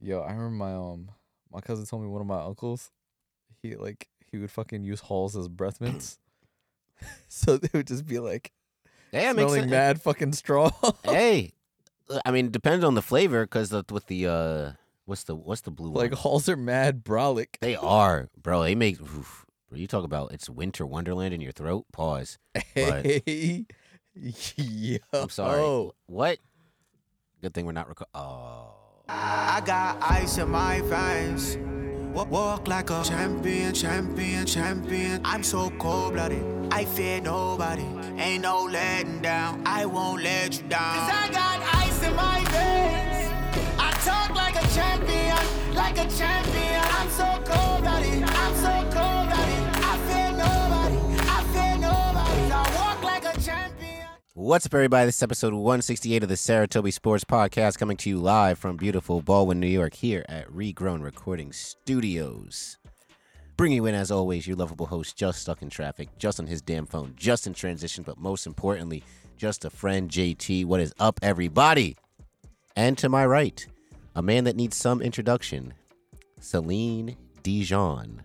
Yo, I remember my um my cousin told me one of my uncles, he like he would fucking use halls as breath mints. so they would just be like Yeah, it makes smelling sense. mad fucking strong. Hey, uh, I mean, it depends on the flavor because with the uh, what's the what's the blue like one? halls are mad brolic. They are, bro. They make. Oof, bro, you talk about it's winter wonderland in your throat. Pause. Right. Hey, yo. I'm sorry. What? Good thing we're not recording. Oh. I got ice in my veins. Wa- Walk like a champion, champion, champion. I'm so cold blooded. I fear nobody. Ain't no letting down. I won't let you down. Cause I got ice in my veins. I talk like a champion, like a champion. I'm so cold blooded. I'm so cold blooded. I fear nobody. I fear nobody. I walk like a champion. What's up, everybody? This is episode 168 of the Saratobi Sports Podcast coming to you live from beautiful Baldwin, New York, here at Regrown Recording Studios. Bringing you in, as always, your lovable host, just stuck in traffic, just on his damn phone, just in transition, but most importantly, just a friend, JT. What is up, everybody? And to my right, a man that needs some introduction, Celine Dijon,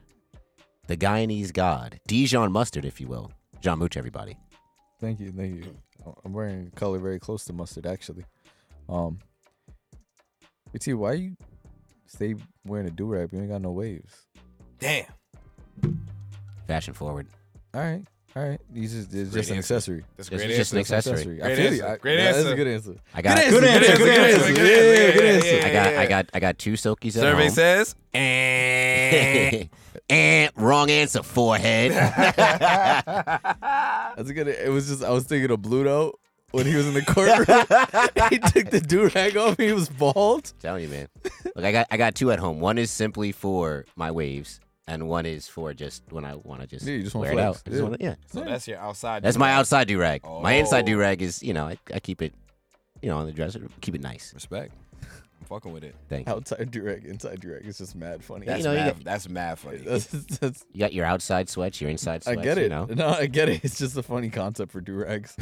the Guyanese god, Dijon mustard, if you will. John Mooch, everybody. Thank you, thank you. I'm wearing a color very close to mustard, actually. Um, BT, why you stay wearing a do rag? You ain't got no waves. Damn. Fashion forward. All right, all right. You just it's Great just an answer. accessory. That's a This great is just answer. an accessory. I Great feel you. answer. I- Great yeah, That's a answer. good answer. I got it. Good answer, good answer, good Yeah, answer, good yeah, answer. yeah, I got I got I got two silkies at Survey home. says, and Eh, wrong answer, forehead. That's a good. It was just I was thinking of Bluto when he was in the courtroom. he took the do rag off. He was bald. telling you, man. Look, I got I got two at home. One is simply for my waves, and one is for just when I want to just, Yeah, you just wanna wear it out. flex, I just yeah. wanna- yeah. so that's your outside. That's my outside do rag. My inside Oh. do rag is you know I, I keep it you know on the dresser, keep it nice. respect. I'm fucking with it. Thank you. Outside do rag, inside do rag. It's just mad funny. Yeah, That's you know, you mad. got- that's mad funny. That's- that's- You got your outside sweats, your inside I sweats. get You it. know? No, I get it. It's just a funny concept for do rags.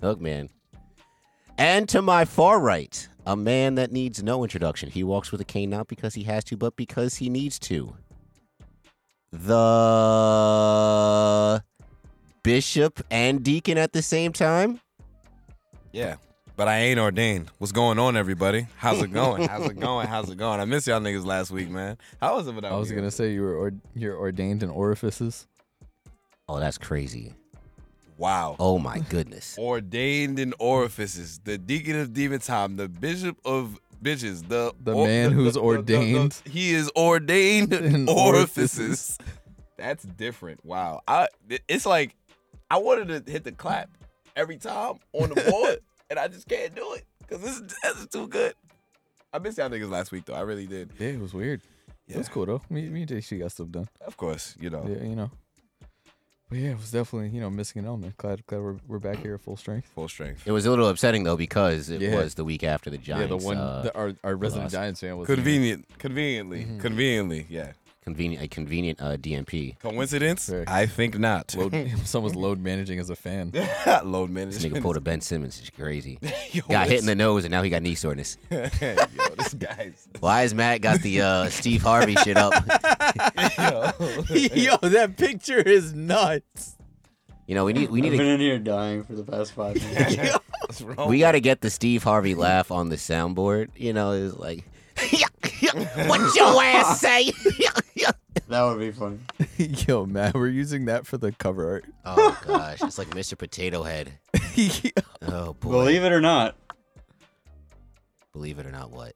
Look, man. And to my far right, a man that needs no introduction. He walks with a cane not because he has to, but because he needs to. The bishop and deacon at the same time. Yeah. But I ain't ordained. What's going on, everybody? How's it going? How's it going? How's it going? I missed y'all niggas last week, man. How was it without I was you? gonna say you were or, you're ordained in orifices. Oh, that's crazy. Wow. Oh my goodness. Ordained in orifices, the deacon of demon time, the bishop of bitches, the The man who's ordained. he is ordained In in orifices. That's different. Wow. I it's like I wanted to hit the clap every time on the board, and I just can't do it because this, is- this is too good. I missed y'all niggas last week though. I really did. Yeah, it was weird. It was Yeah. cool though. Me, me and JC got stuff done. Of course, you know. Yeah, you know. But yeah, it was definitely you know missing an element. Glad, glad we're, we're back here at full strength. Full strength. It was a little upsetting though because it Yeah. was the week after the Giants. yeah, the one uh, the, our our resident lost. Giants fan was Mm-hmm. Convenient. Conveniently. Conveniently. Yeah. convenient a convenient uh, DMP. Coincidence? Correct. I think not. Load, Someone's load managing as a fan. load This management. nigga pulled a Ben Simmons. It's crazy. Yo, Got hit this- in the nose and now he got knee soreness. Yo, this guy's. Why is Matt got the uh, Steve Harvey shit up? Yo, that picture is nuts. You know, we need we need to, I've been in here dying for the past five minutes. What's wrong? we got to get the Steve Harvey laugh on the soundboard. You know, it's like, what your ass say? that would be funny. Yo, man, we're using that for the cover art. oh gosh, it's like Mr. Potato Head. Oh boy, Believe it or not. Believe it or not, what?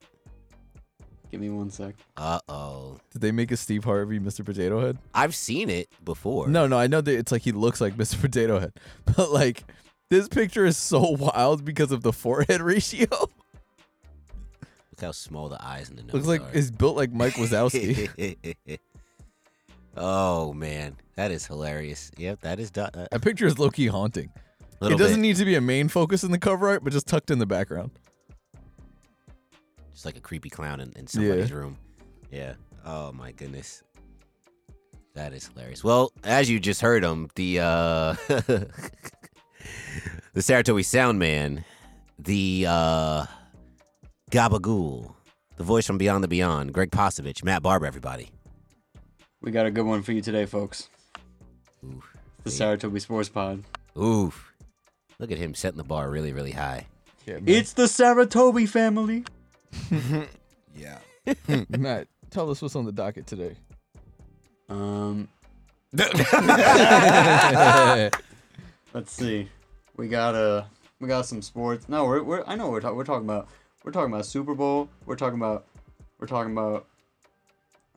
Give me one sec. Uh oh, Did they make a Steve Harvey Mr. Potato Head? I've seen it before. No, no, I know that it's like he looks like Mr. Potato Head, but like this picture is so wild because of the forehead ratio. look how small the eyes and the nose looks like are. it's built like Mike Wazowski. oh man, that is hilarious. Yep, that is. Do- uh, that picture is low key haunting. little it doesn't bit. need to be a main focus in the cover art, but just tucked in the background. just like a creepy clown in, in somebody's room. Yeah. Oh my goodness. That is hilarious. Well, as you just heard him, the uh the Saratobi Sound Man, the uh Gabagool, the voice from Beyond the Beyond, Greg Posovich, Matt Barber, everybody. We got a good one for you today, folks. The Saratobi Sports Pod. Oof. Look at him setting the bar really, really high. Yeah, man. It's the Saratobi family. Yeah. Matt, tell us what's on the docket today. Um, let's see. We got uh we got some sports. No, we're, we're I know what we're talking we're talking about we're talking about Super Bowl. We're talking about we're talking about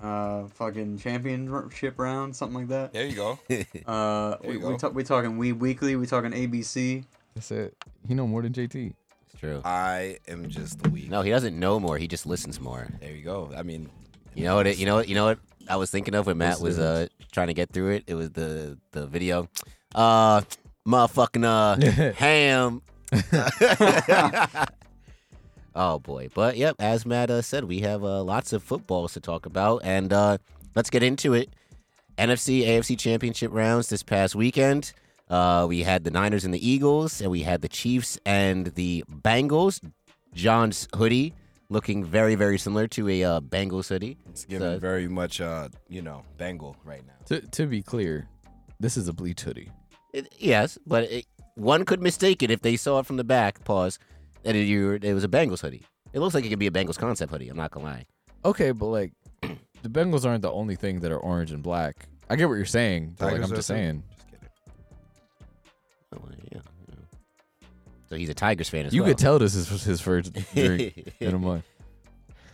uh fucking championship round, something like that. There you go. There Uh, we, you we, go. ta- we talking We Weekly. We talking ABC. That's it. He know more than JT. It's true. I am just the weak. No, he doesn't know more. He just listens more. There you go. I mean, You know what? It, you know what? You know what? I was thinking of when Matt was uh trying to get through it. It was the the video, uh, motherfucking uh ham. oh boy! But yep, as Matt uh, said, we have uh, lots of footballs to talk about, and uh, let's get into it. NFC AFC Championship rounds this past weekend. Uh, we had the Niners and the Eagles, and we had the Chiefs and the Bengals. John's hoodie looking very, very similar to a uh, Bengals hoodie. it's giving So- very much, uh, you know, Bengal right now. To to be clear, this is a bleach hoodie. It, yes, but it, one could mistake it if they saw it from the back. Pause. And it, you, it was a Bengals hoodie. It looks like it could be a Bengals concept hoodie. I'm not gonna lie. Okay, but like the Bengals aren't the only thing that are orange and black. I get what you're saying, but like Tigers I'm are just too. saying. Just kidding. Oh, well, yeah, yeah. So he's a Tigers fan as You well. could tell this is his first drink in a month.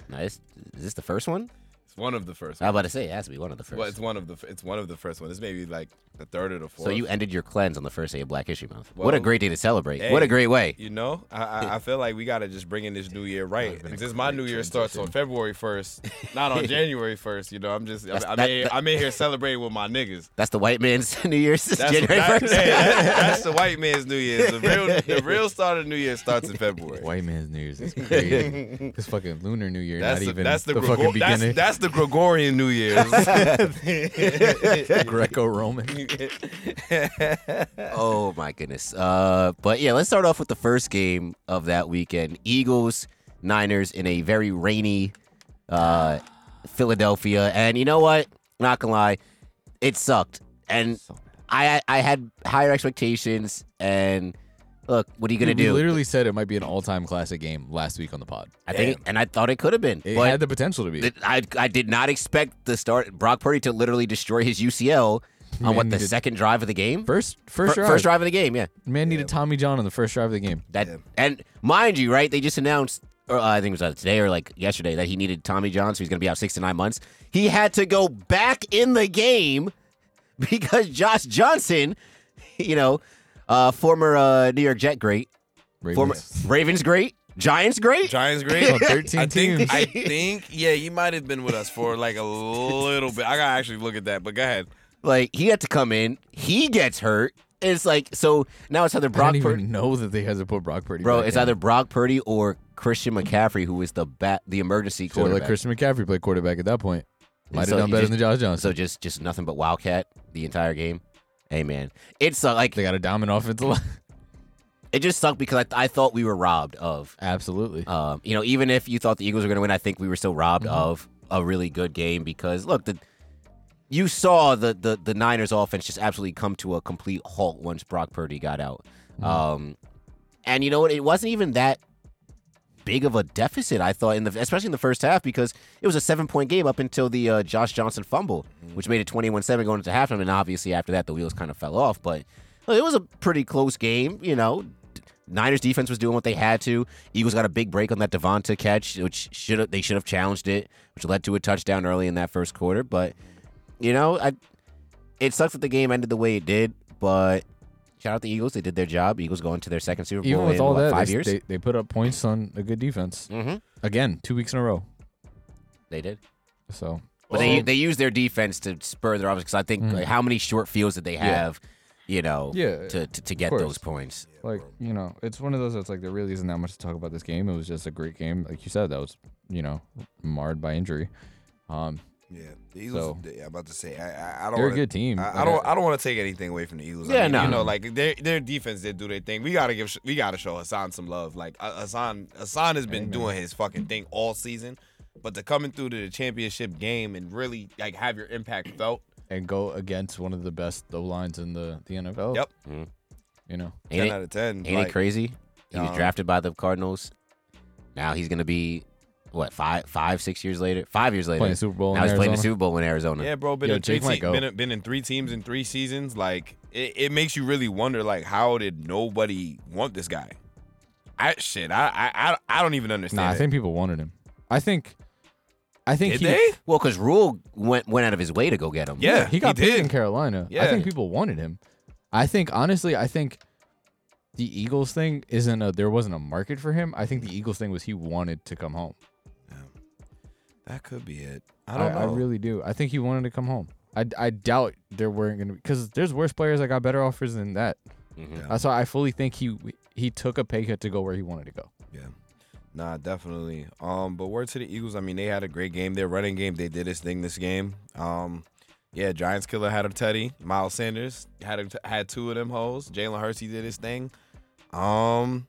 nice. Is this the first one? It's one of the first. I was about to say it has to be one of the first. Well, it's one of the. f- It's one of the first one. This may be like the third or the fourth. so you ended your cleanse on the first day of Black History Month. what a Well, great day to celebrate! what a hey, great way. You know, I, I, I feel like we gotta just bring in this new year right. been a Since my great new year starts on February first, not on January first. You know, I'm just I'm, That's- I'm, that- in- that- I'm in here celebrating with my niggas. That's the white man's New Year's That's, January that- first. hey, that- that's the white man's New Year's. The real the real start of New Year starts in February. White man's New Year's is crazy. it's fucking Lunar New Year, That's not the, even that's the, Gregor- fucking that's, beginning. that's the Gregorian New Year's. Greco-Roman. oh my goodness. Uh, but yeah, let's start off with the first game of that weekend: Eagles Niners in a very rainy uh, Philadelphia. And you know what? Not gonna lie, it sucked. And I I had higher expectations. And look, what are you gonna We do? literally said it might be an all-time classic game last week on the pod. I think, and I thought it could have been, It but had the potential to be. th- I I did not expect the start Brock Purdy to literally destroy his UCL on what Man, the did- second drive of the game. first, first, Fir- drive. first drive of the game, yeah. Man needed Tommy John on the first drive of the game. That and mind you, right? They just announced, or uh, I think it was uh, today or like yesterday, that he needed Tommy John, so he's going to be out six to nine months. He had to go back in the game because Josh Johnson, you know, uh, former uh, New York Jet great, former Ravens. Ravens great, Giants great. Giants On great. 13 I teams. think, I think, yeah, he might have been with us for like a little bit. I gotta actually look at that, but go ahead. Like he had to come in, he gets hurt. It's like so now it's either I Brock didn't Purdy, even know that they had to put Brock Purdy. bro. back It's in. either Brock Purdy or Christian McCaffrey, who is the bat, the emergency Should've let quarterback. Christian McCaffrey play quarterback at that point. Might have so done he better just- than Josh Johnson. So just just nothing but Wildcat the entire game. Hey man, it sucked. Like they got a dominant offensive line. it just sucked because I, I thought we were robbed of. Absolutely. Um, you know, even if you thought the Eagles were going to win, I think we were still robbed of a really good game because look, the you saw the the the Niners offense just absolutely come to a complete halt once Brock Purdy got out. Um, and you know what? It wasn't even that big of a deficit. I thought in the especially in the first half because it was a seven point game up until the uh, Josh Johnson fumble, which made it 21-7 going into halftime, and obviously after that the wheels kind of fell off. But look, it was a pretty close game. You know, Niners defense was doing what they had to. Eagles got a big break on that Devonta catch, which should have they should have challenged it, which led to a touchdown early in that first quarter. But you know, I it sucks that the game ended the way it did, but. Shout out the Eagles. They did their job. Eagles going to their second Super Bowl Even with in all what, that, five they, years. They, they put up points on a good defense. mm-hmm. Again, two weeks in a row. They did. So But they they use their defense to spur their offense because I think Mm. like, how many short fields did they have, you know, Yeah, to, to, to get course. those points. like you know, it's one of those that's like there really isn't that much to talk about this game. It was just a great game, like you said. That was you know marred by injury. Um, Yeah, the Eagles. So- yeah, I'm about to say I, I, I don't. they're a wanna- good team. I, I Like, uh, don't. I don't want to take anything away from the Eagles. Yeah, I mean, no. You know, like their their defense did do their thing. We gotta give. sh- We gotta show Hassan some love. Like uh, Hassan. Hassan has been doing his fucking thing all season. But to coming through to the championship game and really like have your impact felt. and go against one of the best O lines in the the NFL. Yep. Mhm. You know, Ain't ten it- out of ten. Ain't like, it crazy? He was um, drafted by the Cardinals. Now he's gonna be what five, five, six years later, five years later. playing Super Bowl. now in he's playing the Arizona. Super Bowl in Arizona. Yeah, bro. Been Yo, in three Jake might te- go. been, in, been in three teams in three seasons. Like it, it makes you really wonder. Like how did nobody want this guy? I shit. I I I, I don't even understand. Nah, I it. think people wanted him. I think, I think did he, they? Well, because Rule went went out of his way to go get him. Yeah, he got picked did. in Carolina. I Yeah. think people wanted him. I think honestly, I think the Eagles thing isn't a there wasn't a market for him. I think the Eagles thing was he wanted to come home. That could be it. I I, don't I know. really do. I think he wanted to come home. I, I doubt there weren't gonna because there's worse players that got better offers than that. Mhm. That's why I fully think he he took a pay cut to go where he wanted to go. Nah, definitely. Um, but word to the Eagles. I mean, they had a great game. Their running game, they did his thing this game. Um, yeah, Giants killer had a Teddy. Miles Sanders had a, had two of them hoes. Jalen Hurts, he did his thing. Um,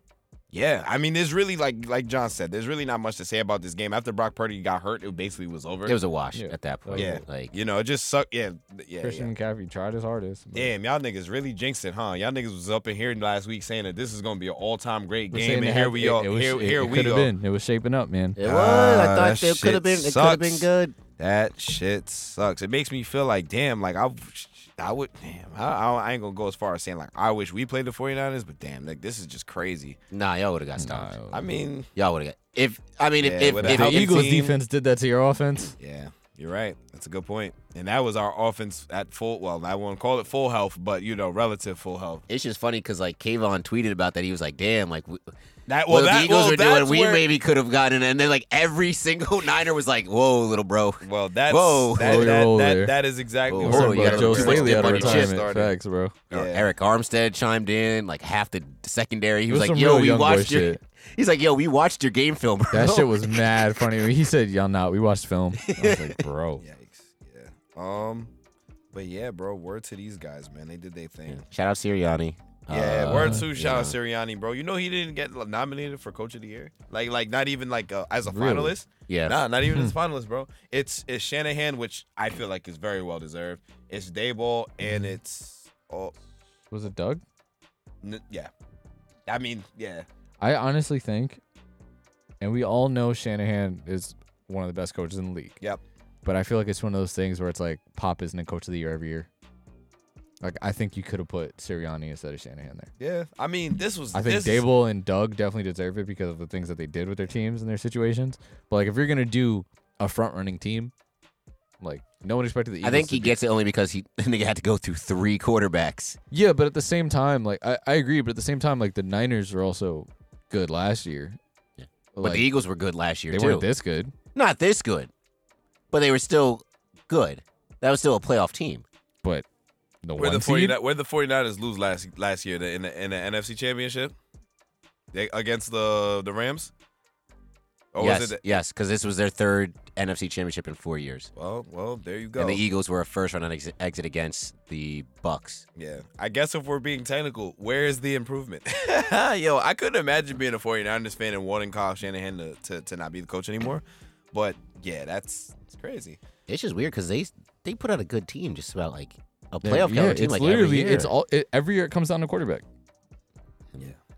yeah. I mean, there's really like like John said, there's really not much to say about this game. After Brock Purdy got hurt, it basically was over. It was a wash Yeah. at that point. Yeah. Like you know, it just sucked. Yeah, th- yeah. yeah. Christian McCaffrey tried his hardest. but Damn, y'all niggas really jinxed it, huh? Y'all niggas was up in here last week saying that this is gonna be an all-time great we're game, saying and it here had- we it- are. it was- Here, it- here it we coulda go. been. It was shaping up, man. it was. Ah, I that thought it could shit have been. It could have been sucks. good. That shit sucks. It makes me feel like, damn, like I, I would, damn, I, I, I ain't gonna go as far as saying like I wish we played the 49ers, but damn, like this is just crazy. Nah, y'all would have got stopped. I mean, Y'all would have got. If I mean, Yeah, if if, with a if the healthy Eagles team- defense did that to your offense. yeah, you're right. That's a good point. And that was our offense at full. Well, I won't call it full health, but you know, relative full health. it's just funny because like Kayvon tweeted about that. He was like, "Damn, like we, That well, well, that the Eagles well, were doing, that's we where- maybe could have gotten." it." And then like every single Niner was like, "Whoa, little bro." Well, that's Whoa. that, Whoa, that, roll that, there. that is exactly. Whoa, what whoa, we're you gotta doing. Joe look pretty Staley good out of when you just retirement. started. Facts, bro. Yeah. Eric Armstead chimed in, like half the secondary. He It was, was like, some "Yo, real we young boy watched your." shit. He's like, "Yo, we watched your game film, bro." That shit was mad funny. He said, "Y'all not. We watched film." I was like, "Bro, Yikes. Yeah. Um. But yeah, bro. Word to these guys, man. They did their thing. Shout out Sirianni. Yeah, Uh, word to shout out yeah. Sirianni, bro. You know he didn't get nominated for Coach of the Year, like like not even like uh, as a Really? finalist. Yeah. Nah, not even as a finalist, bro. It's it's Shanahan, which I feel like is very well deserved. It's Dayball, and Mm-hmm. it's oh was it Doug?" n- yeah. I mean, yeah, I honestly think, and we all know Shanahan is one of the best coaches in the league. Yep. But I feel like it's one of those things where it's like Pop isn't a coach of the year every year. Like I think you could have put Sirianni instead of Shanahan there. yeah. I mean, this was. I think this is- Dable and Doug definitely deserve it because of the things that they did with their teams and their situations. But like if you're gonna do a front running team, like no one expected the Eagles I think to he be- gets it only because he nigga had to go through three quarterbacks. Yeah, but at the same time, like I, I agree, but at the same time, like the Niners were also good last year. Yeah. Like, but the Eagles were good last year they too. weren't this good. Not this good, but they were still good. That was still a playoff team. But the where one the seed, 49, where the 49ers lose last last year in the in the NFC Championship they, against the the Rams. Oh, Or yes, was it? yes, because this was their third NFC Championship in four years, The, well, well, there you go. and the Eagles were a first round ex- exit against the Bucks. Yeah. I guess if we're being technical, where is the improvement? Yo, I couldn't imagine being a 49ers fan and wanting Kyle Shanahan to, to, to not be the coach anymore. But yeah, that's it's crazy. It's just weird because they they put out a good team, just about like a Yeah, playoff yeah, caliber team. it's like literally every year. it's all it, every year it comes down to quarterback. So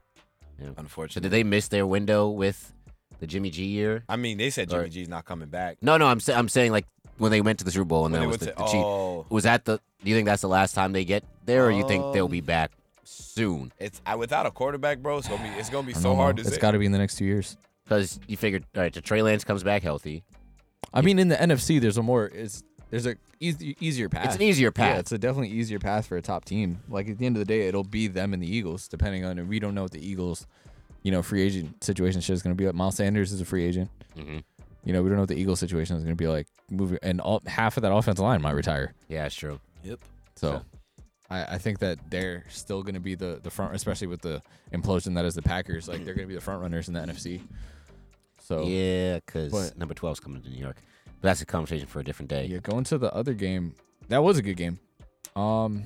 did Unfortunately. they miss their window with the Jimmy G year? I mean, they said Jimmy Or- G's not coming back. No, no, I'm sa- I'm saying like when they went to the Super Bowl and When that they was went the, to- the Chiefs. oh, Was that the? Do you think that's the last time they get there, or you think they'll Um, be back soon? it's I, without a quarterback, bro. It's gonna be it's gonna be I so don't know. hard to It's say. got to be in the next two years. Because you figured, all right, the Trey Lance comes back healthy. I mean, in the NFC, there's a more it's there's a easy, easier path. Ah, It's an easier Yeah, path. it's a definitely easier path for a top team. Like at the end of the day, it'll be them and the Eagles, depending on. And we don't know what the Eagles, you know, free agent situation shit is going to be like. Miles Sanders is a free agent. Mhm. You know, we don't know what the Eagles situation is going to be like. Moving and all half of that offensive line might retire. yeah, it's true. So I, I think that they're still going to be the, the front, especially with the implosion that is the Packers. Like they're going to be the front runners in the NFC. Oh. So yeah. Yeah, because But- number 12's coming to New York. But that's a conversation for a different day. going to the other game, that was a good game. Um,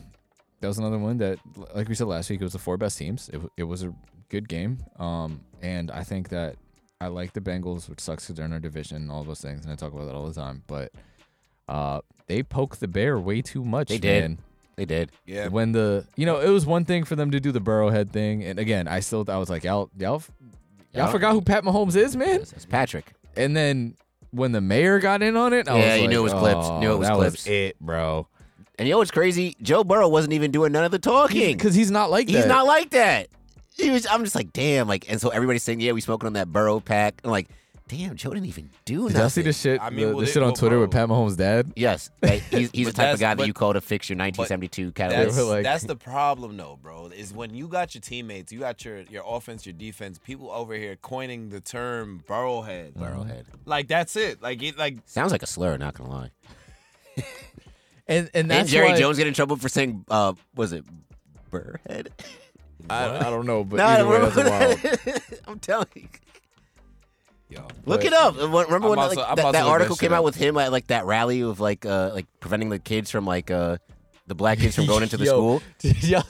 that was another one that, like we said last week, it was the four best teams. It, w- it was a good game. Um, and I think that I like the Bengals, which sucks because they're in our division and all those things, and I talk about that all the time. But uh, they poked the bear way too much. They did. man. They did. Yeah. When the you know it was one thing for them to do the Burrowhead thing, and again I still I was like y'all y'all y'all Yeah. forgot who Pat Mahomes is, man. It's Patrick. And then when the mayor got in on it, I Yeah, was you like, knew it was oh, clips. Knew it was that clips." Was it, bro. And you know what's crazy? Joe Burrow wasn't even doing none of the talking. Because he's not like He's that. not like that. He was. I'm just like, damn. Like, and so everybody's saying, yeah, we smoking on that Burrow pack. I'm like, damn, Joe didn't even do Did nothing. y'all see the shit? I mean, the, well, the they- shit on well, Twitter with bro. Pat Mahomes' dad. Yes, That- he's, he's the But type that's- of guy that but- you call to fix your 1972 Cadillac. That's, were like- that's the problem though, bro. Is when you got your teammates, you got your your offense, your defense. People over here coining the term burrowhead. Burrowhead. Like that's it. Like it. Like Sounds like a slur. Not gonna lie. And and And that's Jerry why, Jones get in trouble for saying, uh, was it Burrhead? I, I don't know, but No, I either don't way, that's remember wild. that. I'm telling you. yo, Look But- it up. Uh, what- Remember I'm when about like, to- I'm that, about to that look that article shit came out up. with him at like that rally of like uh like preventing the kids from like uh the black kids from going into the Yo, school. did y'all,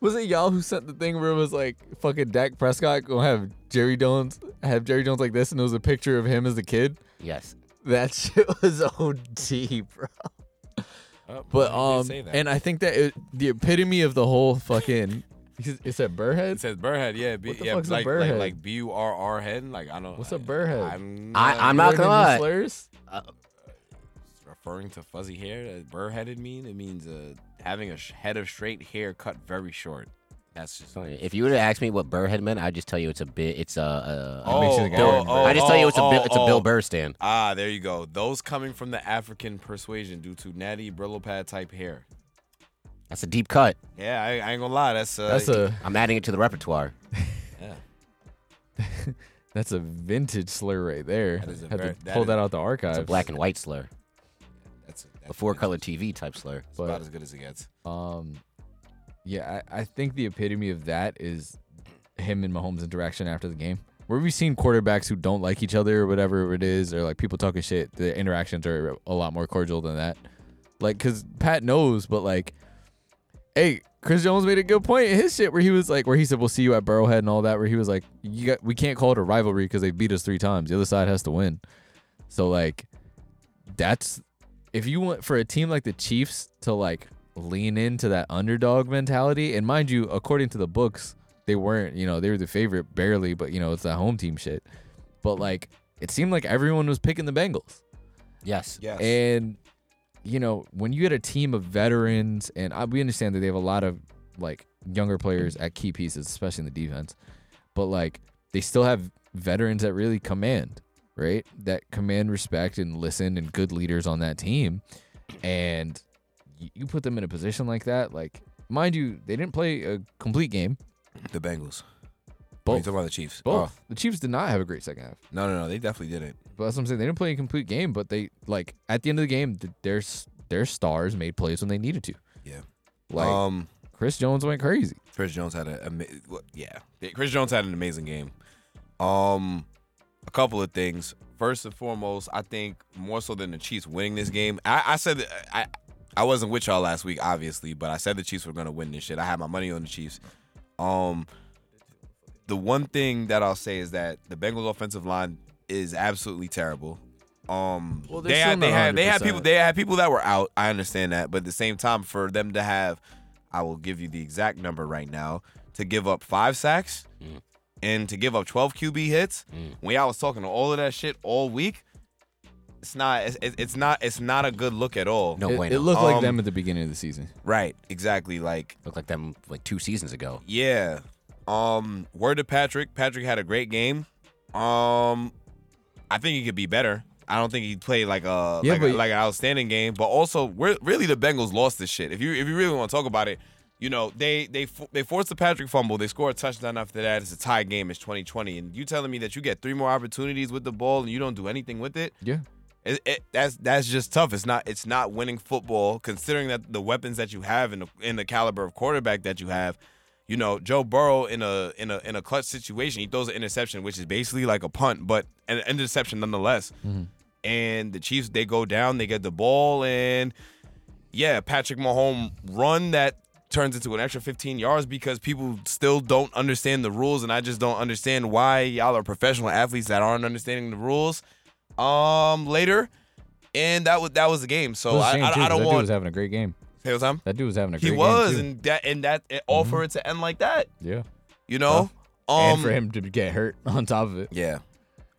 was it y'all who sent the thing where it was like fucking Dak Prescott gonna have Jerry Jones have Jerry Jones like this, and it was a picture of him as a kid. Yes. That shit was OD, bro. Oh, But um, and I think that it, the epitome of the whole fucking it said It Burhead. says burrhead, yeah, B, What the yeah, fuck's a like, burr like head? like B U R R head. Like I don't. What's a I- burr head? I'm I- not I'm not Learning gonna new lie. Slurs. referring to fuzzy hair. Does burrheaded mean it means uh, having a sh- head of straight hair cut very short. That's Oh, just. If you would have asked me what Burrhead meant, I'd just tell you it's a bit. It's a. Uh, Oh, makes you oh, think oh, Aaron Burr. oh, I just tell you it's a oh, Bill, it's a Bill oh. Burr stand. Ah, there you go. Those coming from the African persuasion due to natty Brillo pad type hair. That's a deep cut. Yeah, I, I ain't gonna lie. That's uh, That's a I'm adding it to the repertoire. yeah. that's a vintage slur right there. That is a Had very- to that pull is- that out the archives. It's a black and white slur, That's, that's a four color TV type slur. It's but- about as good as it gets. Um, yeah, I, I think the epitome of that is him and Mahomes' interaction after the game. Where we've seen quarterbacks who don't like each other or whatever it is, or like people talking shit, the interactions are a lot more cordial than that. Like, cause Pat knows, but like, hey, Chris Jones made a good point in his shit where he was like, where he said, "We'll see you at Burrowhead" and all that. Where he was like, "You got, we can't call it a rivalry because they beat us three times. The other side has to win." So like, that's if you want for a team like the Chiefs to like lean into that underdog mentality, and mind you, according to the books, they weren't, you know, they were the favorite barely, but you know, it's that home team shit. But like it seemed like everyone was picking the Bengals. Yes. Yes. And you know, when you get a team of veterans and I, we understand that they have a lot of like younger players at key pieces, especially in the defense. But like they still have veterans that really command, right? That command respect and listen and good leaders on that team. And you, you put them in a position like that, like mind you, they didn't play a complete game. The Bengals. Are you Both. talking about the Chiefs? Both. Oh, The Chiefs did not have a great second half. no, no, no. They definitely didn't. But that's what I'm saying. They didn't play a complete game, but they like at the end of the game, th- their s- their stars made plays when they needed to. Yeah. Like um, Chris Jones went crazy. Chris Jones had a ama- well, yeah. Yeah, Chris Jones had an amazing game. Um, a couple of things. First and foremost, I think more so than the Chiefs winning this game. I, I said that I I wasn't with y'all last week, obviously, but I said the Chiefs were gonna win this shit. I had my money on the Chiefs. Um, the one thing that I'll say is that the Bengals offensive line is absolutely terrible. Um, Well, they're they had still they not had they had 100%. people they had people that were out. I understand that, but at the same time, for them to have, I will give you the exact number right now to give up five sacks Mm. and to give up twelve QB hits. Mm. When I was talking to all of that shit all week, it's not it's, it's it's not it's not a good look at all. No it, bueno. it looked like Um, them at the beginning of the season. Right, exactly. Like looked like them like two seasons ago. yeah. Um, word to Patrick. Patrick had a great game. Um, I think he could be better. I don't think he played like a Yeah, like, but- a, like an outstanding game. But also, we're, really, the Bengals lost this shit. If you if you really want to talk about it, you know they they fo- they forced the Patrick fumble. They score a touchdown after that. It's a tie game. It's 2020, and you telling me that you get three more opportunities with the ball and you don't do anything with it. Yeah. It, it, that's that's just tough. It's not it's not winning football considering that the weapons that you have and the, and the caliber of quarterback that you have. You know, Joe Burrow in a in a in a clutch situation, he throws an interception, which is basically like a punt, but an interception nonetheless. And the Chiefs, they go down, they get the ball, and yeah, Patrick Mahomes run that turns into an extra 15 yards because people still don't understand the rules, and I just don't understand why y'all are professional athletes that aren't understanding the rules. Um, later, and that was that was the game. So It was a I, shame, I, too, 'cause I don't that Dude was want. having a great game. Hey, what's up? That dude was having a great He game. was, too. and that and that it, all for it to end like that. yeah. You know, um, and for him to get hurt on top of it. yeah.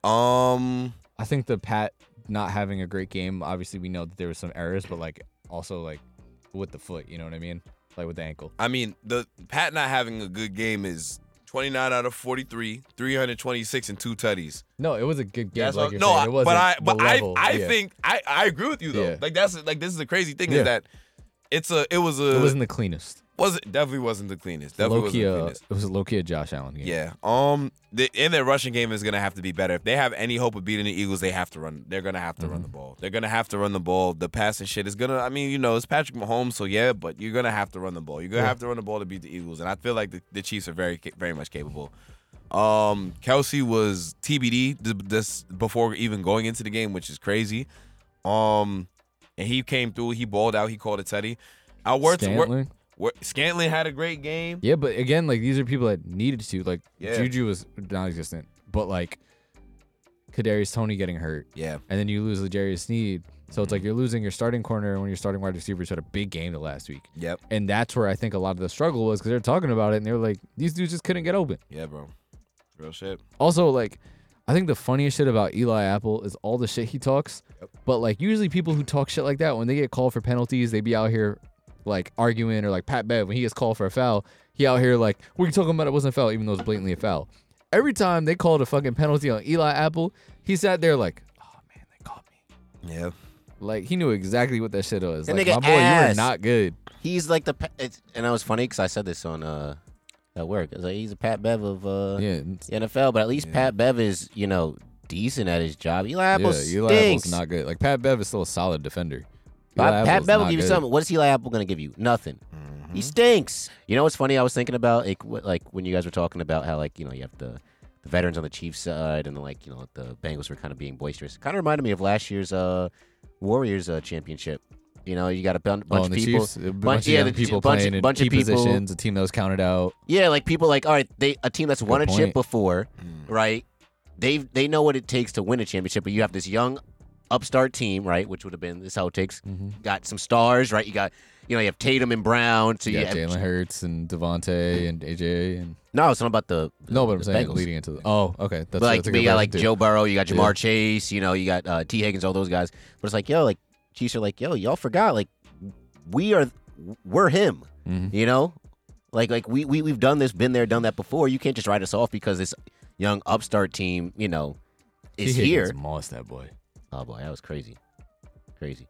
Um, I think the Pat not having a great game, obviously we know that there was some errors, but like also like with the foot, you know what I mean? Like with the ankle. I mean, the Pat not having a good game is 29 out of 43, 326 and two tutties. No, it was a good game. That's like what, you're no, saying. I- it wasn't but I the but I level, I yeah. think I I agree with you though. Yeah. Like that's like this is the crazy thing Yeah. is that it's a it was it a wasn't the cleanest. wasn't definitely wasn't the cleanest. Loki, Definitely wasn't the uh, cleanest. it was a Loki Josh Allen game. Yeah. Um. The, and their rushing game is gonna have to be better. If they have any hope of beating the Eagles, they have to run. They're gonna have to run the ball. They're gonna have to run the ball. The passing shit is gonna. I mean, you know, it's Patrick Mahomes, so yeah. But you're gonna have to run the ball. You're gonna have to run the ball to beat the Eagles. And I feel like the, the Chiefs are very, ca- very much capable. Um, Kelsey was TBD th- this before even going into the game, which is crazy. Um, and he came through. He balled out. He called a Teddy. I worked. Scantling. Scantling had a great game. Yeah, but again, like these are people that needed to. Like Yeah. Juju was non-existent, but like Kadarius Tony getting hurt, Yeah. and then you lose Legarius Sneed. So Mm-hmm. it's like you're losing your starting corner when your starting wide receivers had a big game the last week, Yep. and that's where I think a lot of the struggle was because they're talking about it and they were like, these dudes just couldn't get open. Yeah, bro. Real shit. Also, like, I think the funniest shit about Eli Apple is all the shit he talks. But like, usually people who talk shit like that, when they get called for penalties, they be out here like arguing or like Pat Bev when he gets called for a foul, he out here like, "What are you talking about? It wasn't a foul, even though it's blatantly a foul." Every time they called a fucking penalty on Eli Apple, he sat there like, "Oh man, they caught me." Yeah. Like he knew exactly what that shit was. That like, nigga my boy, you were ass. not good. He's like the pa- it's, and it was funny because I said this on uh at work. I was like, he's a Pat Bev of uh Yeah, and- the NFL, but at least Yeah. Pat Bev is you know decent at his job. Eli Apple yeah. Eli stinks. Apple's not good. Like Pat Bev is still a solid defender. Pat- Eli Pat Apple's Bev will not give you good. something. What is Eli Apple going to give you? Nothing. Mm-hmm. Mm-hmm. He stinks. You know what's funny? I was thinking about like, wh- like when you guys were talking about how like you know you have the, the veterans on the Chiefs side and the, like you know the Bengals were kind of being boisterous. Kind of reminded me of last year's uh, Warriors uh, championship. You know you got a bun- oh, bunch of and the people. Chiefs, a bunch, of yeah, young the Chiefs- people bunch of- playing in bunch of key people- positions, a team that was counted out. Yeah, like people like all right, they a team that's won a Good chip point. Mm. before, right? They they know what it takes to win a championship, but you have this young upstart team, right? Which would have been the Celtics. Mm-hmm. Got some stars, right? You got you know you have Tatum and Brown, so You you got have- Jalen Hurts and Devontae and AJ and No, it's not about the no, but I'm the saying Bengals. leading into the oh, okay, that's But, like that's a but good you got like version, too. Joe Burrow, you got Yeah. Jamar Chase, you know, you got uh, T Higgins, all those guys. But it's like, yo, like Chiefs are like, yo, y'all forgot, like we are, we're him, Mhm. you know, like like we we we've done this, been there, done that before. You can't just write us off because this young upstart team, you know, T. is Higgins here. Moss that boy. Oh boy, that was crazy, crazy.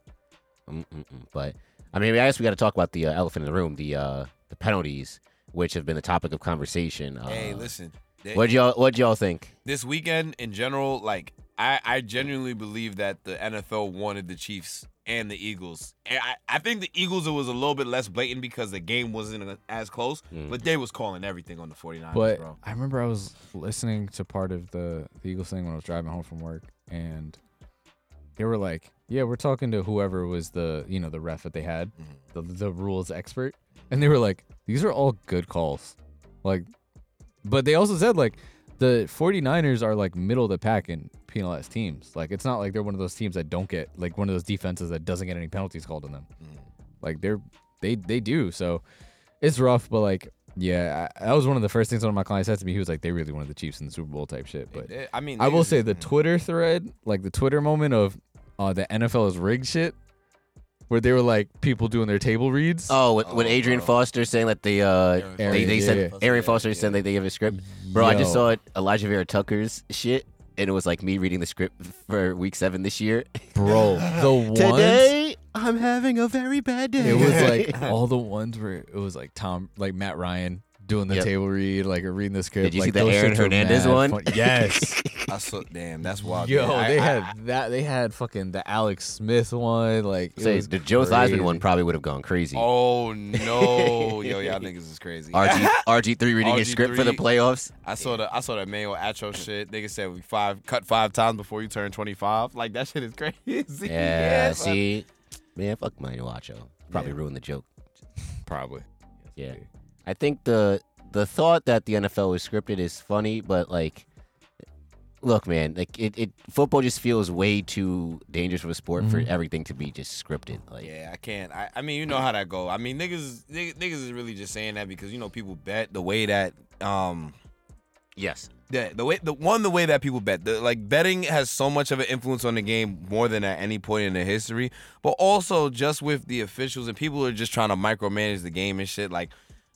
Mm-mm-mm. But I mean, I guess we got to talk about the uh, elephant in the room, the uh, the penalties, which have been the topic of conversation. Uh, Hey, listen. th- What y'all what y'all think? this weekend in general, like I, I genuinely believe that the NFL wanted the Chiefs and the Eagles. And I, I think the Eagles it was a little bit less blatant because the game wasn't as close, Mm. but they was calling everything on the 49ers, Mm-hmm. But bro. I remember I was listening to part of the, the Eagles thing when I was driving home from work, and they were like, "Yeah, we're talking to whoever was the you know the ref that they had, the the rules expert," and they were like, "These are all good calls," like, but they also said like the 49ers are like middle of the pack in penalized teams. Like it's not like they're one of those teams that don't get like one of those defenses that doesn't get any penalties called on them. Mm. Like they're they they do so. It's rough, but like yeah, I, that was one of the first things one of my clients said to me. He was like, "They really wanted the Chiefs in the Super Bowl type shit." But They- I mean, I they will just- say the Mm. Twitter thread, like the Twitter moment of uh, the NFL is rigged shit, where they were like people doing their table reads. Oh, with, with Adrian Foster saying that the uh, Aaron they, they Foster. said Yeah. Aaron Foster said that they gave a script. Bro, I just Yo. saw it Elijah Vera Tucker's shit, and it was like me reading the script for Week Seven this year. bro, the ones Today I'm having a very bad day. it was like all the ones where it was like Tom, like Matt Ryan doing the Yep. table read, like reading the script. Did you see like, the those Aaron shits were Hernandez mad one? fun- Yes. I saw, damn, that's wild. Yo, man. I- they I- had that. They had fucking the Alex Smith one. Like it Say was the Joe Theismann one crazy. probably would have gone crazy. Oh no, yo, y'all niggas is crazy. RG RG three reading his script for the RG3. playoffs. I saw the I saw that manual atro shit. Nigga said we five cut five times before you turn twenty five. Like that shit is crazy. Yeah, Yes, I- see, man, fuck Manuacho. Probably ruined the joke. probably. Yeah. I think the the thought that the NFL is scripted is funny, but like, look, man, like it, it football just feels way too dangerous of a sport for Mhm. everything to be just scripted. Like, Yeah, I can't. I, I mean, you know how that go. I mean, niggas, niggas, niggas is really just saying that because you know people bet the way that um yes, the the way the one the way that people bet the like betting has so much of an influence on the game more than at any point in the history, but also just with the officials and people are just trying to micromanage the game and shit like.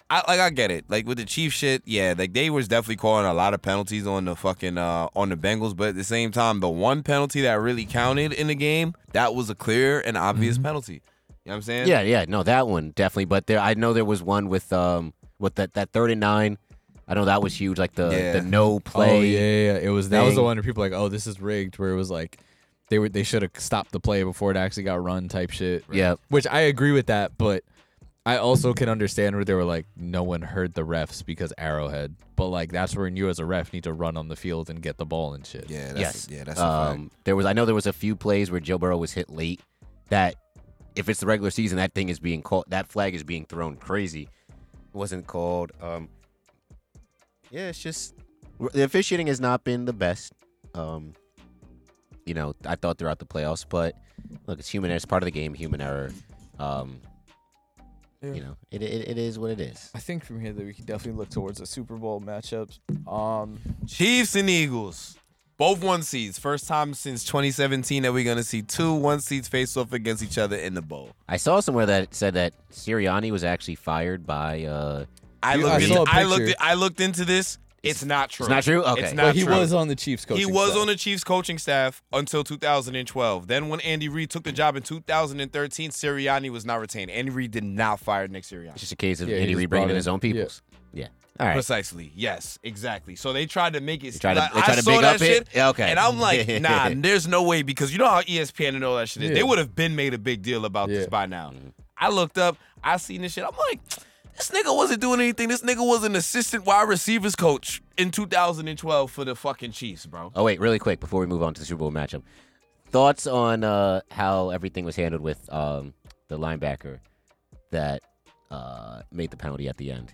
I like I get it. Like with the Chief shit, yeah, like they was definitely calling a lot of penalties on the fucking uh on the Bengals, but at the same time, the one penalty that really counted in the game, that was a clear and obvious penalty. You know what I'm saying? Mm-hmm. yeah, yeah, no, that one definitely. But there, I know there was one with um with that that third and nine. I know that was huge. Like the Yeah. the no play. Oh yeah, yeah, yeah. It was that was the thing. one where people were like, oh, this is rigged. Where it was like, they were they should have stopped the play before it actually got run type shit. Yep. Which I agree with that, but I also can understand where they were like, no one heard the refs because Arrowhead. But like that's where you as a ref need to run on the field and get the ball and shit. Yeah, that's, yes. yeah, that's a fact. um, there was I know there was a few plays where Joe Burrow was hit late that if it's the regular season that thing is being called that flag is being thrown crazy. It wasn't called um Yeah, it's just the officiating has not been the best. Um you know, I thought throughout the playoffs, but look, it's human error, it's part of the game, human error. Um Yeah. you know, it, it it is what it is. I think from here that we can definitely look towards the Super Bowl matchups. Um, Chiefs and Eagles. Both one seeds. First time since 2017 that we're gonna see two one seeds face off against each other in the bowl. I saw somewhere that said that Sirianni was actually fired by uh I You- looked. I into, saw a I looked. picture. I looked into this. It's not true. It's not true? Okay. It's But not but he true. was on the Chiefs coach. He was on the Chiefs coaching staff until 2012. Then when Andy Reid took the job in 2013, Sirianni was not retained. Andy Reid did not fire Nick Sirianni. It's just a case of Yeah, he Andy just Reid bringing brought in in- his own yeah. peoples. Yeah. All right. Precisely. Yes. Exactly. So they tried to make it. They try to, like, they try I to saw big that up shit, it. Yeah, Okay. And I'm like, nah, there's no way because you know how E ESPN and all that shit is. Yeah. They would have been made a big deal about this Yeah. by now. I looked up, I seen this shit. I'm like, this nigga wasn't doing anything. This nigga was an assistant wide receivers coach in 2012 for the fucking Chiefs, bro. oh wait, really quick before we move on to the Super Bowl matchup, thoughts on uh, how everything was handled with um, the linebacker that uh, made the penalty at the end?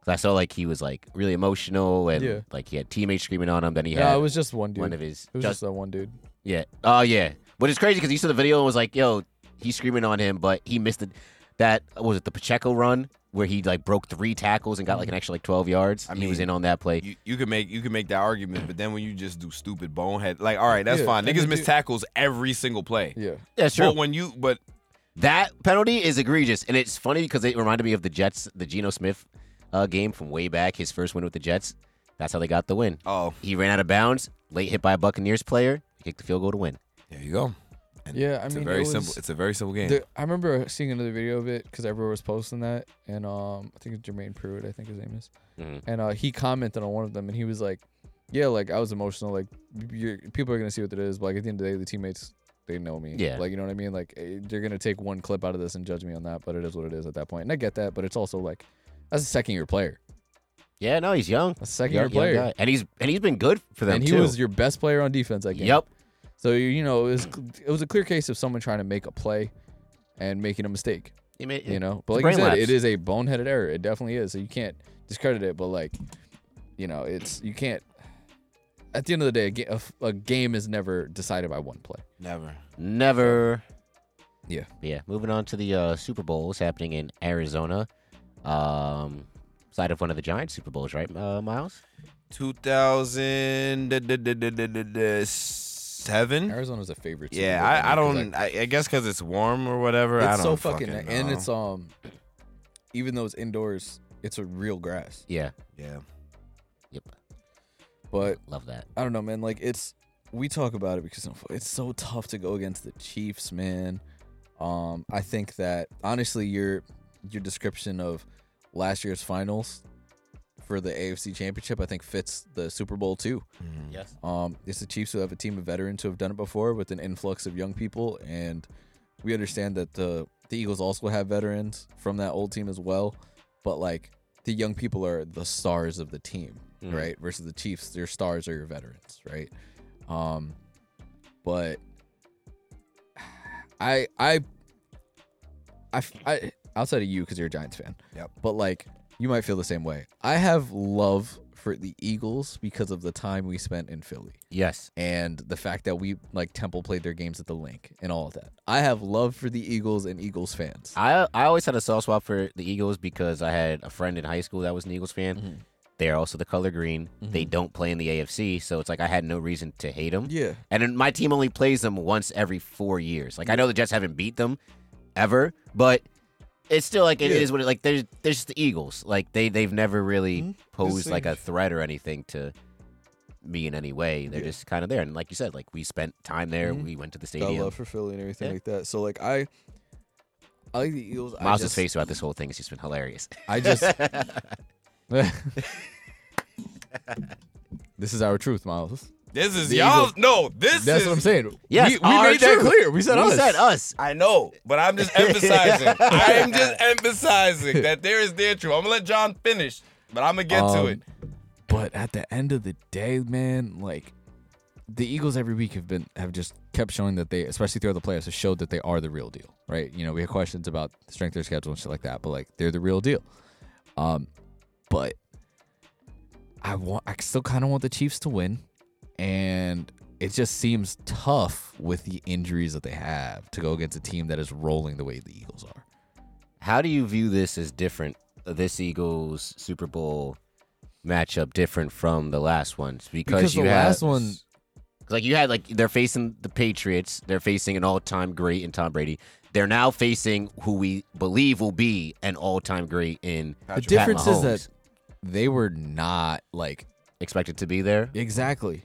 Because I saw like he was like really emotional and Yeah. like he had teammates screaming on him. Then he Yeah, had it was just one dude. one of his it was just- just that one dude. Yeah. Oh yeah. But it's crazy because you saw the video and was like, "Yo, he's screaming on him," but he missed it. That what was it the Pacheco run where he like broke three tackles and got Mm-hmm. like an extra like twelve yards. I he was mean, in on that play. You, you can make you can make that argument, but then when you just do stupid bonehead, like, all right, that's Yeah, fine. and Niggas they miss do- tackles every single play. Yeah. That's true. But when you but That penalty is egregious, and it's funny because it reminded me of the Jets, the Geno Smith uh, game from way back, his first win with the Jets. That's how they got the win. oh, He ran out of bounds, late hit by a Buccaneers player, he kicked the field goal to win. there you go. And Yeah, I it's mean, a very it was- simple it's a very simple game. There- I remember seeing another video of it because everyone was posting that, and um, I think it's Jermaine Pruitt, I think his name is, Mhm. and uh, he commented on one of them, and he was like, "Yeah, like I was emotional. Like you're, people are gonna see what it is, but like at the end of the day, the teammates they know me. Yeah. like you know what I mean. Like eh, they're gonna take one clip out of this and judge me on that, but it is what it is at that point, and I get that. But it's also like that's a second year player, Yeah, no, he's young, that's a second young, year player, young guy. and he's and he's been good for them and he too. was your best player on defense that game. yep, So you you know it was cl- it was a clear case of someone trying to make a play and making a mistake. He made- you know. a But like you brain said, lapse. it is a boneheaded error. It definitely is. So you can't discredit it. But like, you know, it's you can't. At the end of the day, a, ga- a f- a game is never decided by one play. Never. Never. Yeah. Yeah. Moving on to the uh, Super Bowls happening in Arizona. Um, side of one of the Giants Super Bowls, right, uh, Miles? 2007. Arizona's a favorite. Super Yeah, Bowl I, I winner 'cause don't. I, I guess because it's warm or whatever. I it's don't so fucking, and know. it's um, even though it's indoors, it's a real grass. Yeah. yeah. Yep. But Love that. I don't know, man. Like it's we talk about it because it's so tough to go against the Chiefs, man. Um, I think that honestly, your your description of last year's finals for the AFC Championship, I think fits the Super Bowl too. Yes. Um, it's the Chiefs who have a team of veterans who have done it before with an influx of young people, and we understand that the the Eagles also have veterans from that old team as well. But like the young people are the stars of the team, Mhm. right? Versus the Chiefs, their stars are your veterans, right? Um, but I I I I outside of you because you're a Giants fan. Yep. But like you might feel the same way. I have love for the Eagles because of the time we spent in Philly Yes. and the fact that we like Temple played their games at the link and all of that. I have love for the Eagles and Eagles fans. I I always had a soft spot for the Eagles because I had a friend in high school that was an Eagles fan. Mhm. They're also the color green. They Mm-hmm. don't play in the AFC, so it's like I had no reason to hate them. yeah. And then my team only plays them once every four years. Like I know the Jets haven't beat them ever, but it's still like it is Yeah. what it like. There's there's just the Eagles. Like they they've never really Mhm. posed like same a threat or anything to me in any way. They're Yeah. just kind of there. And like you said, like we spent time there. Mhm. We went to the Got stadium. love for Philly and everything Yeah. like that. So like I I like the Eagles. I Miles' just- face about this whole thing has just been hilarious. I just This is our truth, Miles. This is The y'all. Eagles- No, this That's is. what I'm saying. Yes, we, we our made that truth. clear. We said we us. said us. I know, but I'm just emphasizing. I am just emphasizing that there is their truth. I'm gonna let John finish, but I'm gonna get Um, to it. But at the end of the day, man, like the Eagles every week have been have just kept showing that they, especially throughout the playoffs, have showed that they are the real deal, right? You know, we had questions about the strength of their schedule and shit like that, but like they're the real deal. Um, but I want, I still kind of want the Chiefs to win, and it just seems tough with the injuries that they have to go against a team that is rolling the way the Eagles are. How do you view this as different? uh, This Eagles Super Bowl matchup different from the last ones because, Because you the have, last one- like you had like they're facing the Patriots, they're facing an all-time great in Tom Brady. They're now facing who we believe will be an all-time great in The Pat difference is Mahomes. that they were not like expected to be there. Exactly.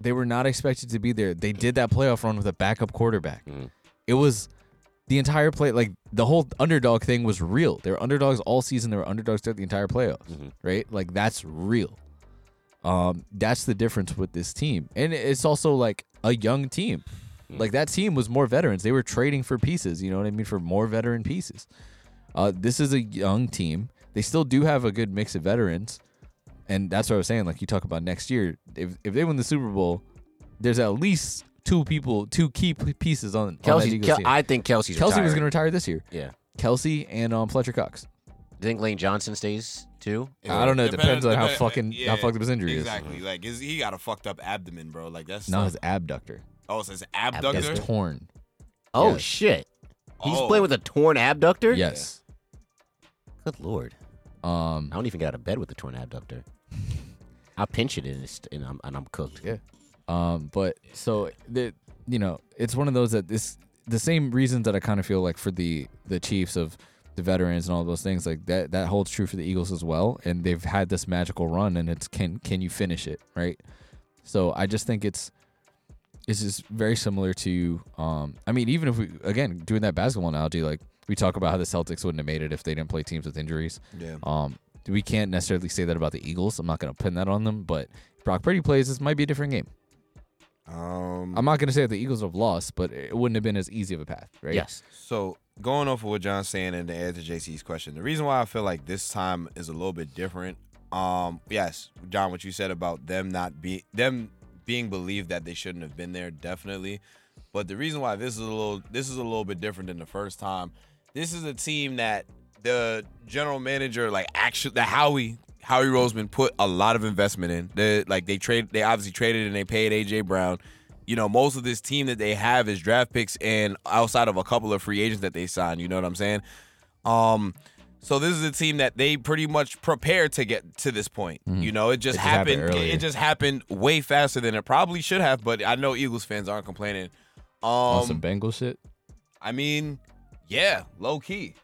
They were not expected to be there. They did that playoff run with a backup quarterback. Mm. It was the entire play, like the whole underdog thing was real. They were underdogs all season. They were underdogs throughout the entire playoffs, Mhm. right? Like that's real. Um, that's the difference with this team, and it's also like a young team. Like that team was more veterans. They were trading for pieces. You know what I mean? For more veteran pieces. Uh, this is a young team. They still do have a good mix of veterans and that's what I was saying. Like you talk about next year, if if they win the Super Bowl, there's at least two people, two key p- pieces on on that Kelsey, Eagles Kel- team. I think Kelsey's Kelsey was retiring. going to retire this year. Yeah. Kelsey and um, Fletcher Cox. Do you think Lane Johnson stays too? I don't know. It Depend- depends on how depend- fucking how yeah, fucked up his injury Exactly. Like his, he got a fucked up abdomen, bro. Like that's is. No, not- his abductor oh, it's his is abductor. Abductor. torn. Oh Yes. shit! He's Oh. playing with a torn abductor. Yes. Good lord. Um. I don't even get out of bed with a torn abductor. I pinch it and, it's, and, I'm, and I'm cooked. Yeah. Um, but so the you know, it's one of those that this the same reasons that I kind of feel like for the the Chiefs of the veterans and all those things like that that holds true for the Eagles as well. And they've had this magical run, and it's can can you finish it right? So I just think it's it's just very similar to um I mean even if we again doing that basketball analogy like we talk about how the Celtics wouldn't have made it if they didn't play teams with injuries. Yeah. Um, we can't necessarily say that about the Eagles. I'm not going to pin that on them, but if Brock Purdy plays, this might be a different game. Um. I'm not going to say that the Eagles have lost, but it wouldn't have been as easy of a path, right? Yes. So going off of what John's saying and to add to JC's question, the reason why I feel like this time is a little bit different. Um, yes, John, what you said about them not be them being believed that they shouldn't have been there, definitely. But the reason why this is a little this is a little bit different than the first time. This is a team that the general manager, like actually the Howie Howie Roseman put a lot of investment in. They like they trade they obviously traded and they paid AJ Brown. You know, most of this team that they have is draft picks and outside of a couple of free agents that they signed, you know what I'm saying? Um so this is a team that they pretty much prepared to get to this point. You know, Mm-hmm. it just, It just happened happened. earlier. it just happened way faster than it probably should have, but I know Eagles fans aren't complaining. Um On some Bengals shit. I mean, yeah, low key.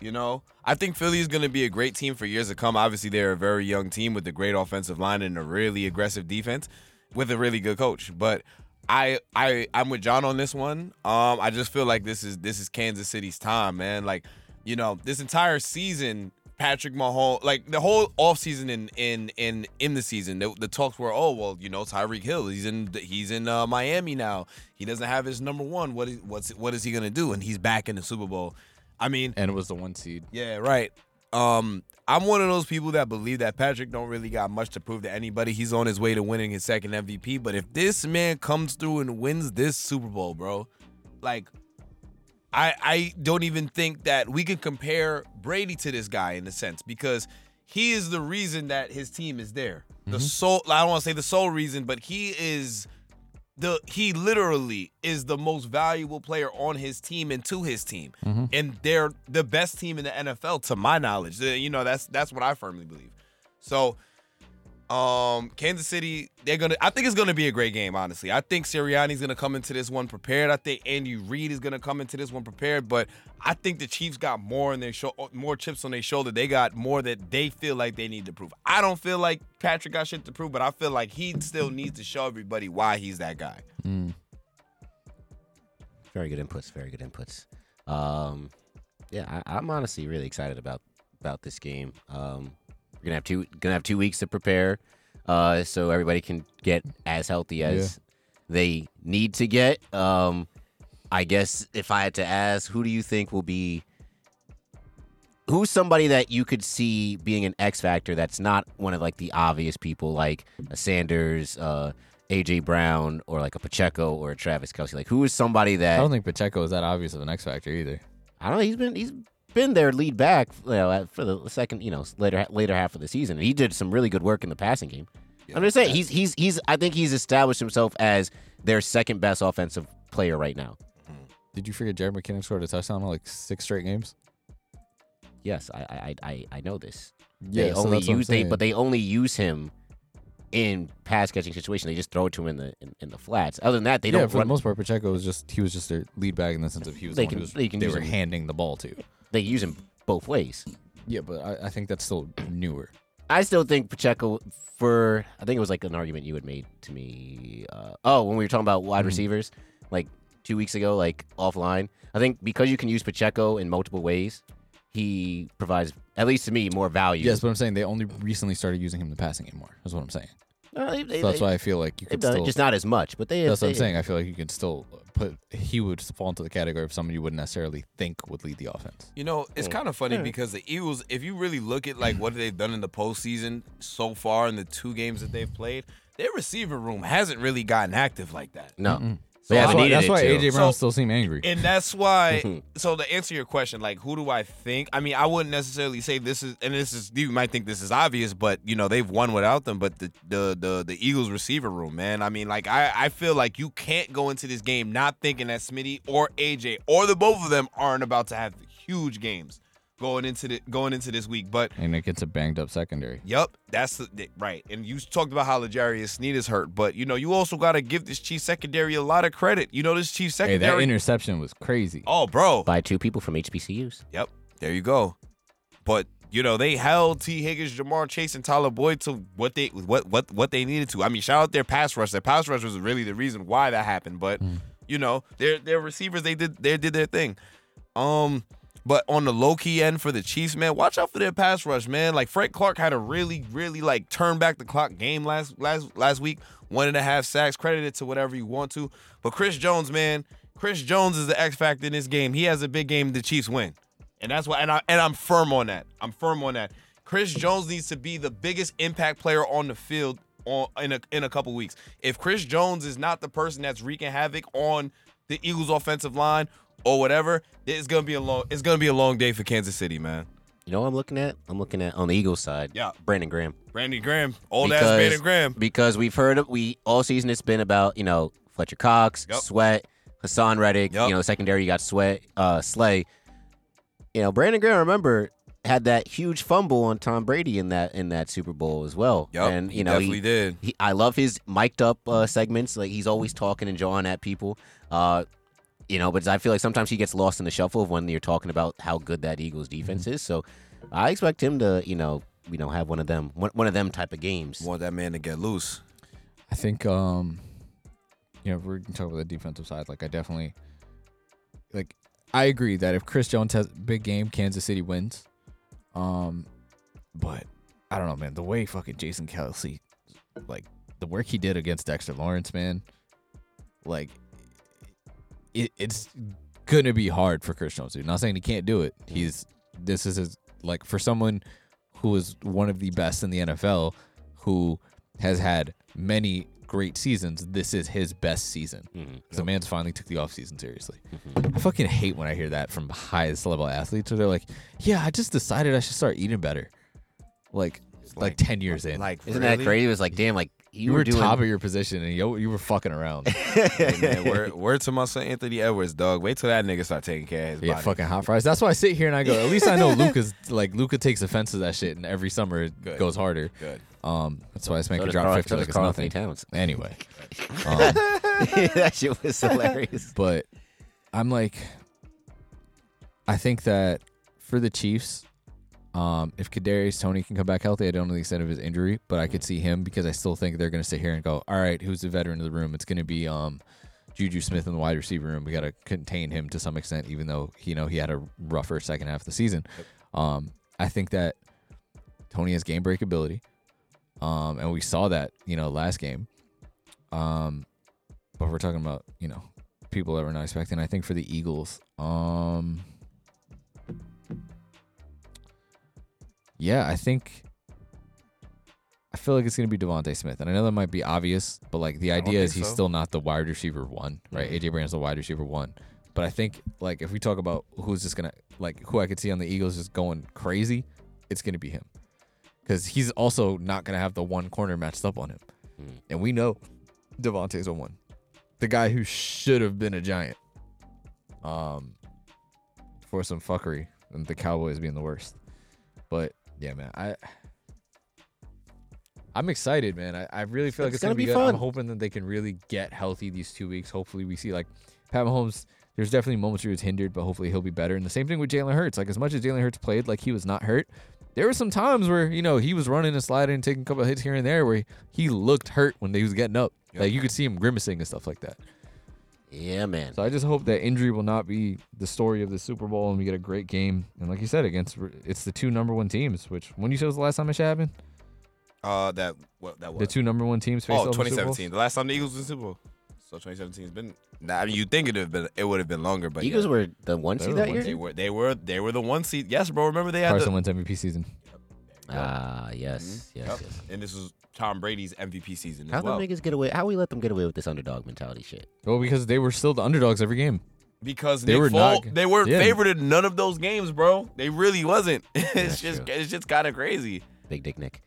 You know, I think Philly is going to be a great team for years to come. Obviously, they're a very young team with a great offensive line and a really aggressive defense with a really good coach. But I, I, I'm with John on this one. Um, I just feel like this is this is Kansas City's time, man. Like, you know, this entire season, Patrick Mahomes, like the whole offseason in in in in the season, the, the talks were, oh well, you know, Tyreek Hill, he's in he's in uh, Miami now. He doesn't have his number one. What is what's what is he gonna do? And he's back in the Super Bowl. I mean, And it was the one seed. yeah, right. Um, I'm one of those people that believe that Patrick don't really got much to prove to anybody. He's on his way to winning his second MVP. But if this man comes through and wins this Super Bowl, bro, like I, I don't even think that we can compare Brady to this guy in a sense because he is the reason that his team is there. The sole I don't want to say the sole reason, but he is the he literally is the most valuable player on his team and to his team. And they're the best team in the NFL to my knowledge. Uh, You know, that's that's what I firmly believe. So um, Kansas City, they're gonna. I think it's gonna be a great game. Honestly, I think Sirianni's gonna come into this one prepared. I think Andy Reid is gonna come into this one prepared. But I think the Chiefs got more on their sho- uh, more chips on their shoulder. They got more that they feel like they need to prove. I don't feel like Patrick got shit to prove, but I feel like he still needs to show everybody why he's that guy. Hmm. Very good inputs. Very good inputs. Um, yeah, I, I'm honestly really excited about about this game. Um, we're gonna have two gonna have two weeks to prepare, uh, so everybody can get as healthy as they need to get. Um, I guess if I had to ask, who do you think will be? Who's somebody that you could see being an X factor that's not one of like the obvious people like a Sanders, uh, AJ Brown, or like a Pacheco or a Travis Kelsey? Like who is somebody that I don't think Pacheco is that obvious of an X factor either. I don't know. He's been he's been their lead back you know, at- for the second you know later later half of the season. And he did some really good work in the passing game. I'm just saying he's he's he's I think he's established himself as their second best offensive player right now. Did you forget Jared McKinnon scored a touchdown on like six straight games? Yes, I I I- I, I know this. Yeah, they so only that's what I'm use they saying. but they only use him in pass catching situations. They just throw it to him in the in, in the flats. Other than that, they yeah, don't for run. the most part, Pacheco was just he was just their lead back in the sense of he was They the one can- who was, they can use were him. handing the ball to. they use him both ways. Yeah, but I, I think that's still newer. I still think Pacheco for I think it was like an argument you had made to me. Uh, oh, when we were talking about Hmm. wide receivers, like two weeks ago, like offline. I think because you can use Pacheco in multiple ways, he provides at least to me more value. Yes, but I'm saying they only recently started using him in the passing game more. Is what I'm saying. Uh, they- they- So that's they- why I feel like you they've could done it, still. just not as much. But they that's what they, I'm saying. I feel like you could still put. He would fall into the category of somebody you wouldn't necessarily think would lead the offense. You know, it's kind of funny because the Eagles, if you really look at like what they've done in the postseason so far in the two games that they've played, their receiver room hasn't really gotten active like that. No, Mm-hmm. So they haven't That's why, needed that's it why to. AJ Brown So- still seemed angry. And that's Mm-hmm. why. so to answer your question, like who do I think? I mean, I wouldn't necessarily say this is, and this is you might think this is obvious, but you know they've won without them. But the the the, the Eagles receiver room, man. I mean, like I I feel like you can't go into this game not thinking that Smitty or AJ or the both of them aren't about to have huge games going into the going into this week, but. and it gets a banged up secondary. Yep, that's the, th- right. And you talked about how Legarius Sneed is hurt, but you know you also got to give this Chief secondary a lot of credit. You know this Chief Hey, secondary. that interception was crazy. oh, bro, by two people from HBCUs. Yep. There you go. But you know they held T. Higgins, Jamar Chase, and Tyler Boyd to what they what what what they needed to. I mean, shout out their pass rush. Their pass rush was really the reason why that happened. But you know their their receivers they did they did their thing. Um, but on the low key end for the Chiefs, man, watch out for their pass rush, man. Like Frank Clark had a really really like turn back the clock game last last last week. One and a half sacks, credited to whatever you want to. But Chris Jones, man, Chris Jones is the X factor in this game. He has a big game. The Chiefs win. And that's why, and I and I'm firm on that. I'm firm on that. Chris Jones needs to be the biggest impact player on the field on in a in a couple weeks. If Chris Jones is not the person that's wreaking havoc on the Eagles' offensive line or whatever, it's gonna be a long it's gonna be a long day for Kansas City, man. You know what I'm looking at? I'm looking at on the Eagles side. Yeah. Brandon Graham. Brandon Graham, old ass Brandon Graham. Because we've heard of, we all season it's been about you know Fletcher Cox, Yep. Sweat, Hassan Reddick. Yep. You know secondary you got Sweat, uh, Slay. You know Brandon Graham. Remember had that huge fumble on Tom Brady in that in that Super Bowl as well. Yep, and he you know definitely did. he- I love his mic'd up uh, segments. Like he's always talking and jawing at people. Uh, you know, but I feel like sometimes he gets lost in the shuffle of when you're talking about how good that Eagles defense Mm-hmm. is. So I expect him to, you know, you know, have one of them, one, one of them type of games. Want that man to get loose. I think um you know, if we're talking about the defensive side, like I definitely like I agree that if Chris Jones has a big game, Kansas City wins. Um but I don't know, man, the way fucking Jason Kelsey like the work he did against Dexter Lawrence, man, like it, it's gonna be hard for Chris Jones, dude. Not saying he can't do it. He's this is his like for someone who is one of the best in the NFL who has had many great seasons, this is his best season. Mhm. So man's finally took the offseason seriously. I fucking hate when I hear that from highest level athletes where they're like, Yeah, I just decided I should start eating better. Like like, ten years in. Like, Isn't that really? crazy? It was like, damn, like you, you, were, were, doing. top of your position and you, you were fucking around. Hey, man, word, word to my son Anthony Edwards, dog. Wait till that nigga start taking care of his yeah, body. fucking hot fries. That's why I sit here and I go, at least I know Luca's like Luca takes offense to that shit and every summer it Good. goes harder. Good. Um that's why I So smack does drop Carl- fifty so does like it's Carl nothing. Anthony Towns. Anyway. Um, that shit was hilarious. but I'm like, I think that for the Chiefs, um, if Kadarius Tony can come back healthy, I don't know the extent of his injury, but I could see him because I still think they're going to sit here and go, all right, who's the veteran of the room? It's going to be um, Juju Smith in the wide receiver room. We got to contain him to some extent, even though you know he had a rougher second half of the season. Um, I think that Tony has game break ability, um, and we saw that you know last game. Um, but we're talking about you know people that we're not expecting. I think for the Eagles, um, yeah, I think I feel like it's gonna be Devonte Smith, and I know that might be obvious, but like the don't idea is think he's so. Mm-hmm. still not the wide receiver one, right? AJ Brown's the wide receiver one, but I think like if we talk about who's just gonna like who I could see on the Eagles just going crazy, it's gonna be him. Because he's also not gonna have the one corner matched up on him, Mm. and we know Devontae's a one the guy who should have been a giant. Um, for some fuckery and the Cowboys being the worst. But yeah, man, I I'm excited, man. I, I really feel like it's, It's gonna gonna, be be, good. fun. I'm hoping that they can really get healthy these two weeks. Hopefully, we see like Pat Mahomes. There's definitely moments where he was hindered, but hopefully he'll be better. And the same thing with Jalen Hurts. Like as much as Jalen Hurts played like he was not hurt, there were some times where you know he was running and sliding and taking a couple of hits here and there where he looked hurt when he was getting up. Like you could see him grimacing and stuff like that. Yeah, man. So I just hope that injury will not be the story of the Super Bowl and we get a great game. And like you said, against it's the two number one teams. Which when you said was the last time it should happen, Uh, that what that was. the two number one teams. Faced Oh, off in Super Bowls? 2017. The last time the Eagles was in Super Bowl. So 2017 has been. Nah, I mean, you think it would have been? It would have been longer, but Eagles yeah. were the one They seed were that the year. one They were. They were. They were the one seed. Yes, bro. Remember they had Carson the. wins MVP season. Ah, yes, Mm-hmm. yes, Yep. yes. And this was Tom Brady's MVP season How as well. them niggas get away? How we let them get away with this underdog mentality shit? Well, because they were still the underdogs every game. because They Nick were Folk- not- they weren't yeah. favored in none of those games, bro. They really wasn't. it's That's just true. it's just kind of crazy. Big Dick Nick.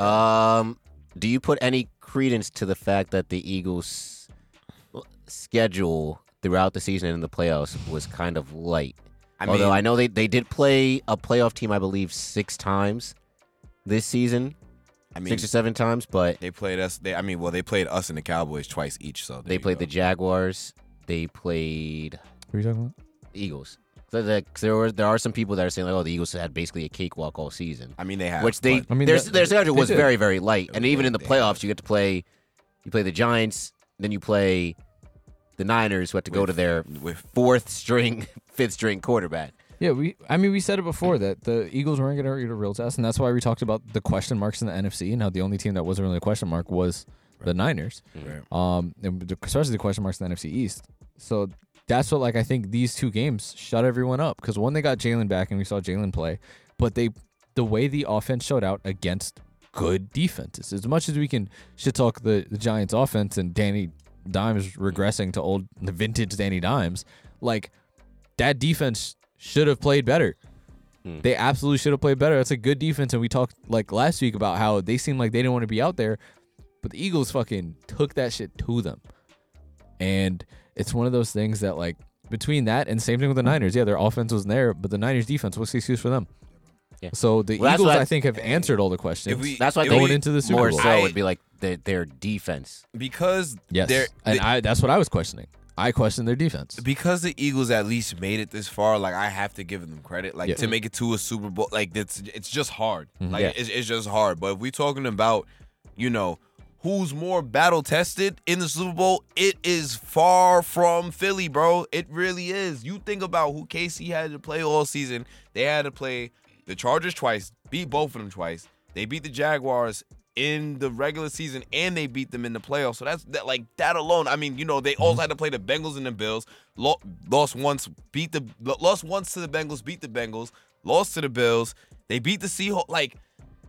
Um, do you put any credence to the fact that the Eagles' schedule throughout the season and in the playoffs was kind of light? I Although mean, I know they, they did play a playoff team, I believe, six times this season, I mean, six or seven times, but they played us. They, I mean, well, they played us and the Cowboys twice each. So there they you played go. the Jaguars, they played Who are you talking about? the Eagles. So the, 'cause there, were, there are some people that are saying, like, oh, the Eagles had basically a cakewalk all season. I mean, they have. which they but I mean, their that- their schedule they was did. very very light, and They even in the did. playoffs, you get to play you play the Giants, then you play the Niners, who have to go With- to their with fourth string, fifth string quarterback. Yeah, we. I mean, we said it before that the Eagles weren't going to get a real test, and that's why we talked about the question marks in the NFC and how the only team that wasn't really a question mark was the Niners, um, and the- especially the question marks in the NFC East. So that's what like I think these two games shut everyone up because one they got Jalen back and we saw Jalen play, but they the way the offense showed out against good defenses. As much as we can shit talk the, the Giants offense and Danny Dimes regressing to old the vintage Danny Dimes, like that defense should have played better. Hmm. They absolutely should have played better. That's a good defense, and we talked like last week about how they seemed like they didn't want to be out there, but the Eagles fucking took that shit to them. And it's one of those things that like between that and same thing with the Niners. Yeah, their offense wasn't there, but the Niners defense, what's the excuse for them? Yeah. So the Well, that's Eagles, what I- I think, have answered all the questions. if we- That's why if I think Going into the Super more Bowl. so I- would be like their, their defense. because yes, they're and they- I that's what I was questioning. I questioned their defense. because the Eagles at least made it this far, like I have to give them credit. Like Yeah. to make it to a Super Bowl, like it's it's just hard. Like Yeah. it's, it's just hard. But if we talking about, you know, who's more battle tested in the Super Bowl, it is far from Philly, bro. It really is. You think about who KC had to play all season. They had to play the Chargers twice, beat both of them twice. They beat the Jaguars in the regular season and they beat them in the playoffs. So that's that like that alone. I mean, you know, they also had to play the Bengals and the Bills. Lo- lost once, beat the lo- lost once to the Bengals, beat the Bengals, lost to the Bills. They beat the Seahawks. Like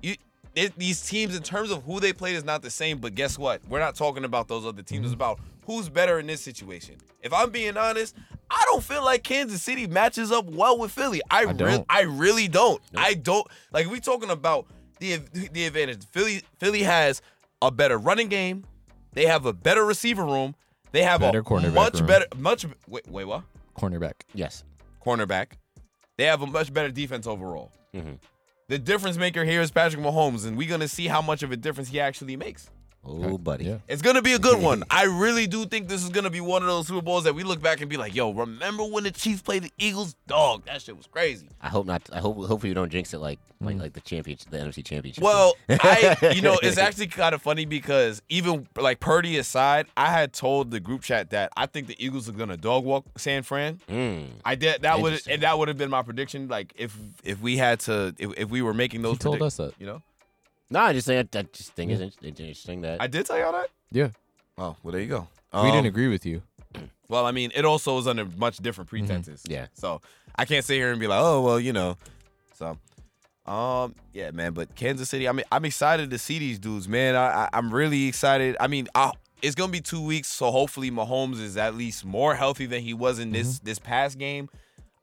you, it- these teams, in terms of who they played, is not the same. But guess what? We're not talking about those other teams. Mm-hmm. It's about who's better in this situation. If I'm being honest, I don't feel like Kansas City matches up well with Philly. I, I don't. I really don't. I don't. Like we talking about the the advantage. Philly Philly has a better running game. They have a better receiver room. They have Better a cornerback much room. better much wait wait what Cornerback. Yes. cornerback. They have a much better defense overall. Mm-hmm. Mhm. The difference maker here is Patrick Mahomes, and we're gonna see how much of a difference he actually makes. Oh, buddy. Yeah. It's gonna be a good one. I really do think this is gonna be one of those Super Bowls that we look back and be like, "Yo, remember when the Chiefs played the Eagles? Dog, that shit was crazy." I hope not. I hope hopefully you don't jinx it like Mm. like, like the championship, the NFC championship. Well, I you know it's actually kind of funny because even like Purdy aside, I had told the group chat that I think the Eagles are gonna dog walk San Fran. Mm. I did that would Interesting. and that would have been my prediction. Like if if we had to if, if we were making those He told predic- us that. you know. no, I just think I, I just think it's inter- it's interesting that I did tell y'all that. Yeah. Oh well, there you go. we Um, didn't agree with you. Well, I mean, it also is under much different Mm-hmm. pretenses. Yeah. So I can't sit here and be like, oh well, you know. So, um, yeah, man. But Kansas City, I mean, I'm excited to see these dudes, man. I, I I'm really excited. I mean, I, it's gonna be two weeks, so hopefully Mahomes is at least more healthy than he was in this Mm-hmm. this past game.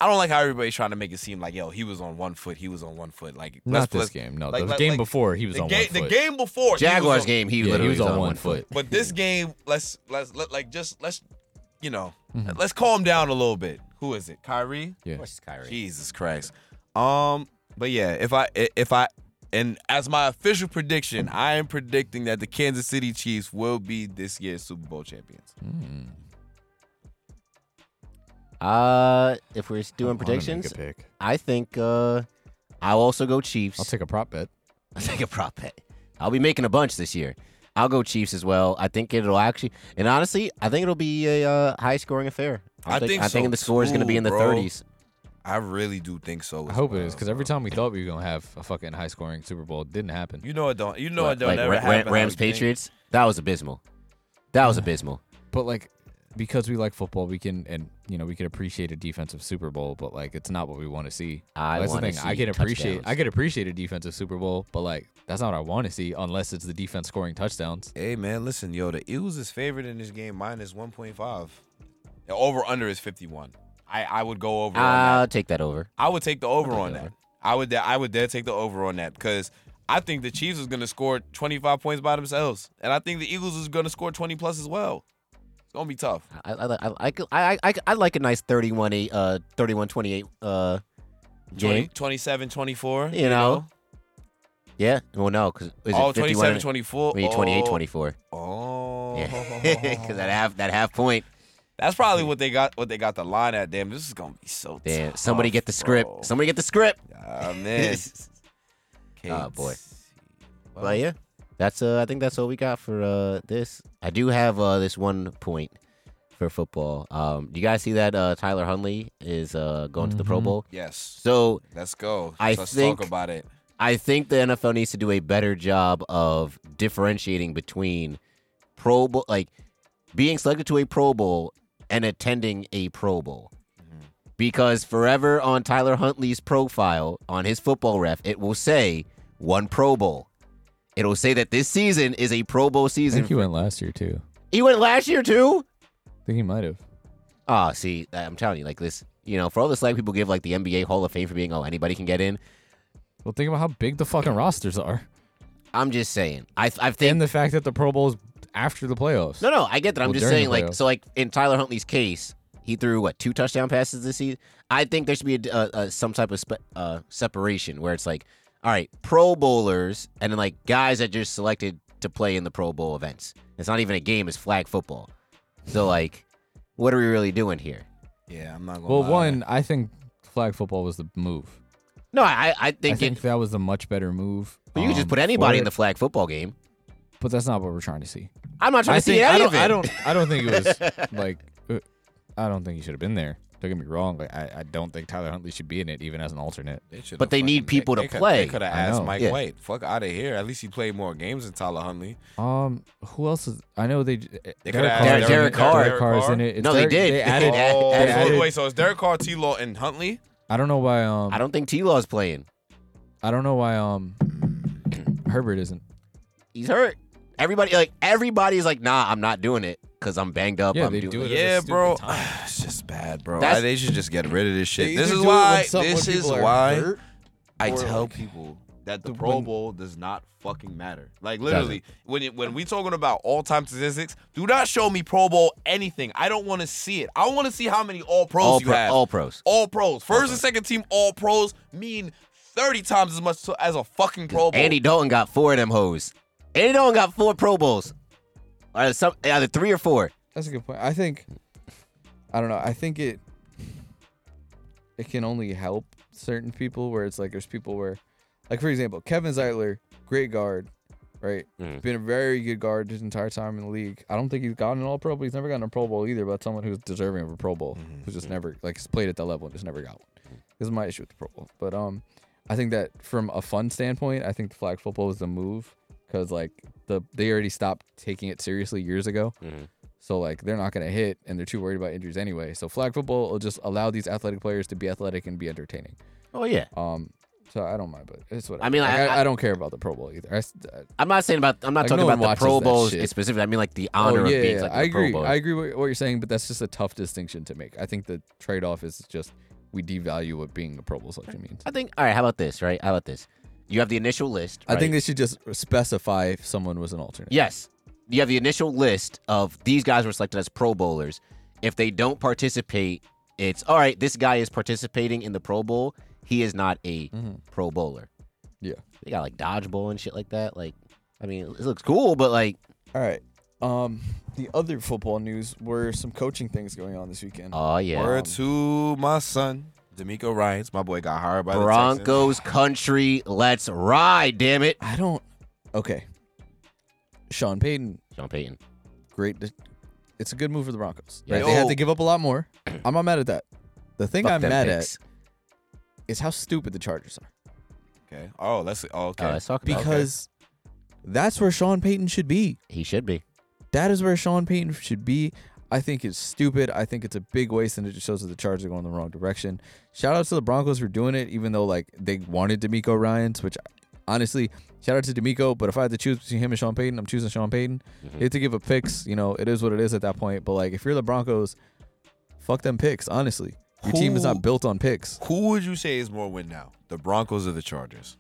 I don't like how everybody's trying to make it seem like, yo, he was on one foot, he was on one foot. Like, Not let's- this let's- game. No, like- the like- game like, before he was the on game, one foot. the game before he was Jaguars on- game he Yeah, he literally was on one foot. but this game, let's let's let, like just let's you know Mm-hmm. let's calm down a little bit. Who is it? Kyrie? Yeah. Of course, it's Kyrie. Jesus Christ. Um, but yeah, if I if I and as my official prediction, I am predicting that the Kansas City Chiefs will be this year's Super Bowl champions. Hmm. Uh, if we're I wanna doing make a predictions, pick. I think uh, I'll also go Chiefs. I'll take a prop bet. I'll take a prop bet. I'll be making a bunch this year. I'll go Chiefs as well. I think it'll actually, and honestly, I think it'll be a uh, high scoring affair. I, I think I think so the score is going to be in the too, bro. 30s. I really do think so. I as hope it well, is because bro. every time we thought we were gonna have a fucking high scoring Super Bowl, it didn't happen. you know it don't you know it don't like ever Ra- Ra- happen. how Rams you think. Patriots, that was abysmal. That was abysmal. But like, because we like football, we can and you know we can appreciate a defensive Super Bowl, but like it's not what we want to see. I that's the wanna thing. I see can appreciate I touchdowns. can appreciate a defensive Super Bowl, but like that's not what I want to see unless it's the defense scoring touchdowns. Hey man, listen, yo, the Eagles is favored in this game minus one point five. Over under is fifty one. I, I would go over. on Ah, that. I'll take that over. I would take the over on that. I would I would dare take the over on that because I think the Chiefs is going to score 25 points by themselves, and I think the Eagles is going to score 20 plus as well. It's gonna be tough. I, I, I, I, I, I, I like a nice 31 eight, uh, 31 28 uh, 20, game. 27, 24. You know, Yeah. Well, no, because is oh, it 51? 27, 24. We need 28 Oh, 24. Oh, Because that half, that half point. that's probably what they got. What they got the line at. Damn, this is gonna be so. Damn. tough, Somebody get the script. bro. Somebody get the script. Ah, man. Oh, boy. Well, But yeah, that's uh, I think that's all we got for uh this. I do have uh this one point for football. Um, do you guys see that uh Tyler Hunley is uh going to the Pro Mhm. Bowl? Yes. So Let's go. I Let's think- talk about it. I think the NFL needs to do a better job of differentiating between Pro Bowl, like being selected to a Pro Bowl and attending a Pro Bowl. Mm-hmm. Because forever on Tyler Huntley's profile on his football ref, it will say one Pro Bowl. It'll say that this season is a Pro Bowl I season. think he went last year too. He went last year too. I think he might have. Ah, see, I- I'm telling you, like this, you know, for all the slack people give like the NBA Hall of Fame for being, oh, anybody can get in. Well, think about how big the fucking rosters are, I'm just saying. I I think and the fact that the Pro Bowl's after the playoffs. No, no, I get that. I'm Well, just during saying, the like, playoffs. so, like, in Tyler Huntley's case, he threw what two touchdown passes this season. I think there should be a, a, a some type of spe- uh, separation where it's like, all right, Pro Bowlers, and then like guys that just selected to play in the Pro Bowl events. It's not even a game; it's flag football. So, like, what are we really doing here? Yeah, I'm not gonna. Well, lie. one, I think flag football was the move. No, I, I think, I think it, that was a much better move. you could just um, put anybody for in the it, flag football game. but that's not what we're trying to see. I'm not trying to think, see I any don't, of it. I don't. I don't think it was like. uh, I don't think he should have been there. Don't get me wrong. Like I, I don't think Tyler Huntley should be in it, even as an alternate. They should've But they need fucking- people to coulda- play. They could have I asked know. Mike Yeah. White, "Fuck out of here." At least he played more games than Tyler Huntley. Um, who else is? I know they. uh, Derek They Carr- coulda asked Derek- Derek Carr. Derek Carr's in it. It's No, they Derek- did. They added. They Oh, added- so added- wait, so it's Derek Carr, T. Law, and Huntley? I don't know why. Um, I don't think T Law's playing. I don't know why. Um, Herbert isn't. He's hurt. Everybody like everybody's like, nah, I'm not doing it because I'm banged up. Yeah, I'm they doing do it. Yeah, at a stupid bro. time. it's just bad, bro. That's- I- they should just get rid of this They shit. either This is do it when why. some- when This is people are why. hurt I or, tell like, people that the the Pro one- Bowl does not fucking matter. Like literally, when it, when we talking about all time statistics, do not show me Pro Bowl anything. I don't want to see it. I want to see how many All Pros all, you pro- have. all pros. All Pros, first and second team All Pros mean thirty times as much to- as a fucking Pro Bowl. Andy Dalton got four of them hoes. Andy Dalton got four Pro Bowls. Either, some, either three or four. That's a good point. I think I don't know. I think it it can only help certain people where it's like there's people where like for example, Kevin Zeitler, great guard, right? Mhm. Been a very good guard his entire time in the league. I don't think he's gotten an all pro, but he's never gotten a Pro Bowl either, but someone who's deserving of a Pro Bowl, who's just never like has played at that level and just never got one. This is my issue with the Pro Bowl. But um I think that from a fun standpoint, I think the flag football was the move because like the they already stopped taking it seriously years ago. So like they're not gonna hit, and they're too worried about injuries anyway. So flag football will just allow these athletic players to be athletic and be entertaining. Oh yeah. Um, so I don't mind, but it's whatever. I mean, Like, I- I- I, don't care about the Pro Bowl either. I s- uh, I- I'm not saying about. I'm not Like, talking no one about the watches Pro that Bowls shit. specifically. I mean like the honor oh yeah, of being yeah, like I the Pro agree. Bowl. I agree with what you're saying, but that's just a tough distinction to make. I think the trade off is just we devalue what being a Pro Bowl selection means. I think. All right. How about this? Right. How about this? You have the initial list. I think right? they should just specify if someone was an alternate. Yes. You have the initial list of these guys were selected as Pro Bowlers. If they don't participate, it's all right, this guy is participating in the Pro Bowl. He is not a Mhm. Pro Bowler. Yeah. They got like dodgeball and shit like that. Like, I mean, it looks cool, but like, All right. Um, the other football news were some coaching things going on this weekend. oh yeah. Word to my son, D'Amico Ryan's. My boy got hired by the Texans. Broncos country, let's ride, damn it. I don't. Okay. Sean Payton Sean Payton. great. de- It's a good move for the Broncos. Yeah. Oh. Right? They had Yo. to give up a lot more. I'm not mad at that. The thing Fuck I'm them mad picks. at is how stupid the Chargers are Okay. Oh, let's. Oh, okay. Uh, let's talk about it. because that's where Sean Payton should be. He should be. That is where Sean Payton should be. I think it's stupid. I think it's a big waste, and it just shows that the Chargers are going the wrong direction. Shout out to the Broncos for doing it, even though like they wanted D'Amico Ryan's, which honestly, shout out to D'Amico. But if I had to choose between him and Sean Payton, I'm choosing Sean Payton. Mm-hmm. You have to give up picks. You know, it is what it is at that point. But like, if you're the Broncos, fuck them picks. Honestly, your team is Who- not built on picks. Who would you say is more win now? The Broncos or the Chargers?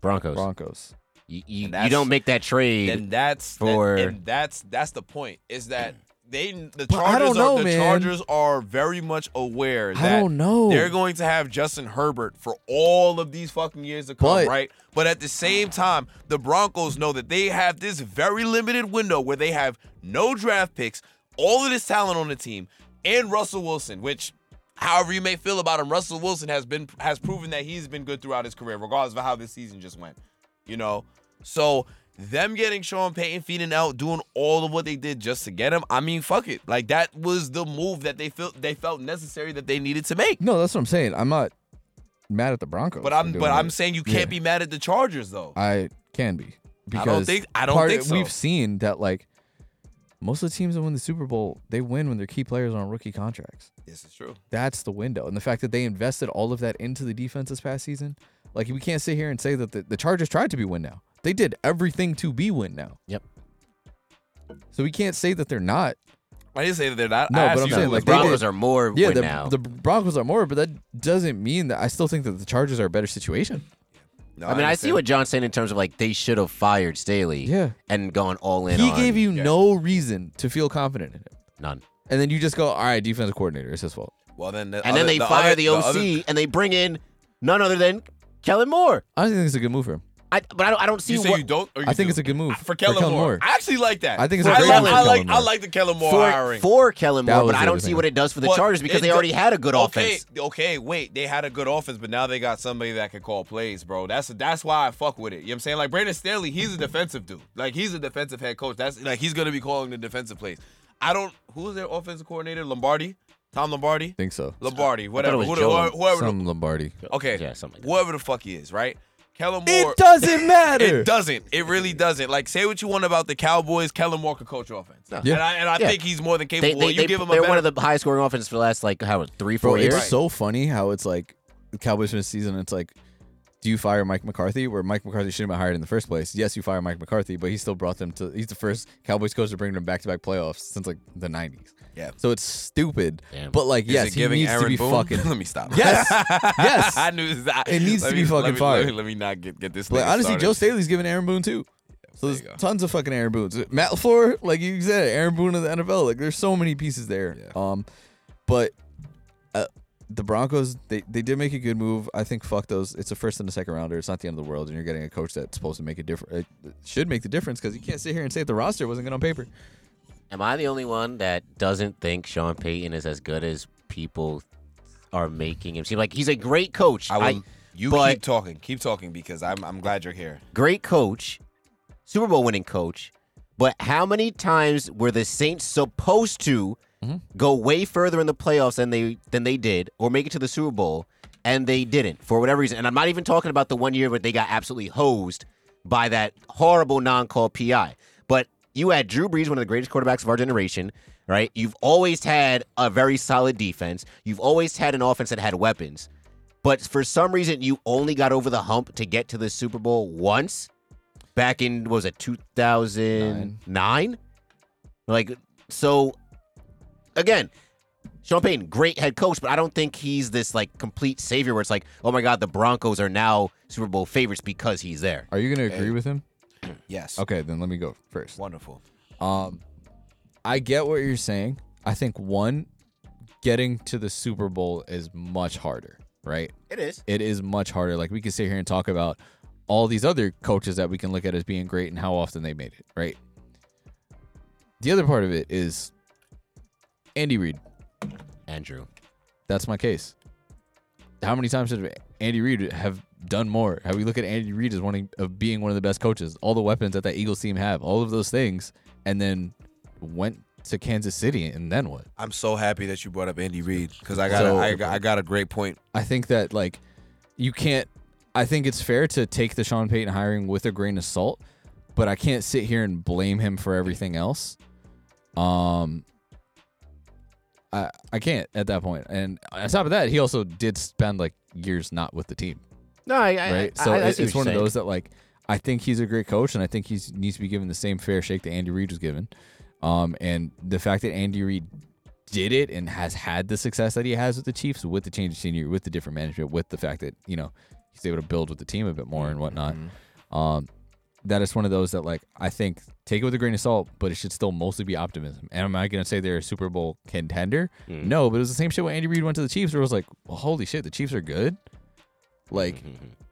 Broncos. Broncos. You, you, And you don't that's- make that trade. And that's For- that, and that's that's the point. Is that they the But I Chargers don't know, are the man. Chargers are very much aware I that don't know. they're going to have Justin Herbert for all of these fucking years to come, But- right? But at the same time, the Broncos know that they have this very limited window where they have no draft picks, all of this talent on the team, and Russell Wilson, which however you may feel about him, Russell Wilson has been has proven that he's been good throughout his career, regardless of how this season just went. You know? So them getting Sean Payton feeding out, doing all of what they did just to get him. I mean, fuck it. Like that was the move that they felt they felt necessary that they needed to make. No, that's what I'm saying. I'm not mad at the Broncos. But for I'm doing but I'm it. saying you can't Yeah. be mad at the Chargers though. I can be. I Because don't think- I don't part- think so. We've seen that like most of the teams that win the Super Bowl, they win when their key players are on rookie contracts. this is true. That's the window. And the fact that they invested all of that into the defense this past season, like we can't sit here and say that the, the Chargers tried to be win now. They did everything to be win now. Yep. So we can't say that they're not. I didn't say that they're not. No, I but asked I'm you saying, who like, was they wrong. Broncos are more Yeah, win the, now. the Broncos are more, but that doesn't mean that I still think that the Chargers are a better situation. No, I mean, I, see understand. what John's saying in terms of like they should have fired Staley Yeah. and gone all in. He on- gave you Yeah. no reason to feel confident in it. none, And then you just go, all right, defensive coordinator, it's his fault. Well, then, the and other- then they fire other- the OC other- and they bring in none other than Kellen Moore. I don't think it's a good move for him. I but I don't, I don't see you say what you don't? Or you I think do? it's a good move for Kellen, Moore. I actually like that. I think it's a I great like, move for I like, Kellen I Moore. like the Kellen Moore for, hiring. for Kellen That Moore, but was I don't the see thing. what it does for the But Chargers because it they do- already had a good okay, offense. Okay, wait, they had a good offense, but now they got somebody that can call plays, bro. That's that's why I fuck with it. You know what I'm saying? Like Brandon Staley, he's a defensive dude. Like he's a defensive head coach. That's like he's gonna be calling the defensive plays. I don't who's their offensive coordinator? Lombardi? Tom Lombardi? think so. Lombardi, whatever. was Who the- Joe whoever, whoever the- Some Lombardi. Okay. Yeah, something like that. Whoever the fuck he is, right? Kellen Moore. It doesn't matter. It doesn't. It really doesn't. Like, say what you want about the Cowboys. Kellen Moore can coach offense. Yeah. And I, and I Yeah. think he's more than They, capable. they, you they, give him a they're better, one of the highest scoring offenses for the last like how three four Bro, years. it's so funny how it's like the Cowboys finish the season. It's like do you fire Mike McCarthy? Where Mike McCarthy shouldn't have been hired in the first place. Yes, you fire Mike McCarthy, but he still brought them to. He's the first Cowboys coach to bring them back to back playoffs since like the '90s. Yeah. So it's stupid. Damn. But like, yes, Is it he giving needs Aaron to be Boone? fucking. Let me stop. Yes. Yes. I knew that. It needs Let to be me- fucking let me, fired. Let me, let me not get get this. Like nigga honestly, started. Joe Staley's giving Aaron Boone too. So There you there's go. tons of fucking Aaron Boones. Matt Lafleur, like you said, Aaron Boone of the NFL. Like there's so many pieces there. Yeah. Um, but uh, the Broncos, they they did make a good move. I think fuck those. It's a first and a second rounder. It's not the end of the world, and you're getting a coach that's supposed to make a difference. Should make the difference because you can't sit here and say that the roster wasn't good on paper. Am I the only one that doesn't think Sean Payton is as good as people are making him seem? Like he's a great coach. I will. I- you but- keep talking. Keep talking because I'm I'm glad you're here. great coach, Super Bowl winning coach, but how many times were the Saints supposed to go way further in the playoffs than they than they did, or make it to the Super Bowl, and they didn't for whatever reason? And I'm not even talking about the one year where they got absolutely hosed by that horrible non-call PI. But you had Drew Brees, one of the greatest quarterbacks of our generation, right? You've always had a very solid defense. You've always had an offense that had weapons but for some reason you only got over the hump to get to the Super Bowl once back in what was it 2009 like so again Sean Payton great head coach but I don't think he's this like complete savior where it's like oh my god the Broncos are now Super Bowl favorites because he's there Are you gonna agree with him? Yes. Okay, then let me go first. Wonderful. Um, I get what you're saying. I think one, getting to the Super Bowl is much harder, right? it is It is much harder. Like we can sit here and talk about all these other coaches that we can look at as being great and how often they made it, right? The other part of it is Andy Reid. Andrew That's my case. How many times should Andy Reid have done more? How we look at Andy Reid as one of being one of the best coaches, all the weapons that that Eagles team have, all of those things, and then went to Kansas City, and then what? I'm so happy that you brought up Andy Reid because I got, a, So- I got I got a great point. I think that like you can't. I think it's fair to take the Sean Payton hiring with a grain of salt, but I can't sit here and blame him for everything else. Um, I I can't at that point. And on top of that, he also did spend like years not with the team. no I, I right? I, so I, I it- see it's what one you're of saying. those that like I think he's a great coach, and I think he needs to be given the same fair shake that Andy Reid was given. Um, and the fact that Andy Reid did it and has had the success that he has with the Chiefs, with the change of senior, with the different management, with the fact that you know he's able to build with the team a bit more and whatnot. Um, that is one of those that like I think take it with a grain of salt, but it should still mostly be optimism. And am I going to say they're a Super Bowl contender? Mm. No, but it was the same shit when Andy Reid went to the Chiefs, where it was like, well, holy shit, the Chiefs are good. Like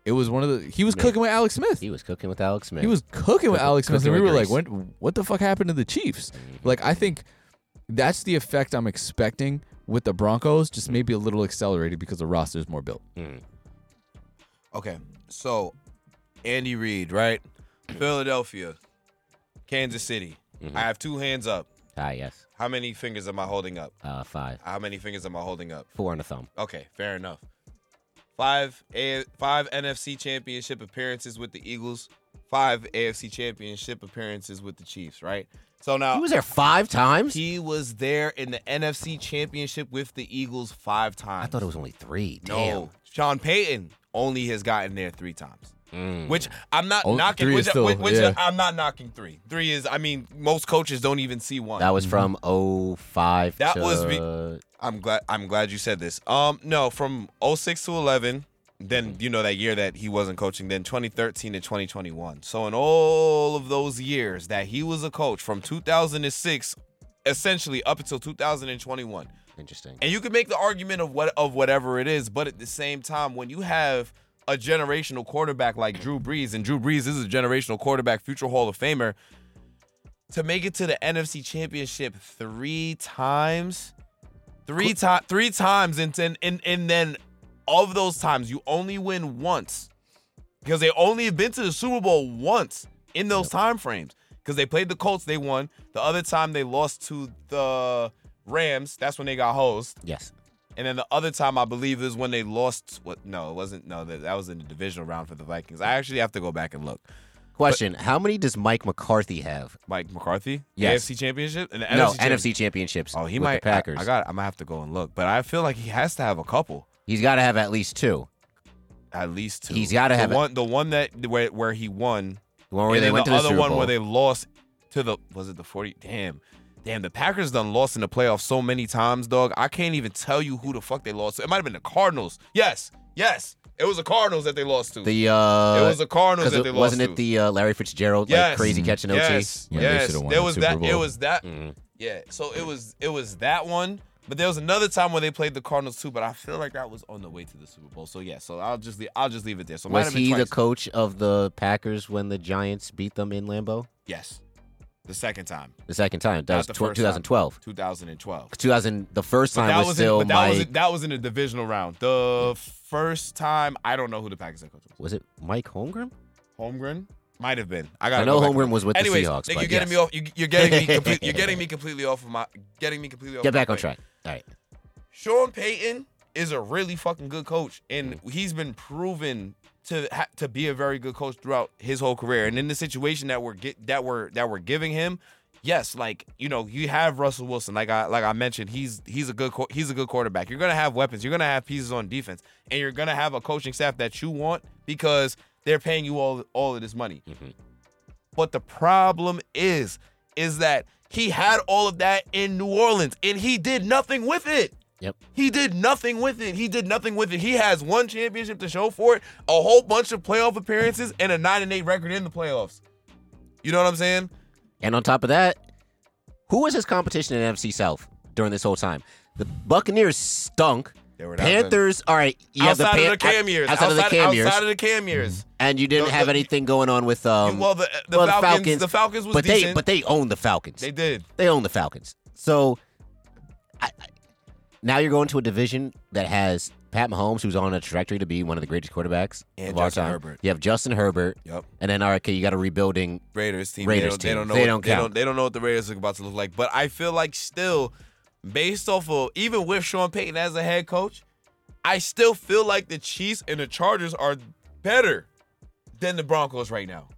it was one of the he was cooking with Alex Smith. Mm-hmm. he was cooking with Alex Smith He was cooking with Cooking- Alex Smith, cooking and we were with Mm-hmm. like, "What? What the fuck happened to the Chiefs?" Like, I think that's the effect I'm expecting with the Broncos, just Mm. maybe a little accelerated because the roster is more built. Hmm. Okay, so Andy Reid, right? Philadelphia, Kansas City. Mm-hmm. I have two hands up. ah yes How many fingers am I holding up? uh five How many fingers am I holding up? four and a thumb Okay, fair enough. Five A- five NFC championship appearances with the Eagles, five AFC championship appearances with the Chiefs, right? So now he was there five times he was there in the NFC championship with the Eagles five times. I thought it was only three damn No, Sean Payton only has gotten there three times. Mm. Which I'm not Oh, knocking. three Which, is still- which, which yeah. I'm not knocking three. Three is, I mean, most coaches don't even see one. That was from 05 Mm-hmm. That to, was be- I'm glad. I'm glad you said this. Um, no, from 06 to 11, then you know that year that he wasn't coaching, then 2013 to 2021. So in all of those years that he was a coach, from 2006, essentially up until 2021, interesting. and you can make the argument of what of whatever it is, but at the same time, when you have a generational quarterback like Drew Brees, and Drew Brees is a generational quarterback, future Hall of Famer, to make it to the NFC Championship three times, three times, three times, and then and, and then of those times, you only win once because they only have been to the Super Bowl once in those time frames. Because they played the Colts, they won. The other time they lost to the Rams. That's when they got hosed. Yes. And then the other time I believe is when they lost. What? No, it wasn't. No, that, that was in the divisional round for the Vikings. I actually have to go back and look. Question: How many does Mike McCarthy have? Mike McCarthy, Yes. AFC Championship, and the no, NFC. Championship. NFC championships. Oh, he with might. the Packers. I, I got. I'm gonna have to go and look, but I feel like he has to have a couple. He's got to have at least two. At least two. He's gotta the have it. one. The one that where where he won, The one where and they then went to the the other Super one Bowl. where they lost to the was it the forty? Damn, damn. The Packers done lost in the playoffs so many times, dog. I can't even tell you who the fuck they lost. to. It might have been the Cardinals. Yes, yes. It was the Cardinals that they lost to. the uh, it was the Cardinals 'cause that it- they lost wasn't to. it the uh, Larry Fitzgerald like Yes. crazy catching OT? Yes, Yeah, they yes. should've won There the was Super that. It Bowl. was that. Hmm. Mm-hmm. Yeah. So it was it was that one. But there was another time where they played the Cardinals too. But I feel like that was on the way to the Super Bowl. So yeah. So I'll just leave, I'll just leave it there. So it might Was have been he the twice. coach of the Packers when the Giants beat them in Lambeau? yes, the second time, The second time. That Not was the tw- first time. 2012. 2012. 2000. The first But time that was, was in, still but that was Mike. in, that was in the divisional round. The first time I don't know who the Packers head coach was. was it Mike Holmgren? Holmgren might have been. I got. I know Holmgren was with Anyways, the Seahawks. Nick, but you're getting me yes. off. You, you're getting me. Complete, you're getting me completely off of my. Getting me completely off. Get my back on point. track. All right. Sean Payton is a really fucking good coach, and he's been proven to ha- to be a very good coach throughout his whole career. And in the situation that we're get that we're that we're giving him, yes, like you know, you have Russell Wilson. Like I like I mentioned, he's he's a good qu- he's a good quarterback. You're gonna have weapons. You're gonna have pieces on defense, and you're gonna have a coaching staff that you want because they're paying you all all of this money. But the problem is, is that he had all of that in New Orleans, and he did nothing with it. Yep. He did nothing with it. He did nothing with it. He has one championship to show for it, a whole bunch of playoff appearances, and a nine and eight record in the playoffs. You know what I'm saying? And on top of that, who was his competition in NFC South during this whole time? The Buccaneers stunk. They were not good. Panthers, all right. You have outside the of Pan- the cam years, Outside, of the cam years. outside of the cam years. and you didn't No, have the- anything going on with um, well, the, the, well, Falcons, the Falcons was but decent. they but they own the Falcons. they They, did. own the Falcons. So I, I, now you're going to a division that has Pat Mahomes, who's on a trajectory to be one of the greatest quarterbacks And of our Justin time. Herbert. You have Justin Herbert, Yep. and then all right, okay, you got a rebuilding. Raiders team. Raiders they team. don't, They don't know. They what, don't they count. don't. They don't know what the Raiders are about to look like. But I feel like still, based off of even with Sean Payton as a head coach, I still feel like the Chiefs and the Chargers are better than the Broncos right now.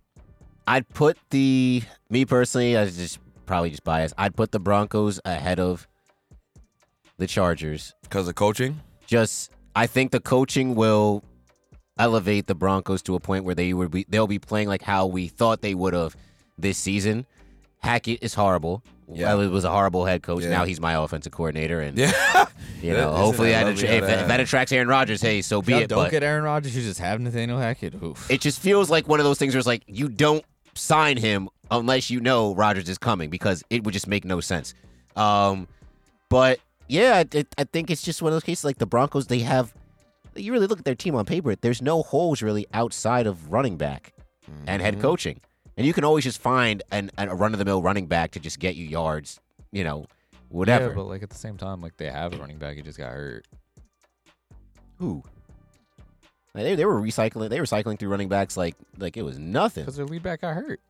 I'd put the me personally, I was just probably just biased. I'd put the Broncos ahead of the Chargers. Because of coaching. just I think the coaching will elevate the Broncos to a point where they would be they'll be playing like how we thought they would have this season. Hackett is horrible. Yeah. Well, it was a horrible head coach. Yeah. Now he's my offensive coordinator, and Yeah. you That- know, isn't hopefully, that that attra- lovely how if, that, that if that happened? attracts Aaron Rodgers, hey, so be Y'all it. don't But get Aaron Rodgers. You just have Nathaniel Hackett. Oof. it just feels like one of those things where it's like you don't sign him unless you know Rodgers is coming because it would just make no sense. Um, but yeah, I- I, I think it's just one of those cases like the Broncos. They have you really look at their team on paper. There's no holes really outside of running back and Mm-hmm. head coaching, and you can always just find an, an a run of the mill running back to just get you yards. You know, whatever. Yeah, but like at the same time, like they have a running back. He just got hurt. Who? Like, they, they were recycling. They were cycling through running backs like like it was nothing. Because their lead back got hurt.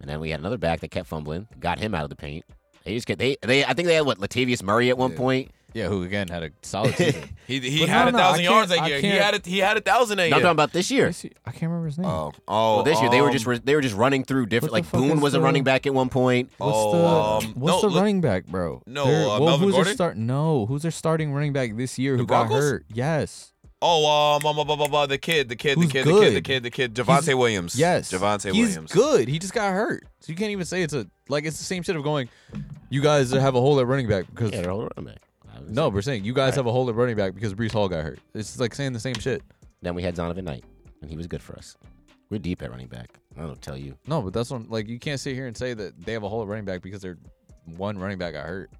And then we had another back that kept fumbling, got him out of the paint. They just get they they I think they had what Latavius Murray at one point. Yeah, who again had a solid season. He, he But had no, a no, I thousand can't- yards that I year. He can't- had a, he had a thousand that No, I'm year. talking about this year. I see- I can't remember his name. Oh, oh, Well, this year they were um, just re- they were just running through different. what the Like fuck Boone is was a the- running back at one point. What's Oh, the um, What's no, the look- running back, bro? No, They're- uh, Melvin who's Gordon? Their start? No, who's their starting running back this year The who got Broncos? hurt? Yes, oh, um, um, um, um, um, um, the kid, the kid, the Who's kid, the kid, the good? kid, the kid, Javante Williams. yes. Javante He's Williams. good. He just got hurt, so you can't even say it's a like it's the same shit of going. You guys have a hole at running back because Yeah, they're all running back. I was- no, we're saying you guys have a hole at running back because Brees Hall got hurt. It's like saying the same shit. Then we had Donovan Knight, and he was good for us. We're deep at running back. I don't tell you. No, but that's what, like you can't sit here and say that they have a whole running back because their one running back got hurt.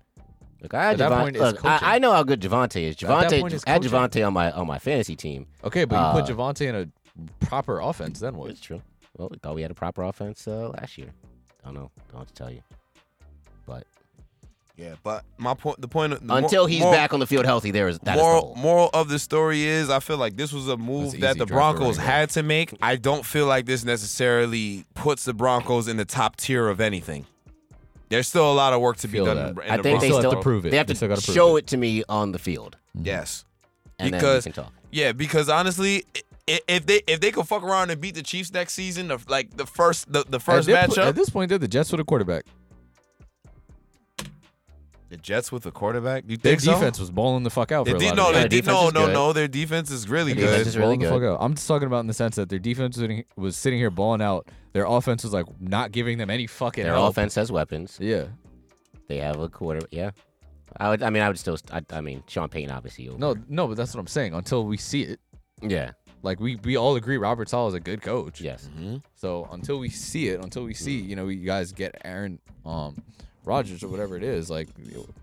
Look, I had At that Javon- point, it's look, I, coaching. I know how good Javante is. that Javante, point, it's I had coaching. Javante on my on my fantasy team. Okay, but you put Uh, Javante in a proper offense. Then what? It's true. Well, we thought we had a proper offense uh, last year. I don't know. I don't have to tell you. But Yeah, but my point, the point, the mor- until he's moral- back on the field healthy, there is that is the moral, hole. moral of the story is I feel like this was a That's move an that easy the draft Broncos already. had to make. I don't feel like this necessarily puts the Broncos in the top tier of anything. There's still a lot of work to be Feel done. that. in- in I the think They they Broncos. still have still- to prove it. They have to still gotta prove show it. to me on the field, yes. and Because- then we can talk. Yeah, because honestly, i- if they if they could fuck around and beat the Chiefs next season, of like the first the, the first at thi- matchup, At this point, they're the Jets with a quarterback. The Jets with a quarterback? You Their think so? defense was balling the fuck out They for a did, lot no, of they games. did, defense no, is no, good. no. Their defense is really Their defense good. is really Balling the good. fuck out. I'm just talking about in the sense that their defense was, in- was sitting here balling out. Their offense was like not giving them any fucking Their help. offense has weapons. Yeah. They have a quarter. Yeah, I would. I mean, I would still. I, I mean, Sean Payton obviously. Over. No, no, but that's what I'm saying. Until we see it, Yeah. like we we all agree, Robert Sala is a good coach. Yes. So until we see it, until we see, you know, you guys get Aaron um Rodgers or whatever it is, like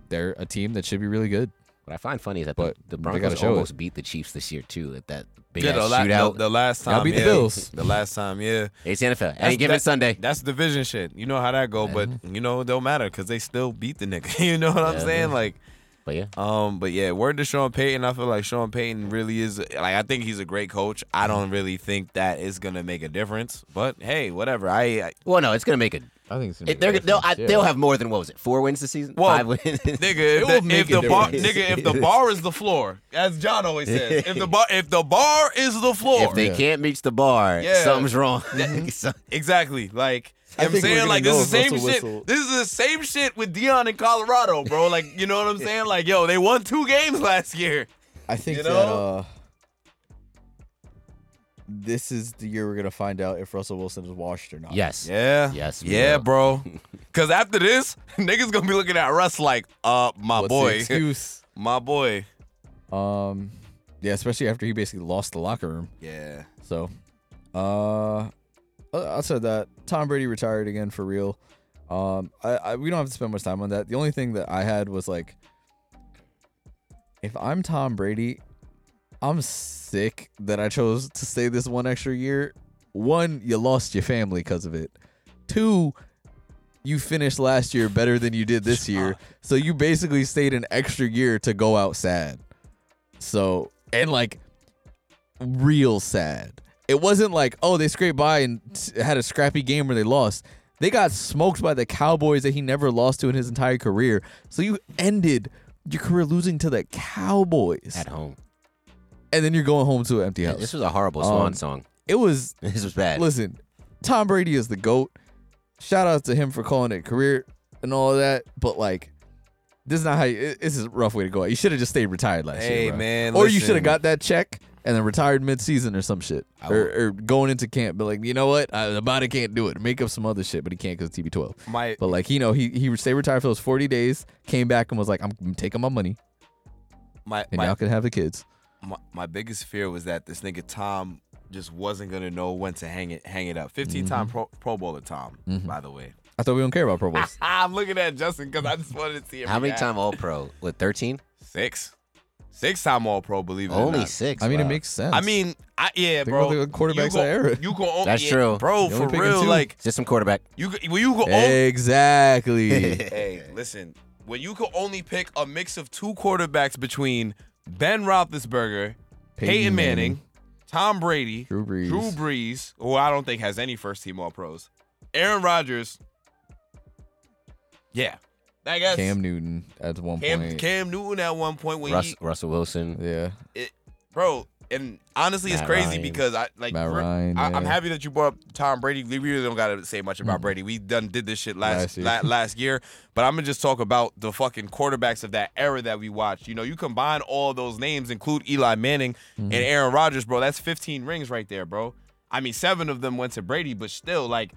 they're a team that should be really good. What I find funny is that But the, the they Broncos gotta show almost beat the Chiefs this year too. That that big Yeah, ass the, la- the, shootout. the last time. Y'all beat the yeah. Bills. The last time, yeah. it's NFL. That's- Any given that- Sunday. That's division shit. You know how that go, but you know it don't matter because they still beat the nigga. you know what I'm Yeah. saying? Like, But yeah, um, but yeah, word to Sean Payton. I feel like Sean Payton really is like I think he's a great coach. I Mm-hmm. don't really think that is gonna make a difference. But hey, whatever. I, I well, no, it's gonna make a. I think it's It, they're, they'll, I, they'll have more than what was it? Four wins this season. Well, Five wins. nigga, if will the, make if a the bar, difference. nigga, if the bar is the floor, as John always says, if the bar, if the bar is the floor, if they can't reach the bar, Yeah. something's wrong. So- Exactly. Like I I'm think we're saying, gonna like this know is the if same Russell shit. whistled. This is the same shit with Dion in Colorado, bro. Like you know what I'm saying? Like yo, they won two games last year. I think You that know? uh, this is the year we're gonna find out if Russell Wilson is washed or not. yes. Yeah. Yes, we Yeah, will. bro. Cause after this, niggas gonna be looking at Russ like, Ah, uh, my What's the boy, excuse? my boy. Um. Yeah, especially after he basically lost the locker room. Yeah. So, uh, outside of that, Tom Brady retired again for real. Um, I, I we don't have to spend much time on that. The only thing that I had was like, if I'm Tom Brady, I'm sick that I chose to stay this one extra year. One, you lost your family because of it. Two, you finished last year better than you did this year, so you basically stayed an extra year to go out sad. So and like real sad. It wasn't like, oh, they scraped by and t- had a scrappy game where they lost. They got smoked by the Cowboys that he never lost to in his entire career. So you ended your career losing to the Cowboys, At home. and then you're going home to an empty This house. was a horrible Um, swan song. It was This was bad. Listen, Tom Brady is the GOAT. Shout out to him for calling it career and all of that. But like, this is not how you, it- this is a rough way to go out. You should have just stayed retired last Hey, year. bro. man, Or you should listen. have got that check and then retired mid season or some shit. Or, or going into camp, but like, you know what? I, the body can't do it. Make up some other shit, but he can't because TB twelve. My But like, you know, he he stayed retired for those forty days, came back and was like, I'm taking my money my and my, y'all can have the kids. my my biggest fear was that this nigga Tom just wasn't gonna know when to hang it hang it up. 15 Mm-hmm. time pro, pro bowler Tom, by the way. I thought we don't care about Pro Bowls. I'm looking at Justin because I just wanted to see him How many react. time All Pro? What, 13? Six. Six time All Pro, believe it or Only not. six. I mean, wow. it makes sense. Ah, I mean, I, yeah, Think bro. about the quarterbacks you of go- that era. You go, That's yeah, true. bro. You're For only picking real, two. like Just some quarterback. you, c- well, you go. Only, exactly. hey, listen. When you could only pick a mix of two quarterbacks between Ben Roethlisberger, Peyton, Peyton Manning, Manning, Tom Brady, Drew Brees. Drew Brees, who I don't think has any first team All Pros, Aaron Rodgers. Yeah, I guess Cam Newton at one Cam, point. Cam Newton at one point when Russ, he Russell Wilson. yeah. bro. And honestly, it's Matt crazy Ryan. because I like Matt we're- Ryan, I, I'm yeah. Mm. happy that you brought up Tom Brady. We really don't gotta say much about Brady. We done did this shit Last last last year. year. last year, but I'm gonna just talk about the fucking quarterbacks of that era that we watched. You know, you combine all those names, include Eli Manning and Mm-hmm. Aaron Rodgers, bro. That's 15 rings right there, bro. I mean, seven of them went to Brady, but still, like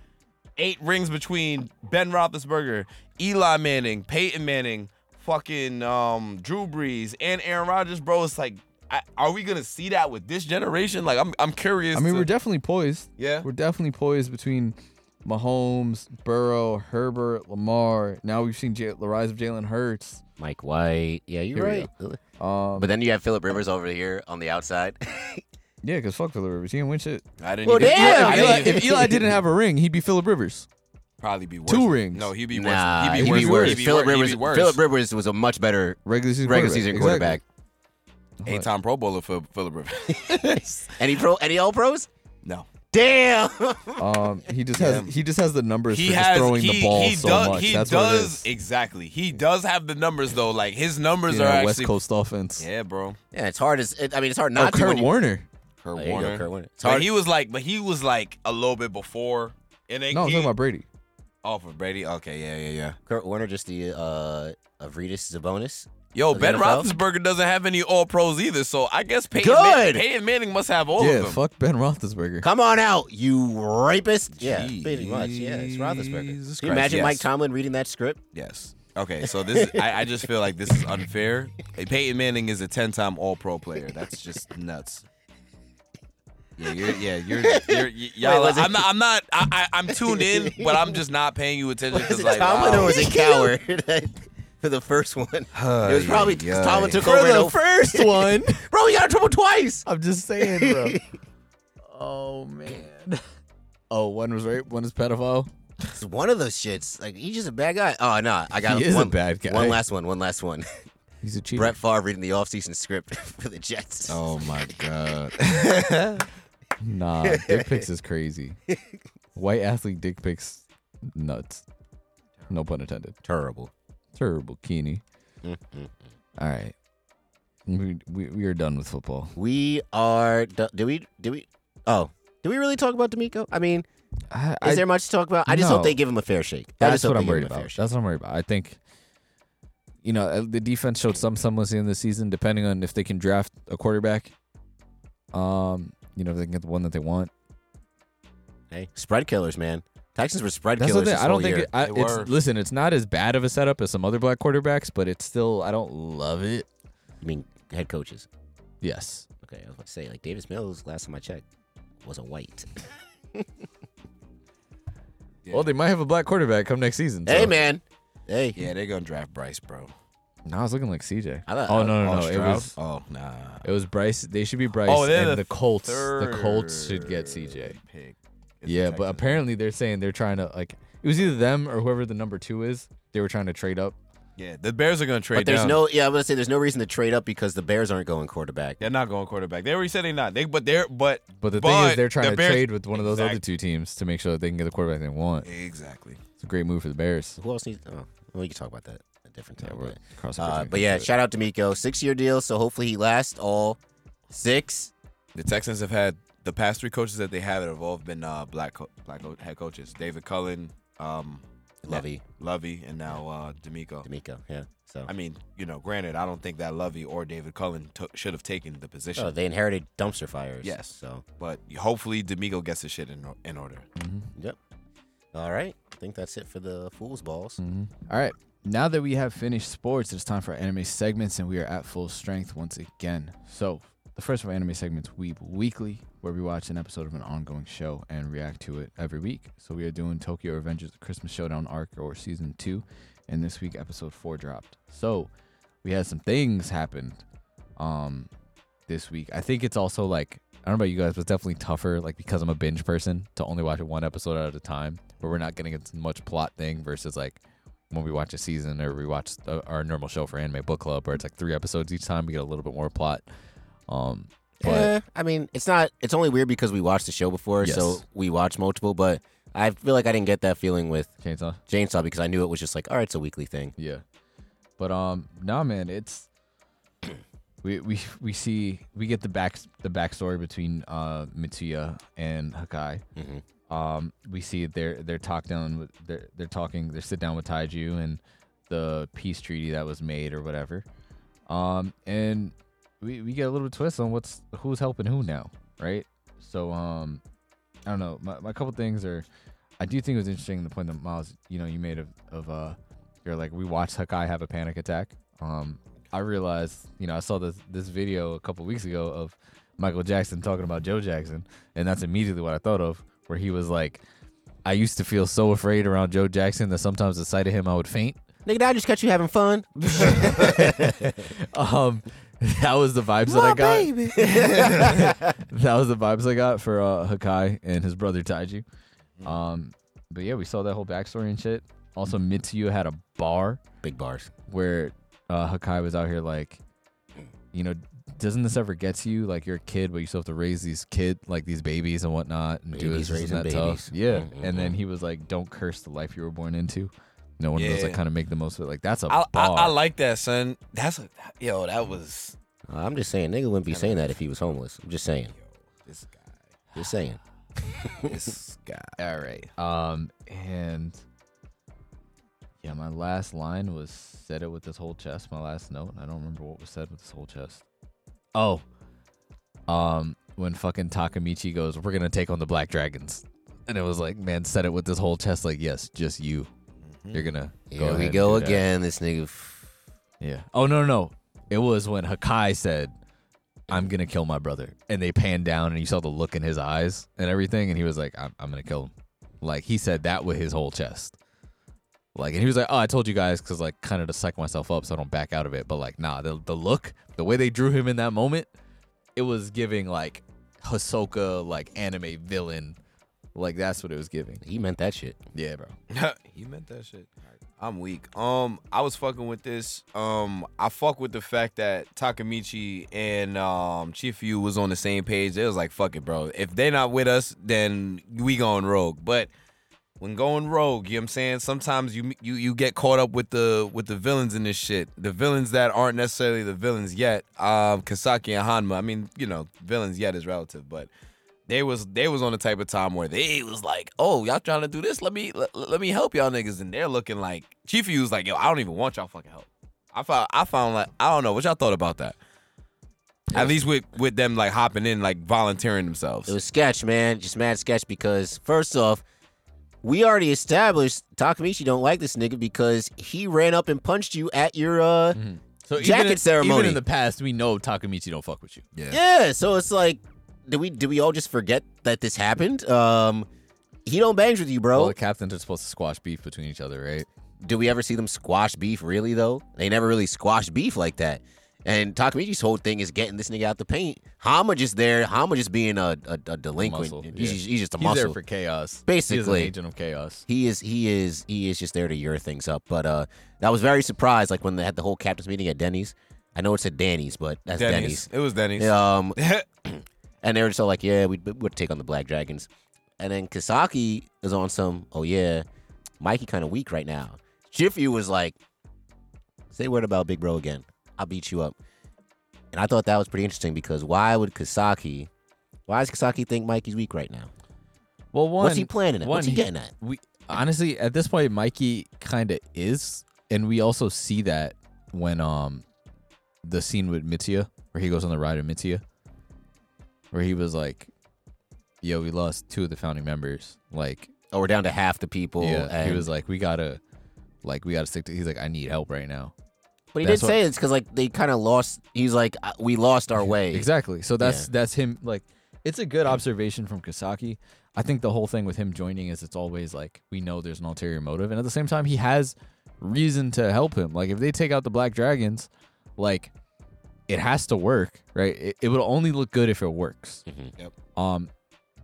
eight rings between Ben Roethlisberger, Eli Manning, Peyton Manning, fucking um, Drew Brees, and Aaron Rodgers, bro. It's like, I, are we gonna see that with this generation? Like, I'm I'm curious. I mean, to- we're definitely poised. yeah, We're definitely poised between Mahomes, Burrow, Herbert, Lamar. Now we've seen J- the rise of Jalen Hurts. Mike White. Yeah, you're Here right. Um, But then you have Philip Rivers over here on the outside. yeah, because fuck Philip Rivers. He didn't win shit. I didn't. Well, even, damn, I If didn't Eli, even- if Eli didn't have a ring, he'd be Philip Rivers. probably be worse. Two rings. No, he'd be worse. nah, he'd be worse. He'd be Philip wor- he'd Rivers. be worse. Philip Rivers was a much better Regular season regular quarterback. season Exactly. quarterback. Eight time Pro Bowler for Philip Rivers. Any pro? Any All Pros? no. Damn. Um, he just has he just has the numbers He for just has throwing he, the ball he so does, much. He That's what it does is. exactly. He does have the numbers though. Like his numbers You know, are actually West Coast offense. Yeah, bro. yeah, it's hard. As, it, I mean, it's hard Oh, not to. Kurt when you- Warner. Kurt There you go, Warner. Kurt Warner. It's But hard. he was like, but he was like a little bit before. And they, No, I'm he, talking about Brady. Oh, for Brady. Okay, yeah, yeah, yeah. Kurt Warner, just the uh, Avritis Zabonis. Yo, Of the Ben NFL? Roethlisberger doesn't have any All Pros either, so I guess Peyton, Good. Man- Peyton Manning must have all yeah, of them. fuck Ben Roethlisberger. Come on out, you rapist. Yeah, pretty much. Yeah, it's Roethlisberger. Jesus Can you imagine Christ, Mike yes. Tomlin reading that script? Yes. Okay, so this is, I, I just feel like this is unfair. Hey, Peyton Manning is a ten-time All-Pro player. That's just nuts. Yeah, you're, yeah, you're, you're, y- y'all. was it- I'm not, I'm not, I, I, I'm tuned in, but I'm just not paying you attention Was because it like, Tomlin wow. or was it Coward for the first one? It was probably because Tomlin took For over. the in 04. first one, Bro, we got in trouble twice. I'm just saying, bro. Oh man. Oh, one was rape, one is pedophile. It's one of those shits. Like he's just a bad guy. Oh no, I got He is a one bad guy. One last one. One last one. He's a cheater. Brett Favre reading the offseason script for the Jets. Oh my god. Nah, dick pics is crazy. White athlete dick pics, nuts. No pun intended. Terrible. Terrible, Keeney. All right, we, we we are done with football. We are. do- Do we? Do we? Oh, do we really talk about D'Amico? I mean, I, is I- there much to talk about? I just No. hope they give him a fair shake. I That's just hope what they I'm give worried him a fair about. shake. That's what I'm worried about. I think, you know, uh, the defense showed some semblance in the season, depending on if they can draft a quarterback. Um, you know, if they can get the one that they want. Hey, spread killers, man. Texans were spread That's the killers. thing. this I don't whole think year. it, I, They were. it's listen. It's not as bad of a setup as some other black quarterbacks, but it's still I don't love it. I mean, head coaches. Yes, Okay, I was about to say like Davis Mills. Last time I checked, was a white. Well, they might have a black quarterback come next season. Hey, so- man. Hey. Yeah, they're gonna draft Bryce, bro. No, I was looking like CJ. I thought- oh no, no, Oh, no! It Stroud? was oh nah. it was Bryce. They should be Bryce. Oh, they're and the the, Colts. Third The Colts should get CJ. Pick. It's Yeah, the but Texans. apparently they're saying they're trying to like it was either them or whoever the number two is. They were trying to trade up. yeah, the Bears are gonna trade. But there's down. no. Yeah, I'm gonna say there's no reason to trade up because the Bears aren't going quarterback. They're not going quarterback. They already said they're not. They but they're but But the thing But is, they're trying the to Bears- trade with one of those other Exact- two teams to make sure that they can get the quarterback they want. exactly. It's a great move for the Bears. Who else needs? Oh, well, we can talk about that a different time. Yeah, we're but- crossing. Uh, but yeah, shout out to Miko. Six year deal, so hopefully he lasts all six. The Texans have had the past three coaches that they have have all been uh, black co- black co- head coaches. David Cullen, um, Lovey, Lovey, and now uh, D'Amico. D'Amico, yeah. So I mean, you know, granted, I don't think that Lovey or David Cullen took should have taken the position, oh, they inherited dumpster fires. Yes. So but hopefully D'Amico gets his shit in, or- in order. Mm-hmm. yep. All right, I think that's it for the fools balls. Mm-hmm. All right. Now that we have finished sports, it's time for our anime segments, and we are at full strength once again. So, the first of our anime segments, Weep Weekly, where we watch an episode of an ongoing show and react to it every week. So, we are doing Tokyo Avengers Christmas Showdown arc or season two, and this week episode four dropped. So, we had some things happen um, this week. I think it's also like, I don't know about you guys, but it's definitely tougher, like because I'm a binge person, to only watch one episode at a time, where we're not getting as much plot thing versus like when we watch a season or we watch uh, our normal show for anime book club where it's like three episodes each time we get a little bit more plot um but Eh, I mean, it's not. It's only weird because we watched the show before, so Yes. we watched multiple. But I feel like I didn't get that feeling with chainsaw Chainsaw because I knew it was just like, all right, it's a weekly thing. yeah but um nah man it's we we we see we get the back the backstory between uh mitsuya and hakai Mhm. um we see their their talk down with their they're talking their sit down with taiju and the peace treaty that was made or whatever um and we, we get a little twist on what's who's helping who now right so um i don't know my, my couple things are i do think it was interesting the point that miles you know you made of of uh you're like we watched hakai have a panic attack um i realized you know i saw this this video a couple weeks ago of michael jackson talking about joe jackson and that's immediately what i thought of where he was like i used to feel so afraid around joe jackson that sometimes the sight of him i would faint Nigga, I just catch you having fun. um that was the vibes that i got that was the vibes i got for uh hakai and his brother taiju Mm. um but yeah we saw that whole backstory and shit also mitsuyu had a bar Mm. Big bars. where uh hakai was out here like you know doesn't this ever get to you like you're a kid but you still have to raise these kid like these babies and whatnot and do Babies this isn't that raising tough babies. yeah Mhm, and then mhm. he was like don't curse the life you were born into no one does Yeah. that kind of make the most of it like that's a I, I, bar I like that, son. That's a yo. That was I'm just saying, nigga wouldn't be saying that if he was homeless. I'm just saying. this guy. Just saying. This guy. All right. Um, and Yeah, my last line was said it with this whole chest. My last note. I don't remember what was said with this whole chest. Oh, um, when fucking Takamichi goes, "We're gonna take on the Black Dragons," and it was like, man, said it with this whole chest. Like, yes, just you. You're gonna. Here go ahead we and go do that." again. This nigga. f- Yeah. Oh no, no, no. It was when Hakai said, "I'm gonna kill my brother," and they panned down, and you saw the look in his eyes and everything, and he was like, "I'm, I'm gonna kill him." Like he said that with his whole chest. Like, and he was like, "Oh, I told you guys," because like kind of to psych myself up so I don't back out of it. But like, nah, the the look, the way they drew him in that moment, it was giving like Hisoka like anime villain. Like that's what it was giving. He meant that shit. Yeah, bro. you meant that shit. I'm weak. Um, I was fucking with this. Um, I fuck with the fact that Takamichi and um Chief Yu was on the same page. It was like, fuck it, bro. If they're not with us, then we going rogue. But when going rogue, you know what I'm saying? Sometimes you you you get caught up with the with the villains in this shit. The villains that aren't necessarily the villains yet. Um, Kasaki and Hanma. I mean, you know, villains yet is relative, but they was they was on the type of time where they was like, oh, y'all trying to do this? Let me let, let me help y'all niggas. And they're looking like Chief of you was like, yo, I don't even want y'all fucking help. I found I found like I don't know what y'all thought about that. At least with with them like hopping in, like volunteering themselves. It was sketch, man. Just mad sketch because first off, we already established Takamichi don't like this nigga because he ran up and punched you at your uh So even Jacket in- Even ceremony. in the past, we know Takamichi don't fuck with you. yeah. so it's like did we did we all just forget that this happened? Um he don't bangs with you, bro. All the captains are supposed to squash beef between each other, right? do we ever see them squash beef really though? They never really squash beef like that. And Takamichi's whole thing is getting this nigga out the paint. Hama just there. Hama just being a a, a delinquent. Muscle, he's, yeah. just, he's just a He's muscle. there for chaos. he's an Basically. agent of chaos. he is he is he is just there to your things up. But uh, I was very surprised like when they had the whole captain's meeting at Denny's. I know it's at Danny's, but that's Denny's. It was Denny's. Um, and they were just all like, "Yeah, we would take on the Black Dragons," and then Kasaki is on some, "Oh yeah, Mikey kind of weak right now." Jiffy was like, "Say a word about Big Bro again. I'll beat you up." And I thought that was pretty interesting because why would Kasaki? Why does Kasaki think Mikey's weak right now? Well, one. What's he planning at? one, What's he getting at? We honestly, at this point, Mikey kind of is, and we also see that when um, the scene with Mitsuya, where he goes on the ride with Mitsuya, where he was like, "Yo, we lost two of the founding members. Like, Oh, we're down to half the people. yeah." He and- was like, "We gotta, like, we gotta stick to." He's like, "I need help right now." But he did That's what- say it's because like they kind of lost. He's like, "Uh, we lost our way. Exactly. So that's that's him. Like, it's a good observation from Kasaki. I think the whole thing with him joining is it's always like we know there's an ulterior motive, and at the same time, he has reason to help him. Like, if they take out the Black Dragons, like it has to work, right? It, it would only look good if it works. Yep. Um,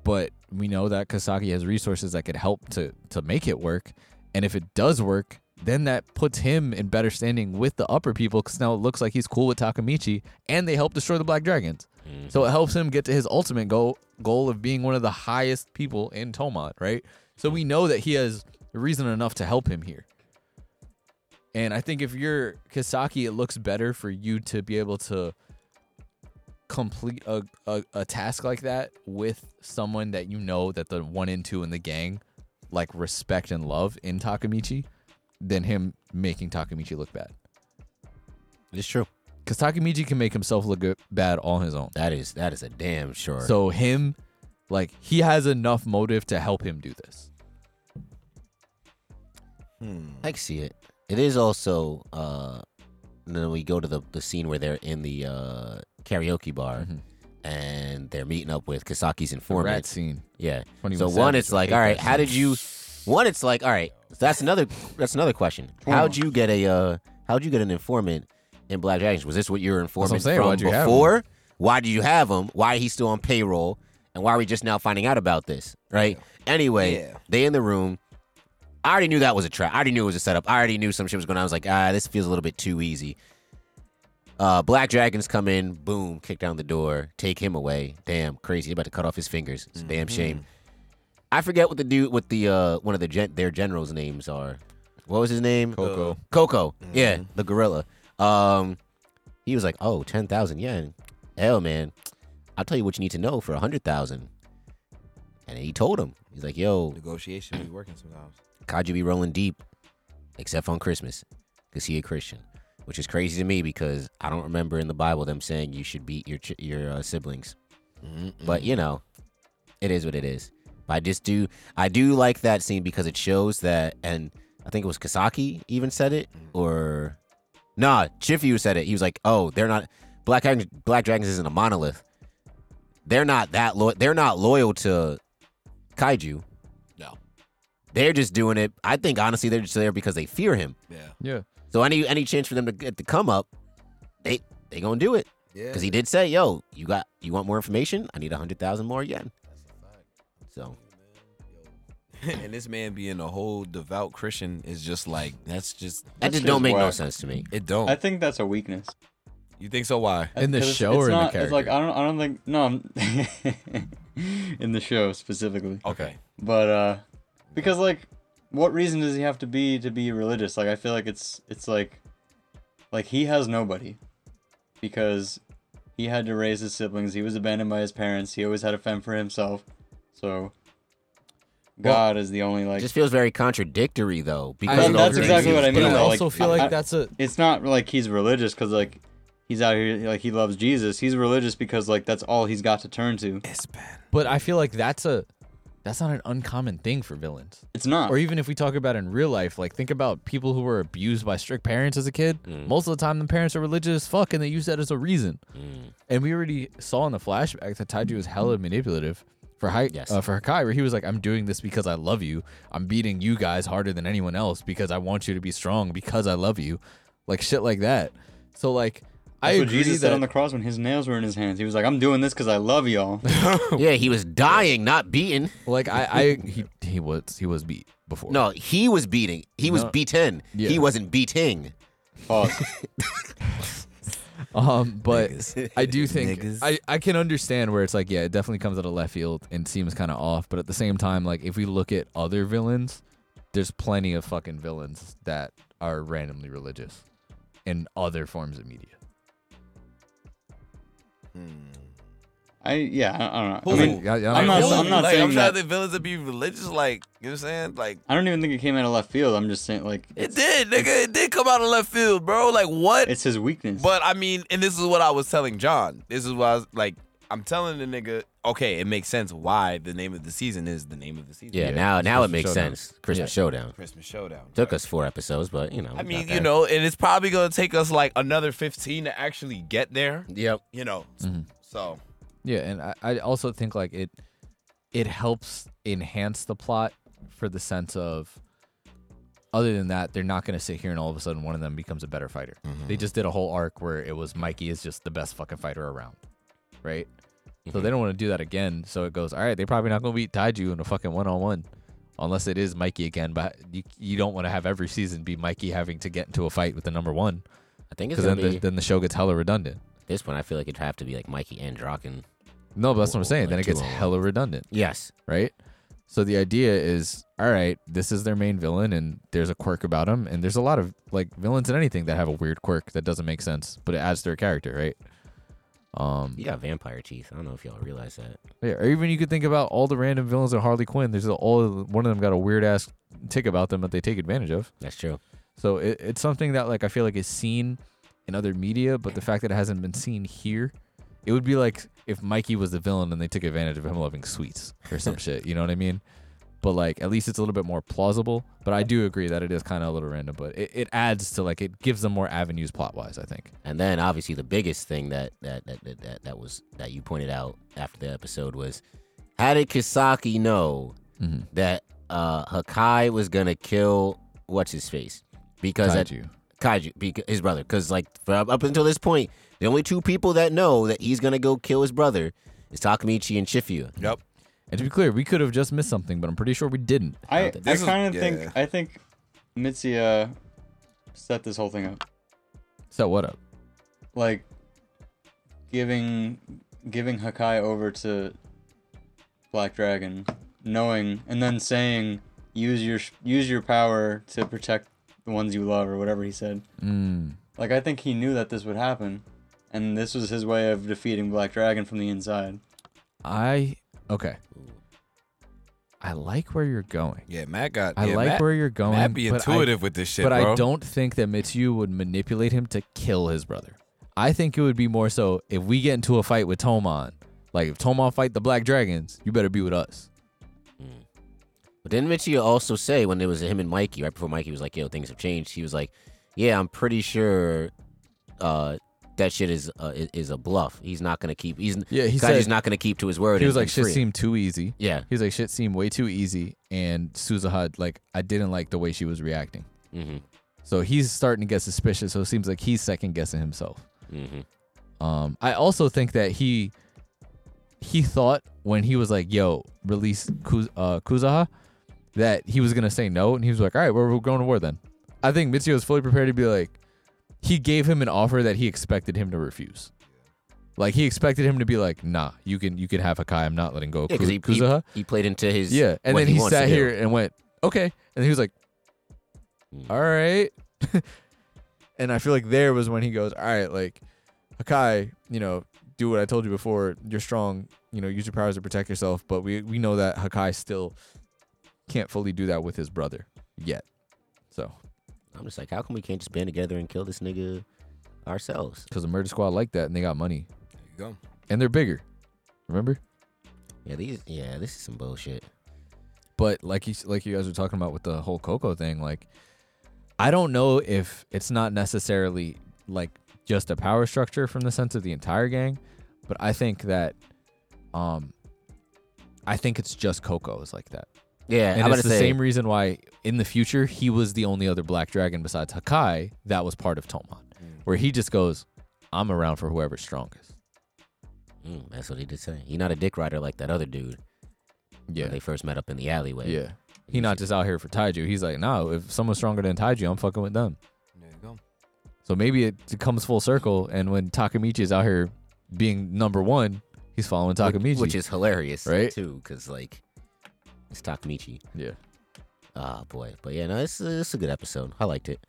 but we know that Kasaki has resources that could help to to make it work, and if it does work, then that puts him in better standing with the upper people because now it looks like he's cool with Takamichi, and they help destroy the Black Dragons. So it helps him get to his ultimate goal goal of being one of the highest people in Tomont, right? So we know that he has reason enough to help him here. And I think if you're Kisaki, it looks better for you to be able to complete a, a, a task like that with someone that you know that the one and two in the gang like respect and love in Takamichi than him making Takamichi look bad. It's true. Because Takamichi can make himself look good, bad on his own. That is that is a damn sure. So him, like he has enough motive to help him do this. I can see it. It is also. uh and Then we go to the the scene where they're in the uh karaoke bar, and they're meeting up with Kasaki's informant. Rat scene. Yeah. 21 So one, Savage it's would like, hate all right, that how did you? One, it's like, all right, so that's another. That's another question. How'd Hmm. you get a? Uh, how'd you get an informant in Black Dragons? Was this what your what I'm informant saying, from why'd you have him? before? Why did you have him? Why he's still on payroll? And why are we just now finding out about this? Right. Anyway, they in the room. I already knew that was a trap. I already knew it was a setup. I already knew some shit was going on. I was like, ah, this feels a little bit too easy. Uh, Black Dragons come in, boom, kick down the door, take him away. Damn, crazy. He about to cut off his fingers. It's a damn Mm-hmm. shame. I forget what the dude, what the uh, one of the gen- their generals' names are. What was his name? Uh, Coco. Coco. Yeah, the gorilla. Um, he was like, oh, 10,000 yen. Hell, man, I'll tell you what you need to know for 100,000. And he told him, he's like, yo, Negotiation be working sometimes. Kaju be rolling deep. except on Christmas, because he a Christian, which is crazy to me because I don't remember in the Bible them saying you should beat your ch- your uh, siblings. But you know, it is what it is. I just do I do like that scene because it shows that, and I think it was Kasaki even said it, or nah, Chiffy said it. He was like, "Oh, they're not Black Dragon- Black Dragons isn't a monolith. They're not that lo- they're not loyal to kaiju. No. They're just doing it. I think honestly, they're just there because they fear him. Yeah. Yeah. So any any chance for them to get to come up, they they gonna do it Yeah. because he did say, "Yo, you got you want more information? I need a hundred thousand more yen." So and this man being a whole devout Christian is just like that's just that just just don't make no whack. sense to me. it don't. I think that's a weakness. you think so? Why? I- In the 'cause it's- show it's or in the not- It's like I don't, I don't think no, I'm- in the show specifically. Okay. But uh, because like, what reason does he have to be to be religious? Like I feel like it's it's like, like he has nobody, because he had to raise his siblings. He was abandoned by his parents. He always had a fend for himself. So, God is the only like. It just feels very contradictory though because Well, of mean, all the that's things exactly he what was I mean, But doing. I though, also like, feel like I- that's a it's not like he's religious because like he's out here like he loves Jesus. He's religious because like that's all he's got to turn to. But I feel like that's a that's not an uncommon thing for villains. It's not. Or even if we talk about in real life, like think about people who were abused by strict parents as a kid. Mm. Most of the time, the parents are religious as fuck, and they use that as a reason. Mm. And we already saw in the flashback that Taiju was hella manipulative for Hi- Yes. uh, for Hakai, where he was like, "I'm doing this because I love you. I'm beating you guys harder than anyone else because I want you to be strong because I love you." Like shit like that. So like, I That's what agree Jesus that said on the cross when his nails were in his hands. He was like, "I'm doing this because I love y'all." Yeah, he was dying, not beaten. like I, I he he was he was beat before. No, he was beating. He was No. beaten. Yeah. He wasn't beating. Pause. Um, but I do think I, I can understand where it's like, yeah, it definitely comes out of left field and seems kind of off. But at the same time, like if we look at other villains, there's plenty of fucking villains that are randomly religious in other forms of media. I yeah, I, I don't know. Who? I mean, Yeah, yeah, like, I'm not- Really? I'm not like, saying I'm that- trying to villains to be religious. Like you know what I'm saying? Like I don't even think it came out of left field. I'm just saying, like, it did, nigga. It did come out of left field, bro. Like what? it's his weakness. But I mean, and this is what I was telling John. This is what I was like. I'm telling the nigga. Okay, it makes sense why the name of the season is the name of the season. Yeah, now now it Christmas makes Showdown. sense. Christmas Showdown Christmas showdown. took us four episodes, but you know. I we mean, got you there. know, and it's probably gonna take us like another 15 to actually get there. Yep. You know, Mhm. so Yeah, and I, I also think like it it helps enhance the plot for the sense of other than that, they're not gonna sit here and all of a sudden one of them becomes a better fighter. Mm-hmm. They just did a whole arc where it was Mikey is just the best fucking fighter around. Right? Mm-hmm. So they don't want to do that again. So it goes, all right, they're probably not gonna beat Taiju in a fucking one on one. Unless it is Mikey again, but you, you don't want to have every season be Mikey having to get into a fight with the number one I think it's because gonna then, be the, then the show gets hella redundant. this one. I feel like it'd have to be like Mikey and Draken. No, but that's what I'm Well, saying. like then it gets two on one. hella redundant. Yes. right? So the idea is, all right, this is their main villain, and there's a quirk about him, and there's a lot of like villains in anything that have a weird quirk that doesn't make sense, but it adds to their character, right? Um, You got vampire teeth. I don't know if y'all realize that. yeah, or even you could think about all the random villains in Harley Quinn. There's all one of them got a weird ass tick about them that they take advantage of. That's true. So it, it's something that like I feel like is seen in other media, but the fact that it hasn't been seen here, it would be like if Mikey was the villain and they took advantage of him loving sweets or some shit. You know what I mean? But like at least it's a little bit more plausible. But I do agree that it is kind of a little random, but it, it adds to like it gives them more avenues plot wise. I think. And then obviously the biggest thing that that that that, that, that was that you pointed out after the episode was how did Kisaki know Mhm. that uh Hakai was gonna kill what's his face? Because at, Kaiju. Kaiju, bec- his brother, because like for, up until this point, the only two people that know that he's gonna go kill his brother is Takamichi and Chifuya. yep. And to be clear, we could have just missed something, but I'm pretty sure we didn't. I, I This is- kind of yeah. think I think Mitsuya set this whole thing up, So what up? like giving giving Hakai over to Black Dragon, knowing and then saying, "Use your sh- use your power to protect the ones you love," or whatever he said. Mm. Like I think he knew that this would happen, and this was his way of defeating Black Dragon from the inside. I okay. I like where you're going. Yeah, Matt got. I yeah, like Matt, where you're going. Matt be but I- intuitive with this shit, but bro. I don't think that Mitsuyu would manipulate him to kill his brother. I think it would be more so if we get into a fight with Tomon, like if Tomon fight the Black Dragons, you better be with us. But didn't Mitchie also say when it was him and Mikey, right before Mikey was like, yo, things have changed, he was like, yeah, I'm pretty sure uh, that shit is uh, i- is a bluff. He's not going to keep, he's, Yeah, he Kaji's said not going to keep to his word. he and- was like and shit free him." seemed too easy. Yeah. He was like shit seemed way too easy, and Suzuha like I didn't like the way she was reacting. hmm Mm-hmm. So he's starting to get suspicious. So it seems like he's second guessing himself. Mm-hmm. hmm Um, I also think that he he thought when he was like, "Yo, release Kuz- uh, Kuzaha," that he was gonna say no, and he was like, "All right, we're, we're going to war then." I think Mitsuo was fully prepared to be like, he gave him an offer that he expected him to refuse. Like he expected him to be like, "Nah, you can you can have Hakai. I'm not letting go of Yeah, Ku- because he, he- Kuzaha." he played into his. Yeah, and what then he, wants to sat do. here and went, "Okay," and he was like, Mm. "All right," and I feel like there was when he goes, "All right, like Hakai, you know, do what I told you before. You're strong. You know, use your powers to protect yourself." But we we know that Hakai still can't fully do that with his brother yet. So I'm just like, how come we can't just band together and kill this nigga ourselves? because the murder squad like that, and they got money, There you go. and they're bigger. Remember? Yeah, these. Yeah, this is some bullshit. But like you s- like you guys were talking about with the whole Coco thing, like I don't know if it's not necessarily like just a power structure from the sense of the entire gang, but I think that um I think it's just Coco is like that. Yeah, And I'm it's gonna the say. same reason why in the future he was the only other black dragon besides Hakai that was part of Tomon. Where he just goes, I'm around for whoever's strongest. Mm, that's what he did say. He not a dick rider like that other dude. Yeah. When they first met up in the alleyway. yeah. He not just out here for Taiju. He's like, no, if someone's stronger than Taiju, I'm fucking with them. There you go. So maybe it comes full circle, and when Takamichi is out here being number one, he's following Takamichi. Which, which is hilarious, Right? Too, because like it's Takamichi. yeah, Ah, boy. But yeah, no, it's a, it's a good episode. I liked it.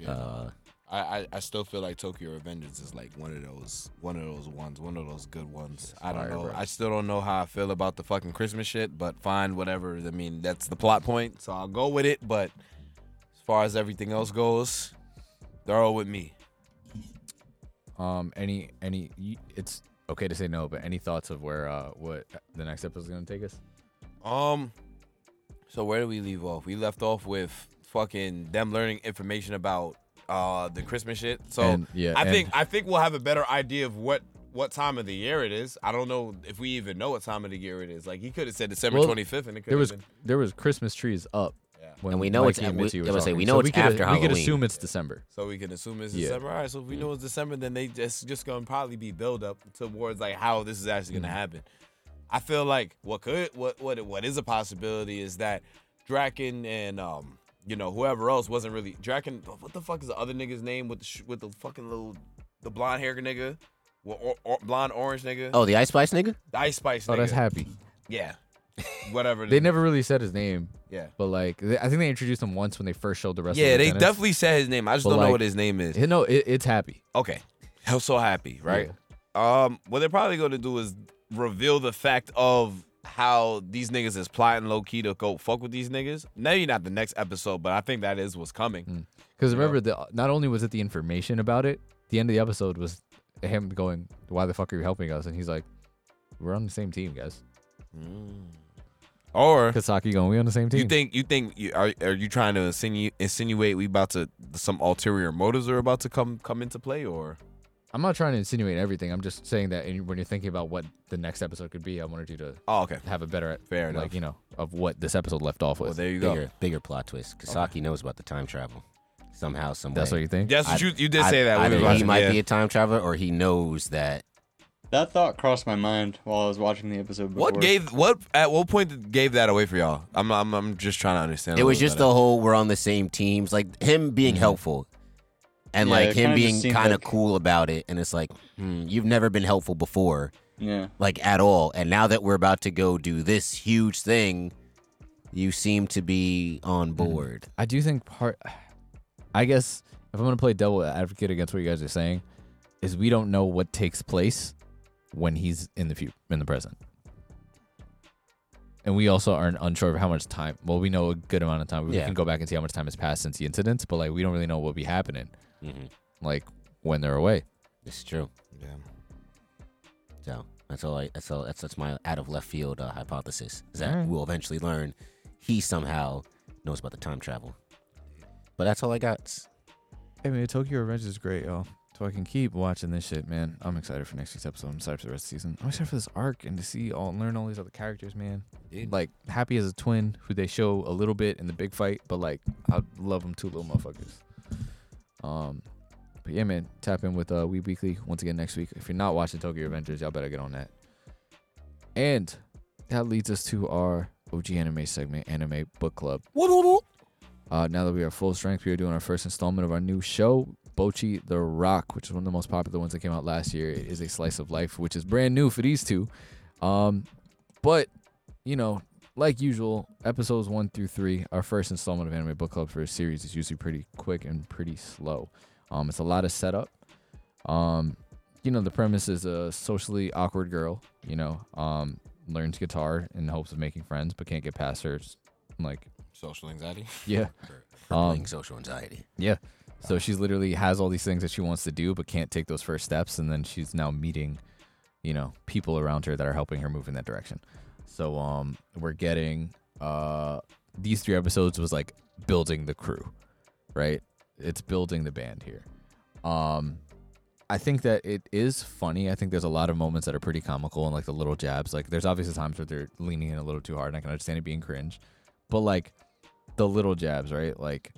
Yeah. Uh, I, I, I still feel like Tokyo Revengers is like one of those one of those ones, one of those good ones. I don't fire, know. bro. I still don't know how I feel about the fucking Christmas shit, but fine, whatever. I mean, that's the plot point, so I'll go with it. But as far as everything else goes, they're all with me. Um, any any, y- it's okay to say no, but any thoughts of where uh what the next episode is gonna take us? Um, so where do we leave off? We left off with fucking them learning information about uh the Christmas shit. So And- yeah, I and- think I think we'll have a better idea of what what time of the year it is. I don't know if we even know what time of the year it is. Like he could have said December Well, twenty fifth, and it could There was have been. there was Christmas trees up, Yeah. when And we know it's- Mikey and we- Mitzi were I was saying, we talking. know So it's could- after We could Halloween. assume it's December. So we can assume it's Yeah. Mm. December. All right. So if we know it's December, then they just just gonna probably be build up towards like how this is actually Mm. gonna happen. I feel like what could what what what is a possibility is that Draken and um you know whoever else wasn't really Draken. What the fuck is the other nigga's name with the sh- with the fucking little the blonde hair nigga, or, or, or- blonde orange nigga, oh, the Ice Spice nigga? the Ice Spice Oh, nigga. that's happy. yeah, whatever. They never really said his name, Yeah. but like they, I think they introduced him once when they first showed the rest. Yeah, of they Lieutenants. definitely said his name. I just But don't know like- what his name is. Yeah, No, it, it's happy. Okay. I'm so happy, right? Um, what they're probably gonna do is reveal the fact of how these niggas is plotting low key to go fuck with these niggas. Maybe not the next episode, but I think that is what's coming. Because remember, the, not only was it the information about it, the end of the episode was him going, "Why the fuck are you helping us?" And he's like, "We're on the same team, guys." Mm. Or Kasaki going, "We on the same team." you think you think you, are are you trying to insinu- insinuate we about to some ulterior motives are about to come come into play or I'm not trying to insinuate everything. I'm just saying that in, when you're thinking about what the next episode could be, I wanted you to oh okay have a better, Fair like enough. you know, of what this episode left off with. well there you go Bigger, bigger plot twist. Kasaki knows about the time travel. Somehow, some That's way. what you think. that's what I- you you did I- say that when we either was he watching, might yeah. be a time traveler, or he knows that. That thought crossed my mind while I was watching the episode. Before. what gave what at what point did, gave that away for y'all I'm I'm, I'm just trying to understand a It was little just better. the whole we're on the same teams, like him Mm-hmm. being helpful, and Yeah, like it him kinda just being seemed kind of like- cool about it. And it's like, hmm, you've never been helpful before, Yeah. like at all. And now that we're about to go do this huge thing, you seem to be on board. I do think part. I guess if I'm gonna play devil advocate against what you guys are saying, is we don't know what takes place when he's in the future, in the present. and we also aren't unsure of how much time. Well, we know a good amount of time. We Yeah. can go back and see how much time has passed since the incidents, but like we don't really know what'll be happening, Mhm. like when they're away. It's true. Yeah. So that's all. I, that's all. That's that's my out of left field uh, hypothesis is that Alright. we'll eventually learn he somehow knows about the time travel. But that's all I got. Hey man, Tokyo Revenge is great, y'all. So I can keep watching this shit, man. I'm excited for next week's episode. I'm excited for the rest of the season. I'm excited for this arc and to see all and learn all these other characters, man. Like Happy as a twin, who they show a little bit in the big fight, but like I love them two little motherfuckers. Um, but yeah, man, tap in with uh We Weekly once again next week. If you're not watching Tokyo Avengers, y'all better get on that. And that leads us to our OG anime segment, Anime Book Club. Uh, now that we are full strength, we are doing our first installment of our new show, Bochi the Rock, which is one of the most popular ones that came out last year. It is a slice of life, which is brand new for these two. Um, but, you know, like usual, episodes one through three, our first installment of Anime Book Club for a series, is usually pretty quick and pretty slow. Um, it's a lot of setup. Um, you know, the premise is a socially awkward girl, you know, um, learns guitar in hopes of making friends, but can't get past her, like, Social anxiety. yeah. Um, Crippling social anxiety. Yeah. So she's literally has all these things that she wants to do, but can't take those first steps. And then she's now meeting, you know, people around her that are helping her move in that direction. So um, we're getting uh, these three episodes was like building the crew, right? It's building the band here. Um, I think that it is funny. I think there's a lot of moments that are pretty comical and like the little jabs. Like there's obviously times where they're leaning in a little too hard, and I can understand it being cringe, but like the little jabs, right? Like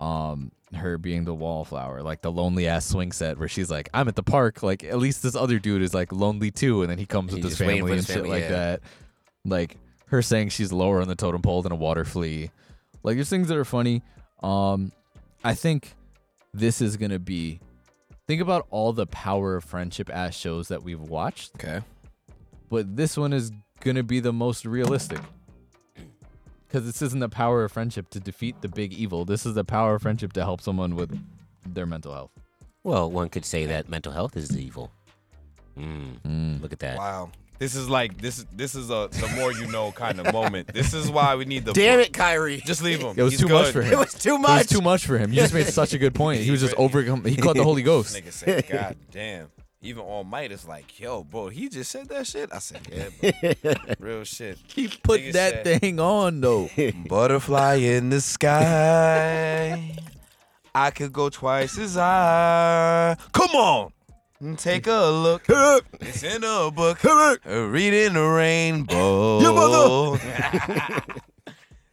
um her being the wallflower like the lonely ass swing set where she's like i'm at the park like at least this other dude is like lonely too and then he comes He's with his just waiting for family and his shit family, like yeah. that like her saying she's lower on the totem pole than a water flea like there's things that are funny um i think this is gonna be think about all the power of friendship ass shows that we've watched Okay. but this one is gonna be the most realistic because this isn't the power of friendship to defeat the big evil this is the power of friendship to help someone with their mental health Well, one could say that mental health is evil. Mm, Look at that. Wow. This is like this. This is a the more you know kind of moment. This is why we need the. Damn it, Kyrie. Just leave him. it was He's too good. much for him it was too it much. was too much for him you just made such a good point he was just overcome he caught the holy This ghost nigga said, "God damn." Even on Might is like, "Yo, bro, he just said that shit." I said, "Yeah, bro. real shit." he put Nigga that said- thing on though Butterfly in the sky. I could go twice as high. Come on. Mm, Take a look. It's in a book. Reading a rainbow. Your mother.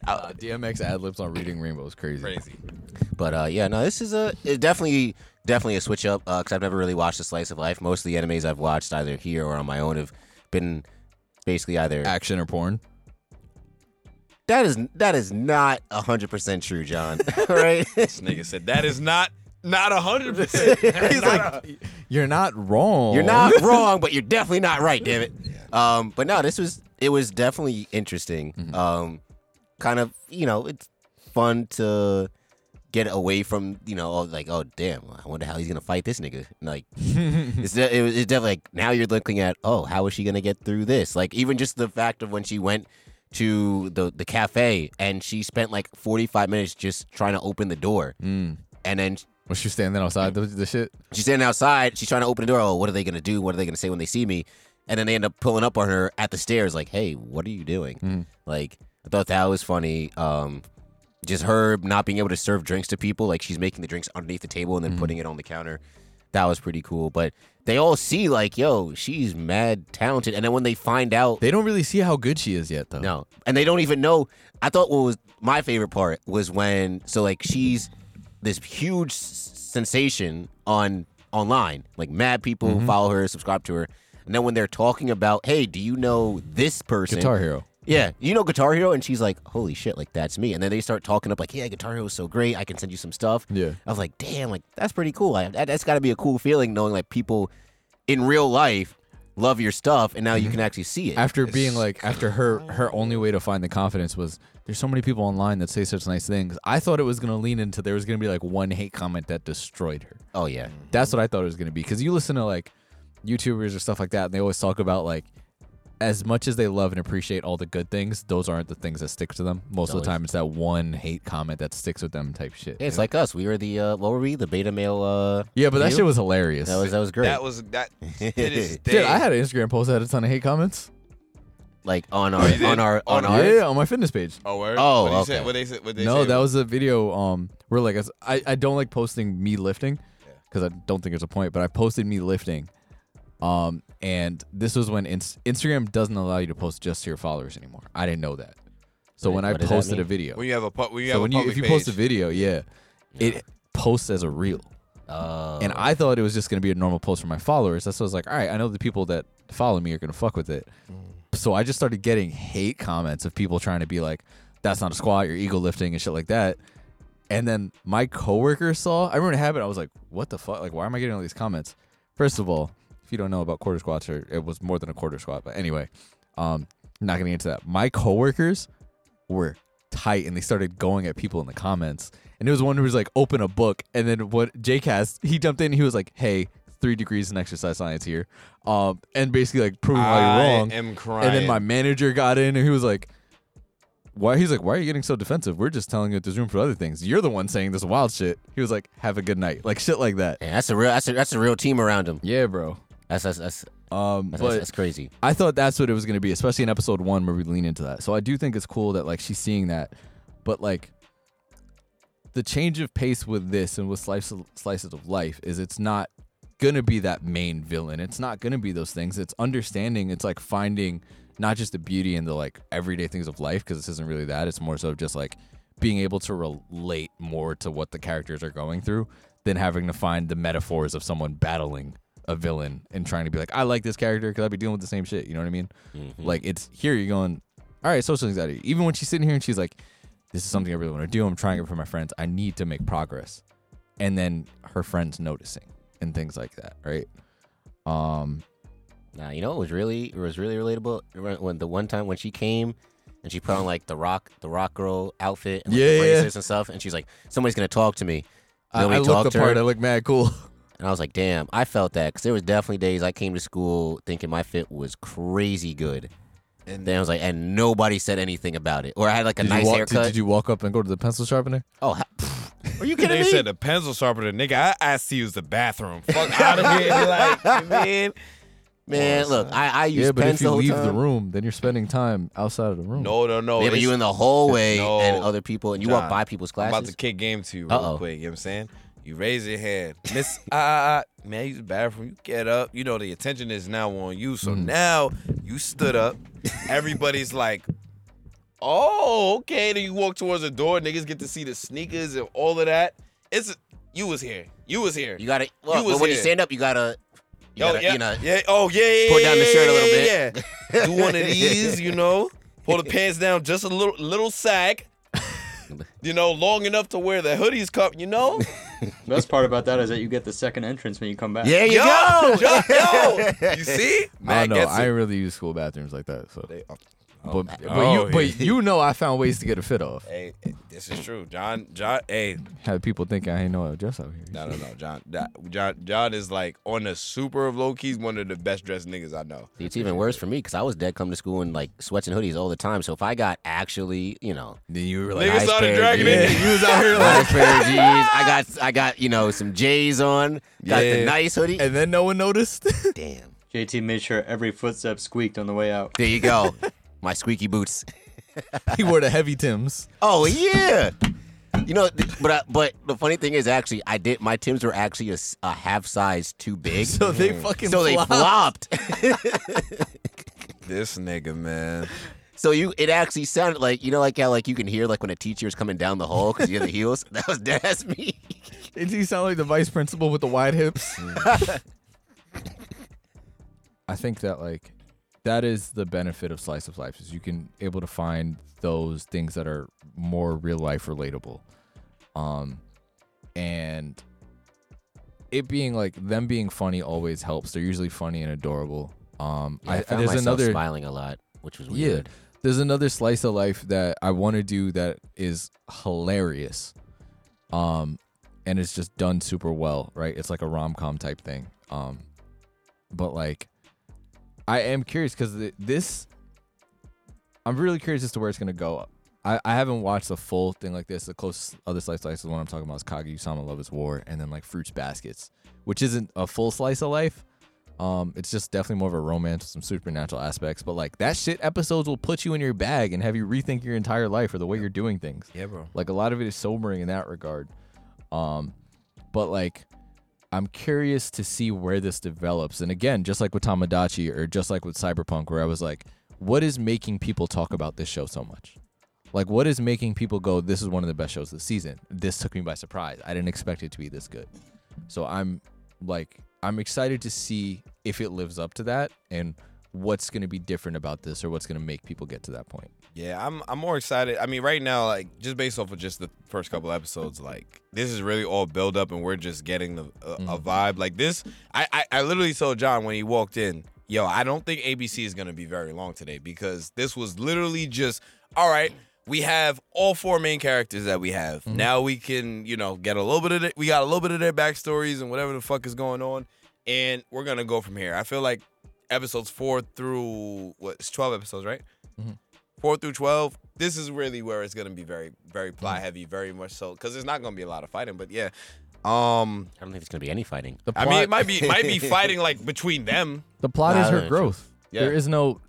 Uh, dmx ad libs on reading rainbow is crazy, Crazy. But uh, yeah, no, this is a it definitely definitely a switch up because I've never really watched a slice of life. Most of the animes I've watched either here or on my own have been basically either action or porn that is that is not hundred percent true, John. right? This nigga said that is not not a hundred percent. He's like, you're not wrong You're not wrong, but you're definitely not right. Damn it. Um, but no, this was it was definitely interesting. Um, kind of you know it's fun to get away from you know all- like oh damn I wonder how he's gonna fight this nigga like it's de- it was- it's definitely like now you're looking at oh how is she gonna get through this like even just the fact of when she went to the the cafe and she spent like 45 minutes just trying to open the door and then was she standing outside the, the shit She's standing outside. She's trying to open the door. Oh, what are they gonna do? What are they gonna say when they see me? And then they end up pulling up on her at the stairs. Like, hey, what are you doing? Like, I thought that was funny. Um, just her not being able to serve drinks to people. Like, she's making the drinks underneath the table and then putting it on the counter. That was pretty cool. But they all see like, yo, she's mad talented. And then when they find out, they don't really see how good she is yet though no, and they don't even know. I thought what was my favorite part was when so like she's this huge s- sensation on online, like mad people Mm-hmm. follow her, subscribe to her, and then when they're talking about, hey, do you know this person? guitar hero Yeah, you know Guitar Hero, and she's like, "Holy shit, like that's me!" And then they start talking up like, "Yeah, Guitar Hero is so great. I can send you some stuff." Yeah. I was like, "Damn, like that's pretty cool. I, that, that's got to be a cool feeling knowing like people in real life love your stuff, and now Mm-hmm. you can actually see it." after being like after her her only way to find the confidence was there's so many people online that say such nice things i thought it was going to lean into there was going to be like one hate comment that destroyed her oh yeah, that's what i thought it was going to be because you listen to like youtubers or stuff like that and they always talk about like as much as they love and appreciate all the good things, those aren't the things that stick to them. Most of Always. the time, it's that one hate comment that sticks with them type shit. Yeah, it's like us. We were the uh, what were we? The beta male. Uh, yeah, but that you? shit was hilarious. that was that was great. That was that. It is Dude, I had an Instagram post that had a ton of hate comments. like on our you on did? our on On our. Yeah, on my fitness page. Oh, word? Oh, what okay. Said, what they said? What they No, said? that was a video um where like I s- I, I don't like posting me lifting because I don't think there's a point, but I posted me lifting. Um and this was when Inst- Instagram doesn't allow you to post just to your followers anymore. I didn't know that. So Wait, when I what does that posted a mean? video, when you have a pu- when you have so when a you public if you post a page. video, yeah, it posts as a reel. Oh. Uh, And I thought it was just gonna be a normal post for my followers. That's what I was like, all right, I know the people that follow me are gonna fuck with it. Mm. So I just started getting hate comments of people trying to be like, "That's not a squat, you're ego lifting and shit like that." And then my coworker saw. I remember it happened. I was like, "What the fuck? Like, why am I getting all these comments?" First of all, if you don't know about quarter squats, or it was more than a quarter squat, but anyway, um, not getting into that. My coworkers were tight and they started going at people in the comments. And it was one who was like, open a book. And then what JCast, he jumped in he was like, hey, three degrees in exercise science here. Um, and basically like proving how I you're wrong. am crying. and then my manager got in and he was like, why? He's like, why are you getting so defensive? We're just telling you that there's room for other things. You're the one saying this wild shit. He was like, have a good night. Like shit like that. man, that's a real that's a, that's a real team around him. Yeah, bro. That's that's that's, Um, that's, but that's crazy. I thought that's what it was going to be, especially in episode one where we lean into that. So I do think it's cool that like she's seeing that, but like the change of pace with this and with slice slices of life is it's not gonna be that main villain. It's not gonna be those things. It's understanding. It's like finding not just the beauty and the like everyday things of life because this isn't really that. It's more so just like being able to relate more to what the characters are going through than having to find the metaphors of someone battling a villain and trying to be like, I like this character because I'd be dealing with the same shit. You know what I mean? Hmm. Like it's here you're going, all right, social anxiety. Even when she's sitting here and she's like, this is something I really want to do. I'm trying it for my friends. I need to make progress. And then her friends noticing and things like that, right? Um, Nah, you know it was really it was really relatable Remember when the one time when she came and she put on like the rock the rock girl outfit and like, Yeah, the yeah. braces and stuff and she's like somebody's gonna talk to me. I, Nobody I look the talked to her. part. I look mad cool. And I was like, damn, I felt that because there was definitely days I came to school thinking my fit was crazy good. And then I was like, and nobody said anything about it. Or I had like a Did you nice walk- did- haircut. did you walk up and go to the pencil sharpener? oh, ha- are you kidding they me? said the pencil sharpener, nigga. I asked to use the bathroom. Fuck out of here, like you mean? Man, look, I, I use yeah, but pens if you the whole leave time. the room, then you're spending time outside of the room. No, no, no. yeah, but it's- you in the hallway No. and other people, and you walk Nah. by people's I'm classes. about to kick game to you real Uh-oh. quick. You know what I'm saying? You raise your hand. Miss, uh, uh, man, use the bathroom. You get up. You know, the attention is now on you. So Mm. now you stood up. Everybody's like, oh, okay. Then you walk towards the door. Niggas get to see the sneakers and all of that. It's, you was here. You was here. You gotta look, was but when you here. stand up, you gotta, you Yo, gotta, yeah, you know, yeah. Oh, yeah, yeah. pull yeah, down the yeah, shirt a little yeah, bit. yeah. Do one of these, you know. Pull the pants down just a little, little sag. You know, long enough to where the hoodies come. You know. The best part about that is that you get the second entrance when you come back. There you yo, go. yo, yo. You see? I Man don't know. gets I it. ain't really use school bathrooms like that. So, They- but, but oh, you, but yeah. you know, I found ways to get a fit off. Hey, this is true, John. John, hey, Had people thinking I ain't know how to dress out here. no, no, no, John. that- John, John is like on the super of low keys, one of the best dressed niggas I know. It's even worse for me because I was dead come to school in like sweats and hoodies all the time. So if I got actually, you know, Then you were Niggas started dragging dude. it. You was out here nice like, pair of G's, I got I got you know some J's on. Got the Yeah. nice hoodie. and then no one noticed. Damn. JT made sure every footstep squeaked on the way out. There you go. My squeaky boots. he wore the heavy Tims. Oh yeah. You know, th- but I, but the funny thing is, actually, I did. My Tims were actually a, s- a half size too big, Mm. So they fucking so they flopped. flopped. this nigga, man. so you, it actually sounded like you know, like how like you can hear like when a teacher is coming down the hall because you hear the heels. That was that's me. Did he sound like the vice principal with the wide hips? I think that like that is the benefit of slice of life is you can able to find those things that are more real life relatable. Um and it being like them being funny always helps. They're usually funny and adorable. Um Yeah, I, found there's myself another smiling a lot, which was yeah. weird. There's another slice of life that I want to do that is hilarious. Um and it's just done super well, right? It's like a rom-com type thing. Um but like I am curious because this, I'm really curious as to where it's gonna go. I, I haven't watched a full thing like this. The closest other slice slice is the one I'm talking about is Kagi Usama Love is War, and then like Fruits Baskets, which isn't a full slice of life. Um, it's just definitely more of a romance with some supernatural aspects. But like that shit episodes will put you in your bag and have you rethink your entire life or the way you're doing things. Yeah, bro. Like a lot of it is sobering in that regard. Um, but like I'm curious to see where this develops. And again, just like with Tamagotchi or just like with Cyberpunk, where I was like, what is making people talk about this show so much? Like, what is making people go, this is one of the best shows this season? This took me by surprise. I didn't expect it to be this good. So I'm like, I'm excited to see if it lives up to that and what's going to be different about this or what's going to make people get to that point. Yeah, I'm I'm more excited. I mean, right now, like just based off of just the first couple episodes, like this is really all build up, and we're just getting the a, a vibe. Like this, I, I I literally told John when he walked in, yo, I don't think ABC is gonna be very long today because this was literally just all right. We have all four main characters that we have. Now we can, you know, get a little bit of it. We got a little bit of their backstories and whatever the fuck is going on, and we're gonna go from here. I feel like episodes four through what it's twelve episodes, right? four through twelve, this is really where it's gonna be very, Mm. very plot heavy, very much so, because there's not gonna be a lot of fighting. But yeah, um, I don't think it's gonna be any fighting. The I mean, it might be might be fighting like between them. The plot Nah, is that's her true. growth. Yeah. There is no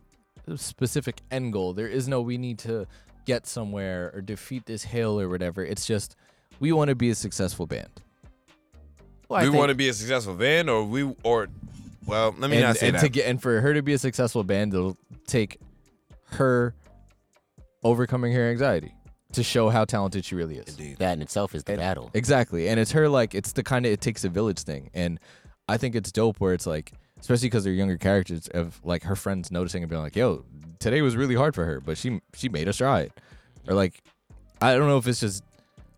specific end goal. There is no we need to get somewhere or defeat this hill or whatever. It's just we want to be a successful band. Well, I we think- want to be a successful band, or we or well, let me and, not say and that. to get and for her to be a successful band, it'll take her overcoming her anxiety to show how talented she really is. that in itself is the battle. Exactly. And it's her like it's the kind of it takes a village thing. And I think it's dope where it's like especially because they're younger characters of like her friends noticing and being like, "Yo, today was really hard for her, but she she made a stride." Or like I don't know if it's just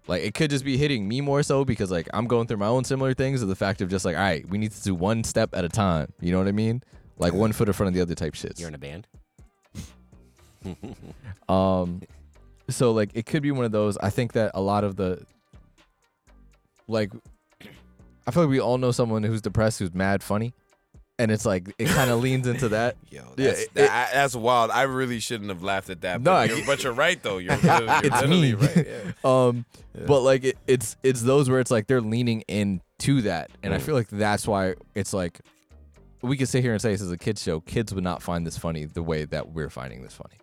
like it could just be hitting me more so because like I'm going through my own similar things of the fact of just like, "All right, we need to do one step at a time." You know what I mean? Like one foot in front of the other type shits. You're in a band. Um, so like it could be one of those. I think that a lot of the like, I feel like we all know someone who's depressed who's mad funny, and it's like it kind of leans into that. Yo, Yeah, that's, it- that, I, that's wild. I really shouldn't have laughed at that. No, but, I- you're, but you're right though. You're, you're, you're It's me. literally right. Yeah. Um, but like it, it's it's those where it's like they're leaning into that, and I Mm. feel like that's why it's like we could sit here and say this is a kids show. Kids would not find this funny the way that we're finding this funny.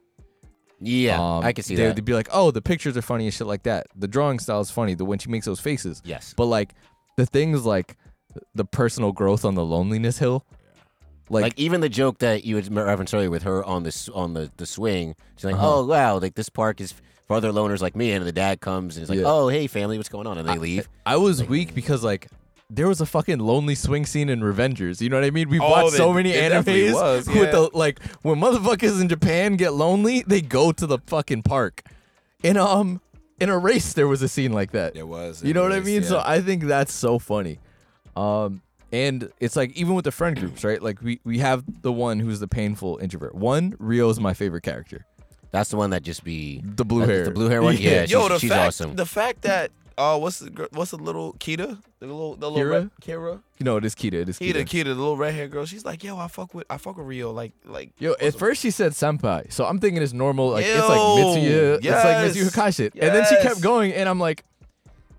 Yeah, Um, I can see they, that. They'd be like, "Oh, the pictures are funny and shit like that. The drawing style is funny. The when she makes those faces." Yes. But like the things like the personal growth on the loneliness hill, like, Like, even the joke that you had referenced earlier with her on the s- on the, the swing, she's like, Uh-huh. "Oh wow, like this park is for other loners like me." And the dad comes and he's like, Yeah. "Oh hey family, what's going on?" And they leave. I was mm. weak because like there was a fucking lonely swing scene in Revengers. You know what I mean? We've Oh, watched so there- many there definitely animes was, with yeah. the like when motherfuckers in Japan get lonely, they go to the fucking park. And um, in a race, there was a scene like that. It was. You know what I anyways, mean? yeah. So I think that's so funny. Um, and it's like even with the friend groups, right? Like we we have the one who's the painful introvert. One, Rio is my favorite character. That's the one that just be The blue that's hair. the blue hair one. Yeah, she's, Yo, the she's fact awesome. the fact that uh, what's the gr- what's the little Kita, the little the little Kira? red- Kira. No, it is Kita. It is Kita, Kita. Kita, the little redhead girl. She's like, yo, I fuck with, I fuck with Rio. Like, like. Yo, at first she said senpai, so I'm thinking it's normal. Like it's like Yo, Mitsuya, yes, it's like Mitsuya Hakashi, and then she kept yes. going, and I'm like,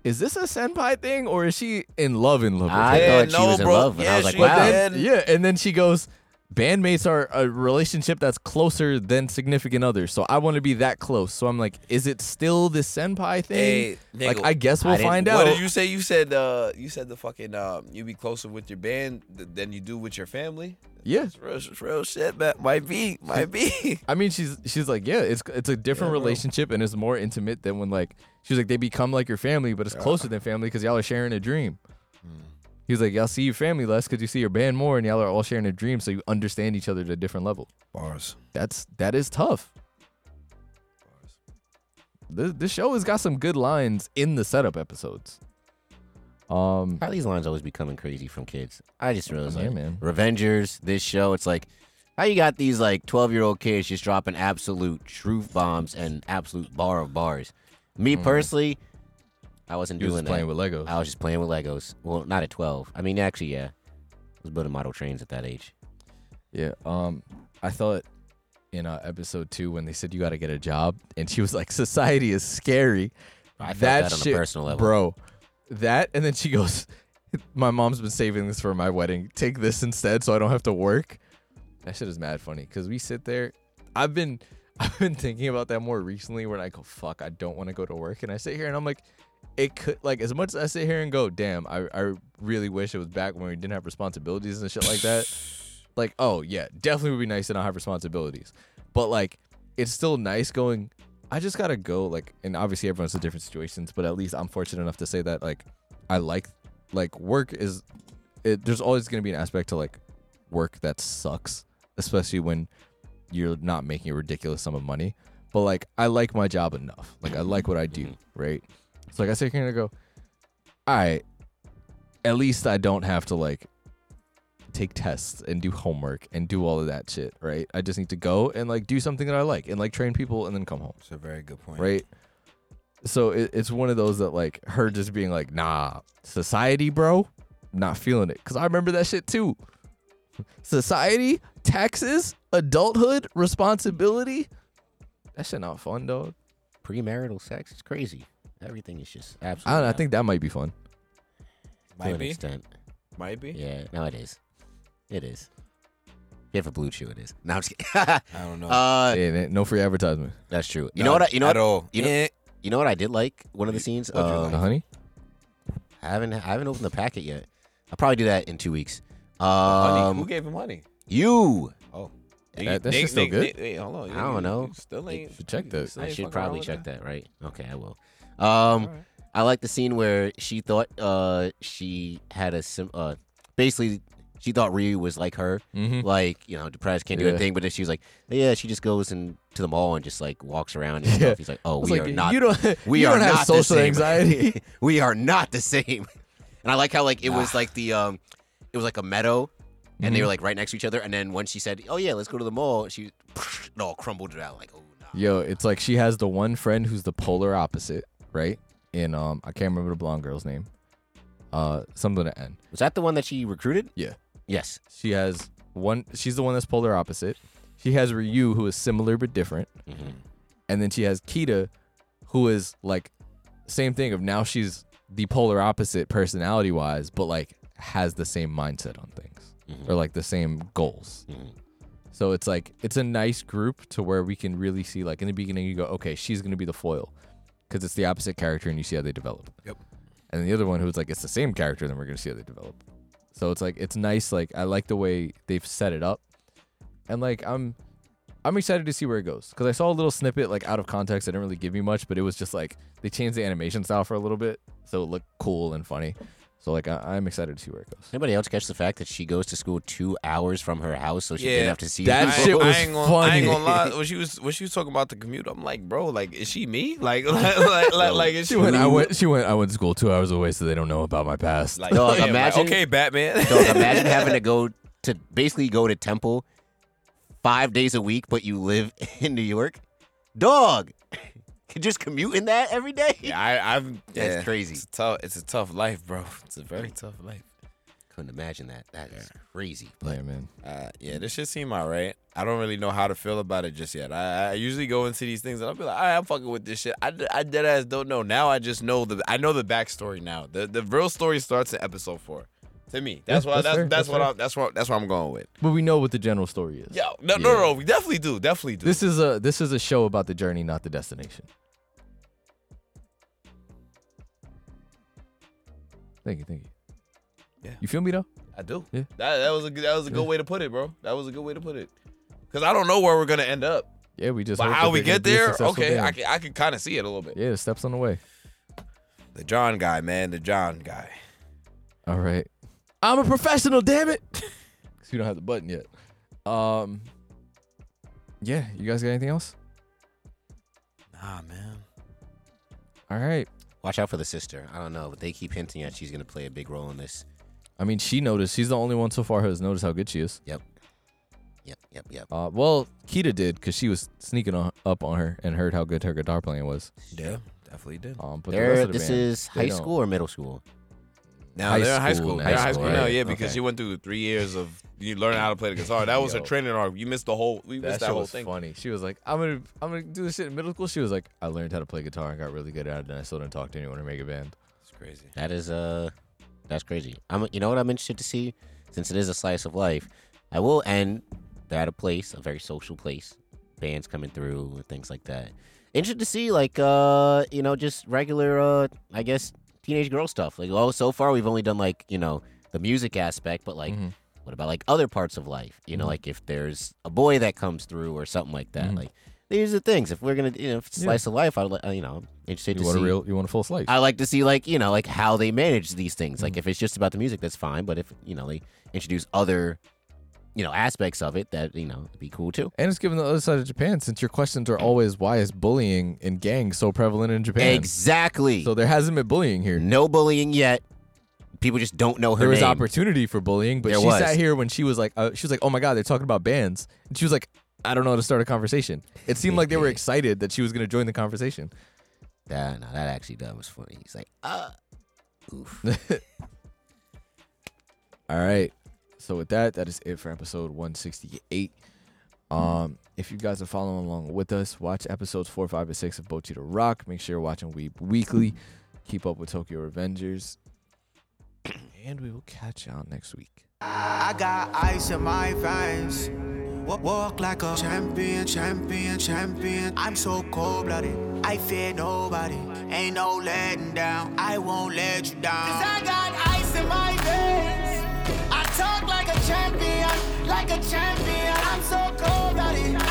is this a senpai thing or is she in love in love? With I him? thought she no, was in bro. love, and I Yeah, was like, she- "Wow." but Then- And- yeah, and then she goes, bandmates are a relationship that's closer than significant others, so I want to be that close. So I'm like, is it still this senpai thing? Hey, nigga, like, I guess we'll I didn't- find What out. did you say? You said uh, you said the fucking um, you be closer with your band th- than you do with your family. yeah, It's real, it's real shit, man. Might be, might be. I mean, she's she's like, yeah, it's it's a different relationship and it's more intimate than when like she's like they become like your family, but it's closer than family because y'all are sharing a dream. Hmm. He was like, y'all see your family less because you see your band more, and y'all are all sharing a dream, so you understand each other at a different level. Bars. That's that is tough. This this show has got some good lines in the setup episodes. Um, How these lines always be coming crazy from kids? I just realized, Yeah, like, man. Revengers, this show, it's like, how you got these like twelve year old kids just dropping absolute truth bombs and absolute bar of bars? Me personally, I wasn't he Mm. was doing just eh? playing that. with Legos. I was just playing with Legos. Well, not at twelve. I mean, actually, yeah, I was building model trains at that age. Yeah. Um, I thought in uh, episode two when they said you got to get a job, and she was like, "Society is scary." I felt that on a shit- personal level. bro. That and then she goes, "My mom's been saving this for my wedding. Take this instead, so I don't have to work." That shit is mad funny because we sit there. I've been, I've been thinking about that more recently. When I go, "Fuck, I don't want to go to work," and I sit here and I'm like, it could like as much as I sit here and go, damn, I, I really wish it was back when we didn't have responsibilities and shit like that. like, oh yeah, definitely would be nice to not have responsibilities. But like it's still nice going, I just gotta go, like and obviously everyone's in different situations, but at least I'm fortunate enough to say that like I like like work is it, there's always gonna be an aspect to like work that sucks, especially when you're not making a ridiculous sum of money. But like I like my job enough. Like I like what I do, right? So like I sit here and I go, all right, at least I don't have to like take tests and do homework and do all of that shit, right? I just need to go and like do something that I like and like train people and then come home, It's a very good point. right? So it, it's one of those that like her just being like, nah, society, bro, not feeling it. Cause I remember that shit too. Society, taxes, adulthood, responsibility. That shit not fun, dog. Premarital sex is crazy. Everything is just absolutely. I don't know. I think that might be fun. to Might an be. extent. Might be. Yeah, no, it is. It is. If you have a blue chew, it is. No, I'm just kidding. I don't know. uh, Hey, man, no free advertisement. that's true. You Not know what? I, you know at what? all. you know- Eh. You know what I did like? One of the scenes. The Uh, honey? I haven't. I haven't opened the packet yet. I'll probably do that in two weeks. honey, who Um, gave him honey? you. Oh, That- that shit's still good. Wait, hold on. I don't know. You Still Like, ain't. should check you that. still I ain't should fucking around probably with check that. Right? Okay, I will. Um, Alright. I like the scene where she thought uh she had a sim. Uh, basically, she thought Ryu was like her, Mm-hmm. like you know, depressed, can't do Yeah. anything. But then she was like, yeah, she just goes and to the mall and just like walks around and Yeah. stuff. He's like, oh, we are not. You don't. we you are don't have not the social same. anxiety. we are not the same. And I like how like it was like the um it was like a meadow and they Mhm. were like right next to each other and then when she said, "Oh yeah, let's go to the mall," she it all crumbled it out like, "Oh no." Yo, it's like she has the one friend who's the polar opposite, right? And um, I can't remember the blonde girl's name. Uh, something to N. Was that the one that she recruited? Yeah. Yes. She has one. She's the one that's polar opposite. She has Ryu, who is similar but different, and then she has Kita, who is like same thing. Of now she's the polar opposite personality wise, but like has the same mindset on things or like the same goals. So it's like it's a nice group to where we can really see like in the beginning you go, okay, she's gonna be the foil because it's the opposite character and you see how they develop. Yep. And then the other one who's like it's the same character, then we're gonna see how they develop. So it's like it's nice. Like I like the way they've set it up, and like I'm I'm excited to see where it goes because I saw a little snippet like out of context. It didn't really give me much, but it was just like they changed the animation style for a little bit, so it looked cool and funny. So like I- I'm excited to see where it goes. Anybody else catch the fact that she goes to school 2 hours from her house so she Yeah. didn't have to see That I, people? ain't- shit I was ain't gonna, I funny. ain't gonna lie. When she was when she was talking about the commute, I'm like, bro, like is she me? Like like like, like, like is she, She went. I me? went. She went. I went to school two hours away, so they don't know about my past. Like, Dog, yeah, like, imagine- okay, Batman. Dog, imagine having to go to basically go to temple 5 days a week but you live in New York. Dog. Just commuting that every day? yeah, I, I'm. Yeah. That's crazy. It's a tough. It's a tough life, bro. It's a very tough life. Couldn't imagine that. That is crazy. yeah, man. Uh, yeah, this shit seem alright. I don't really know how to feel about it just yet. I, I usually go into these things and I'll be like, all right, I'm fucking with this shit. I, d- I dead ass don't know. Now I just know the I know the backstory now. The the real story starts in episode four. To me, that's Yeah, what that's that's fair, that's, that's what fair. I'm that's what that's what I'm going with. But we know what the general story is. Yo, no, no, no, we definitely do, definitely do. This is a this is a show about the journey, not the destination. Thank you, thank you. Yeah. You feel me though? I do. Yeah. That that was a good that was a good way to put it, bro. That was a good way to put it. Cause I don't know where we're gonna end up, Yeah, we just. but hope how that we they're gonna get be a there, successful okay, band. I can I can kind of see it a little bit. Yeah, steps on the way. The John guy, man, the John guy. All right. I'm a professional, damn it. Cause we don't have the button yet. Um. Yeah, you guys got anything else? Nah, man. All right. Watch out for the sister. I don't know, but they keep hinting at she's gonna play a big role in this. I mean, she noticed. She's the only one so far who has noticed how good she is. Yep. Yep, yep, yep. Uh, well, Kita did because she was sneaking on, up on her and heard how good her guitar playing was. Yeah, definitely did. Um, but the They're- rest of the this band, is they high don't. school or middle school? Now High they're in high school school. now. They're in High high school, school now, right. yeah, because Okay. you went through three years of you learning how to play the guitar. That was her Yo. training arc. You missed the whole. We That missed that, shit whole was thing. funny. She was like, "I'm gonna, I'm gonna do this shit in middle school." She was like, "I learned how to play guitar and got really good at it, and I still didn't talk to anyone or make a band." It's crazy. That is uh that's crazy. I'm you know what I'm interested to see since it is a slice of life. I will end they're at a place, a very social place. Bands coming through and things like that. Interested to see like uh you know just regular uh I guess teenage girl stuff. Like oh so far we've only done like, you know, the music aspect, but like Mhm. what about like other parts of life? You know, Mm-hmm. like if there's a boy that comes through or something like that. Mhm. Like these are things. If we're gonna, you know, if it's a Yeah. slice of life, I, would li- uh, you know, I'm interested You to want see. a real, you want a full slice. I like to see like you know like how they manage these things. Mm. Like if it's just about the music, that's fine. But if you know they introduce other you know aspects of it, that you know would be cool too. and it's given the other side of Japan, since your questions are always why is bullying and gangs so prevalent in Japan? Exactly. So there hasn't been bullying here. no bullying yet. People just don't know her there was name. opportunity for bullying, but There she was. sat here when she was like, uh, she was like, "Oh my god, they're talking about bands," and she was like, "I don't know how to start a conversation." It seemed like they were excited that she was going to join the conversation. that, no, that actually that was funny. He's like, uh, oof. All right. So with that, that is it for episode 168. Um, if you guys are following along with us, watch episodes four, five, and six of Bochi to Rock. Make sure you're watching Weep Weekly. Keep up with Tokyo Avengers. And we will catch y'all next week. I got ice in my veins. Wa- Walk like a champion, champion, champion. I'm so cold blooded. I fear nobody. Ain't no letting down. I won't let you down. Cause I got ice in my veins. I talk like a champion, like a champion. I'm so cold blooded.